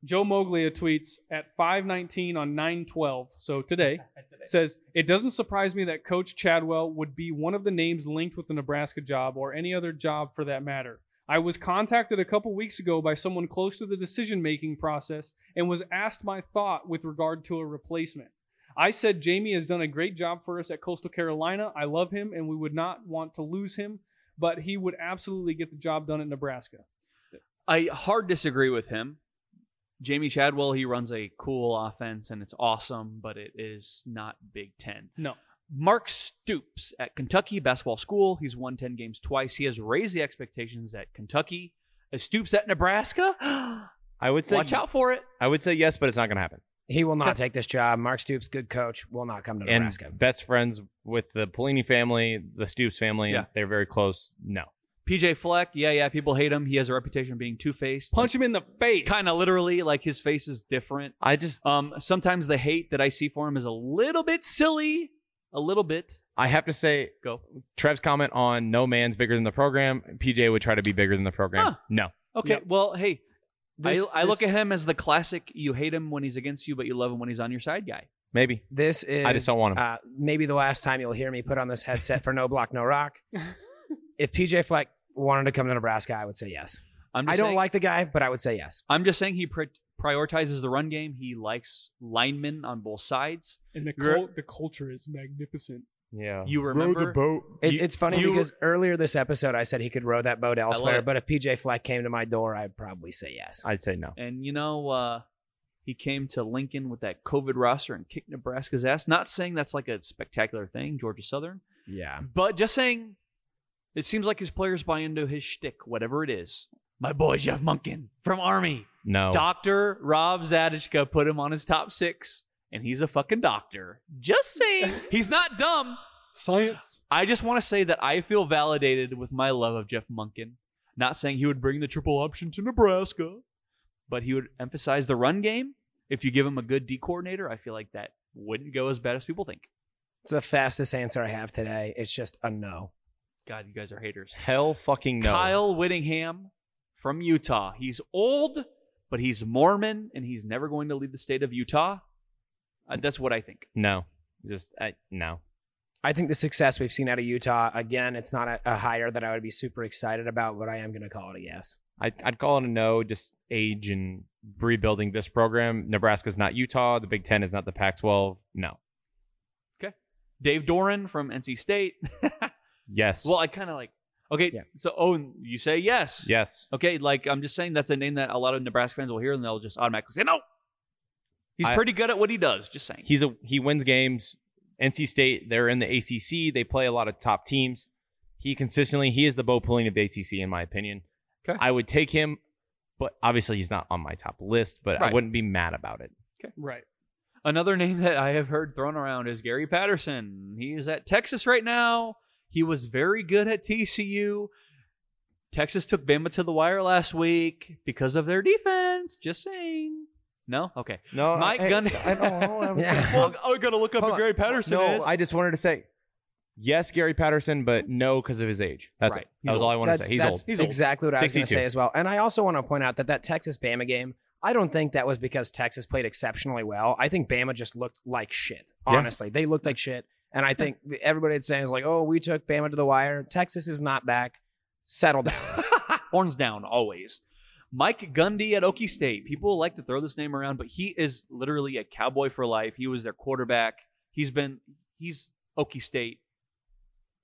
[SPEAKER 11] Joe Moglia tweets at 519 on 912, so today, says, It doesn't surprise me that Coach Chadwell would be one of the names linked with the Nebraska job or any other job for that matter. I was contacted a couple weeks ago by someone close to the decision making process and was asked my thought with regard to a replacement. I said Jamie has done a great job for us at Coastal Carolina. I love him and we would not want to lose him, but he would absolutely get the job done at Nebraska.
[SPEAKER 4] I hard disagree with him. Jamie Chadwell, he runs a cool offense and it's awesome, but it is not Big Ten.
[SPEAKER 11] No.
[SPEAKER 4] Mark Stoops at Kentucky Basketball School. He's won 10 games twice. He has raised the expectations at Kentucky. Is Stoops at Nebraska?
[SPEAKER 12] I would say
[SPEAKER 4] Watch out for it.
[SPEAKER 12] I would say yes, but it's not going to happen.
[SPEAKER 11] He will not take this job. Mark Stoops, good coach, will not come to
[SPEAKER 12] And
[SPEAKER 11] Nebraska.
[SPEAKER 12] best friends with the Pelini family, the Stoops family.
[SPEAKER 4] Yeah.
[SPEAKER 12] They're very close. No.
[SPEAKER 4] PJ Fleck, yeah, yeah, people hate him. He has a reputation of being two faced.
[SPEAKER 18] Punch him in the face.
[SPEAKER 4] Kind of literally, like his face is different.
[SPEAKER 12] I just
[SPEAKER 4] um sometimes the hate that I see for him is a little bit silly. A little bit.
[SPEAKER 12] I have to say,
[SPEAKER 4] Go.
[SPEAKER 12] Trev's comment on no man's bigger than the program. PJ would try to be bigger than the program.
[SPEAKER 4] Huh.
[SPEAKER 12] No.
[SPEAKER 4] Okay. Well, hey,
[SPEAKER 11] This-
[SPEAKER 4] I, I
[SPEAKER 11] this-
[SPEAKER 4] look at him as the classic you hate him when he's against you, but you love him when he's on your side guy.
[SPEAKER 12] Maybe.
[SPEAKER 11] This is
[SPEAKER 12] I just don't want him.
[SPEAKER 11] Uh, maybe the last time you'll hear me put on this headset for No Block No Rock. if PJ Fleck wanted to come to Nebraska, I would say yes.
[SPEAKER 4] I'm just
[SPEAKER 11] I don't
[SPEAKER 4] saying-
[SPEAKER 11] like the guy, but I would say yes.
[SPEAKER 4] I'm just saying he pri- prioritizes the run game. He likes linemen on both sides.
[SPEAKER 18] And the,
[SPEAKER 4] You're-
[SPEAKER 18] cul- the culture is magnificent.
[SPEAKER 12] Yeah.
[SPEAKER 4] You remember
[SPEAKER 11] It,
[SPEAKER 4] You-
[SPEAKER 11] it's funny
[SPEAKER 4] you-
[SPEAKER 11] because earlier this episode I said he could row that boat elsewhere,
[SPEAKER 4] it.
[SPEAKER 11] but if PJ Fleck came to my door, I'd probably say yes.
[SPEAKER 12] I'd say no.
[SPEAKER 4] and you know uh, he came to Lincoln with that COVID roster and kicked Nebraska's ass. Not saying that's like a spectacular thing, Georgia Southern,
[SPEAKER 11] Yeah.
[SPEAKER 4] but just saying it seems like his players buy into his shtick, whatever it is. My boy Jeff Munkin from Army,
[SPEAKER 12] No.
[SPEAKER 4] Doctor Rob Zadishka put him on his top six, and he's a fucking doctor. Just saying, he's not dumb.
[SPEAKER 18] Science.
[SPEAKER 4] I just want to say that I feel validated with my love of Jeff Munkin. Not saying he would bring the triple option to Nebraska, but he would emphasize the run game. If you give him a good D coordinator, I feel like that wouldn't go as bad as people think.
[SPEAKER 11] It's the fastest answer I have today. It's just a no.
[SPEAKER 4] God, you guys are haters.
[SPEAKER 12] Hell fucking no.
[SPEAKER 4] Kyle Whittingham from Utah. He's old, but he's Mormon, and he's never going to leave the state of Utah. Uh, that's what I think.
[SPEAKER 12] No. Just I, no.
[SPEAKER 11] I think the success we've seen out of Utah, again, it's not a, a hire that I would be super excited about, but I am going to call it a yes.
[SPEAKER 12] I, I'd call it a no. Just age and rebuilding this program. Nebraska's not Utah. The Big Ten is not the Pac-12. No.
[SPEAKER 4] Dave Doran from NC State.
[SPEAKER 12] Yes.
[SPEAKER 4] Well, I kind of like. Okay,
[SPEAKER 12] Yeah.
[SPEAKER 4] so oh, and you say yes.
[SPEAKER 12] yes.
[SPEAKER 4] Okay, like I'm just saying that's a name that a lot of Nebraska fans will hear and they'll just automatically say no. He's
[SPEAKER 12] I-
[SPEAKER 4] pretty good at what he does. Just saying.
[SPEAKER 12] He's a he wins games. NC State. They're in the ACC. They play a lot of top teams. He consistently he is the Bo Pelini of the ACC in my opinion.
[SPEAKER 4] Okay.
[SPEAKER 12] I would take him, but obviously he's not on my top list. But
[SPEAKER 4] Right.
[SPEAKER 12] I wouldn't be mad about it.
[SPEAKER 18] Right.
[SPEAKER 4] Another name that I have heard thrown around is Gary Patterson. He is at Texas right now. He was very good at TCU. Texas took Bama to the wire last week because of their defense. Just saying. No? Okay.
[SPEAKER 12] No,
[SPEAKER 4] Mike
[SPEAKER 12] I,
[SPEAKER 4] Gundy.
[SPEAKER 12] Uh, I, don't know. I was
[SPEAKER 11] Yeah.
[SPEAKER 12] gonna-
[SPEAKER 4] Well, I gotta look up who
[SPEAKER 12] Hold on.
[SPEAKER 4] Gary Patterson
[SPEAKER 12] no,
[SPEAKER 4] is.
[SPEAKER 12] I just wanted to say yes, Gary Patterson, but no because of his age. That's
[SPEAKER 4] Right.
[SPEAKER 12] it. That
[SPEAKER 4] He's
[SPEAKER 12] was
[SPEAKER 4] old.
[SPEAKER 12] all I wanted to
[SPEAKER 11] That's-
[SPEAKER 12] say. He's
[SPEAKER 11] that's
[SPEAKER 12] old.
[SPEAKER 11] Exactly what I was going to
[SPEAKER 12] 62.
[SPEAKER 11] say as well. And I also want to point out that that Texas Bama game, I don't think that was because Texas played exceptionally well. I think Bama just looked like shit.
[SPEAKER 12] Yeah.
[SPEAKER 11] Honestly, they looked like shit. And I think everybody that's saying is like, oh, we took Bama to the wire. Texas is not back. Settle down.
[SPEAKER 4] Horns down, always. Mike Gundy at Okie State. People like to throw this name around, but he is literally a cowboy for life. He was their quarterback. He's been he's Okie State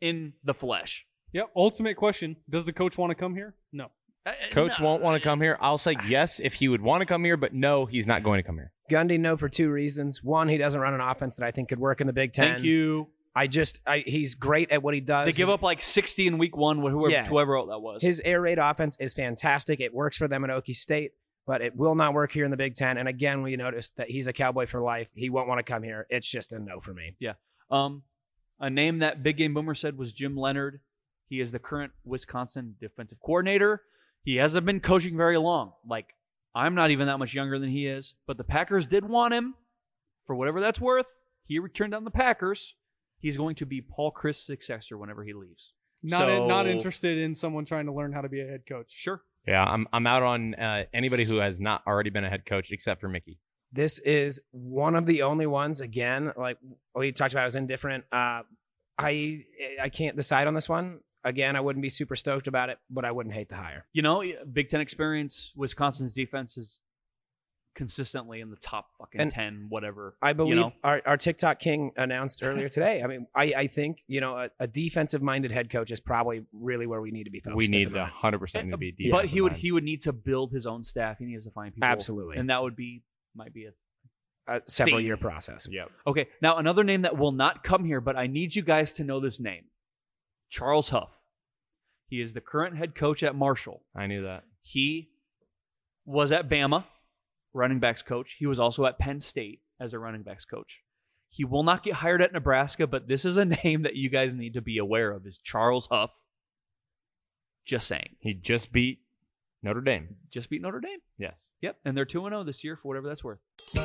[SPEAKER 4] in the flesh.
[SPEAKER 18] Yep. Ultimate question: Does the coach want to come here? No.
[SPEAKER 4] Uh,
[SPEAKER 12] Coach
[SPEAKER 4] no.
[SPEAKER 12] won't want to come here. I'll say yes if he would want to come here, but no, he's not going to come here.
[SPEAKER 11] Gundy, no, for two reasons. One, he doesn't run an offense that I think could work in the Big Ten.
[SPEAKER 4] Thank you.
[SPEAKER 11] I just, I, he's great at what he does.
[SPEAKER 4] They give
[SPEAKER 11] He's-
[SPEAKER 4] up like sixty in week one. Whoever
[SPEAKER 11] Yeah.
[SPEAKER 4] whoever that was.
[SPEAKER 11] His air raid offense is fantastic. It works for them in Okie State, but it will not work here in the Big Ten. And again, we noticed that he's a cowboy for life. He won't want to come here. It's just a no for me.
[SPEAKER 4] um, a name that Big Game Boomer said was Jim Leonard. He is the current Wisconsin defensive coordinator. He hasn't been coaching very long. Like, I'm not even that much younger than he is, but the Packers did want him for whatever that's worth. He returned down the Packers. He's going to be Paul Chris' successor whenever he leaves.
[SPEAKER 18] Not
[SPEAKER 4] So-
[SPEAKER 18] not interested in someone trying to learn how to be a head coach.
[SPEAKER 4] Sure.
[SPEAKER 12] Yeah, I'm I'm out on uh, anybody who has not already been a head coach except for Mickey.
[SPEAKER 11] This is one of the only ones. Again, like we talked about, I was indifferent. Uh, I I can't decide on this one. Again, I wouldn't be super stoked about it, but I wouldn't hate the hire.
[SPEAKER 4] You know, Big Ten experience, Wisconsin's defense is consistently in the top fucking
[SPEAKER 11] And
[SPEAKER 4] 10, whatever.
[SPEAKER 11] I
[SPEAKER 4] you
[SPEAKER 11] believe
[SPEAKER 4] know?
[SPEAKER 11] our, our TikTok king announced earlier today. I mean, I, I think you know a, a defensive minded head coach is probably really where we need to be
[SPEAKER 4] Oh,
[SPEAKER 11] focused.
[SPEAKER 12] We
[SPEAKER 11] at
[SPEAKER 12] need
[SPEAKER 11] the moment.
[SPEAKER 12] 100 percent to be. a
[SPEAKER 4] Eh, but
[SPEAKER 12] defensive
[SPEAKER 4] he would
[SPEAKER 12] line.
[SPEAKER 4] he would need to build his own staff. He needs to find people.
[SPEAKER 11] Absolutely.
[SPEAKER 4] And that would be might be a
[SPEAKER 11] uh,
[SPEAKER 7] a several
[SPEAKER 4] Theme.
[SPEAKER 7] year process.
[SPEAKER 12] Yep.
[SPEAKER 4] Okay, now another name that will not come here, but I need you guys to know this name Charles Huff. He is the current head coach at Marshall.
[SPEAKER 12] I knew that.
[SPEAKER 4] He was at Bama, running backs coach. He was also at Penn State as a running backs coach. He will not get hired at Nebraska, but this is a name that you guys need to be aware of is Charles Huff. Just saying.
[SPEAKER 12] He just beat Notre Dame.
[SPEAKER 4] Just beat Notre Dame.
[SPEAKER 12] Yes.
[SPEAKER 4] Yep, and they're 2 0 this year for whatever that's worth.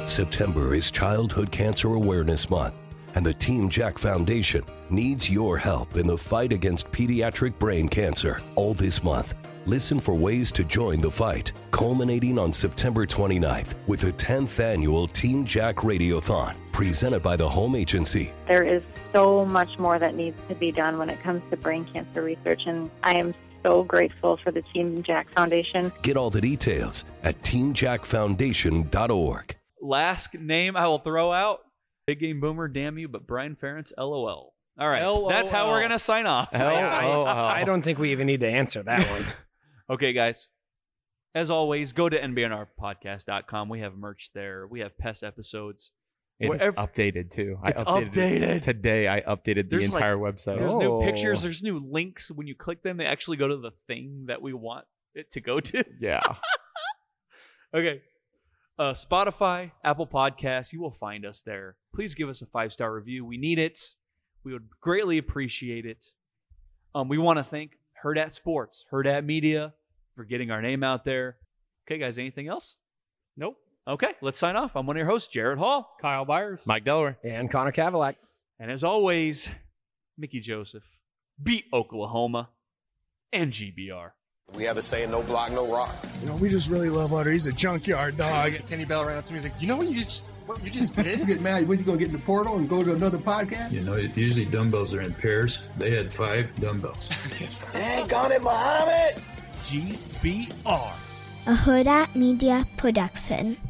[SPEAKER 1] September is Childhood Cancer Awareness Month, and the Team Jack Foundation needs your help in the fight against pediatric brain cancer all this month. Listen for ways to join the fight, culminating on September 29th with the 10th annual Team Jack Radiothon, presented by the Home Agency.
[SPEAKER 19] There is so much more that needs to be done when it comes to brain cancer research, and I am so grateful for the Team Jack Foundation.
[SPEAKER 1] Get all the details at teamjackfoundation.org.
[SPEAKER 4] Last name I will throw out Big Game Boomer, damn you, but Brian Ferentz, LOL. All right, that's how we're
[SPEAKER 7] LOL.
[SPEAKER 4] going to sign off.
[SPEAKER 12] Oh,
[SPEAKER 7] I, I don't think we even need to answer that one.
[SPEAKER 4] Okay, guys. As always, go to nbnrpodcast.com. We have merch there. We have pest episodes.
[SPEAKER 12] It's
[SPEAKER 4] Wherever-
[SPEAKER 12] updated too.
[SPEAKER 4] It's
[SPEAKER 12] updated it Oh.
[SPEAKER 4] updated.
[SPEAKER 12] today. I updated the
[SPEAKER 4] There's, like-
[SPEAKER 12] entire website.
[SPEAKER 4] There's new pictures. There's new links. When you click them, they actually go to the thing that we want it to go to.
[SPEAKER 12] Yeah.
[SPEAKER 4] Okay. Uh, Spotify, Apple Podcasts, you will find us there. Please give us a five star review. We need it. We would greatly appreciate it. Um, we want to thank Herd at Sports, Herd at Media for getting our name out there. Okay, guys, anything else?
[SPEAKER 11] Nope.
[SPEAKER 4] Okay, let's sign off. I'm one of your hosts, Jared Hall.
[SPEAKER 11] Kyle Byers.
[SPEAKER 12] Mike Delaware.
[SPEAKER 7] And Connor Cavillac.
[SPEAKER 4] And as always, Mickey Joseph beat Oklahoma and GBR.
[SPEAKER 5] We have the saying, no block, no rock.
[SPEAKER 6] You know, we just really love Otter. He's a junkyard dog.
[SPEAKER 8] Kenny Bell ran up to me. He's like, "You know what you just what you
[SPEAKER 6] just
[SPEAKER 8] did? Get mad? When you gonna get in the portal and go to another podcast?"
[SPEAKER 9] You know, usually dumbbells are in pairs. They had five dumbbells.
[SPEAKER 10] Daggone it, Muhammad!
[SPEAKER 4] GBR.
[SPEAKER 20] a Huda Media production.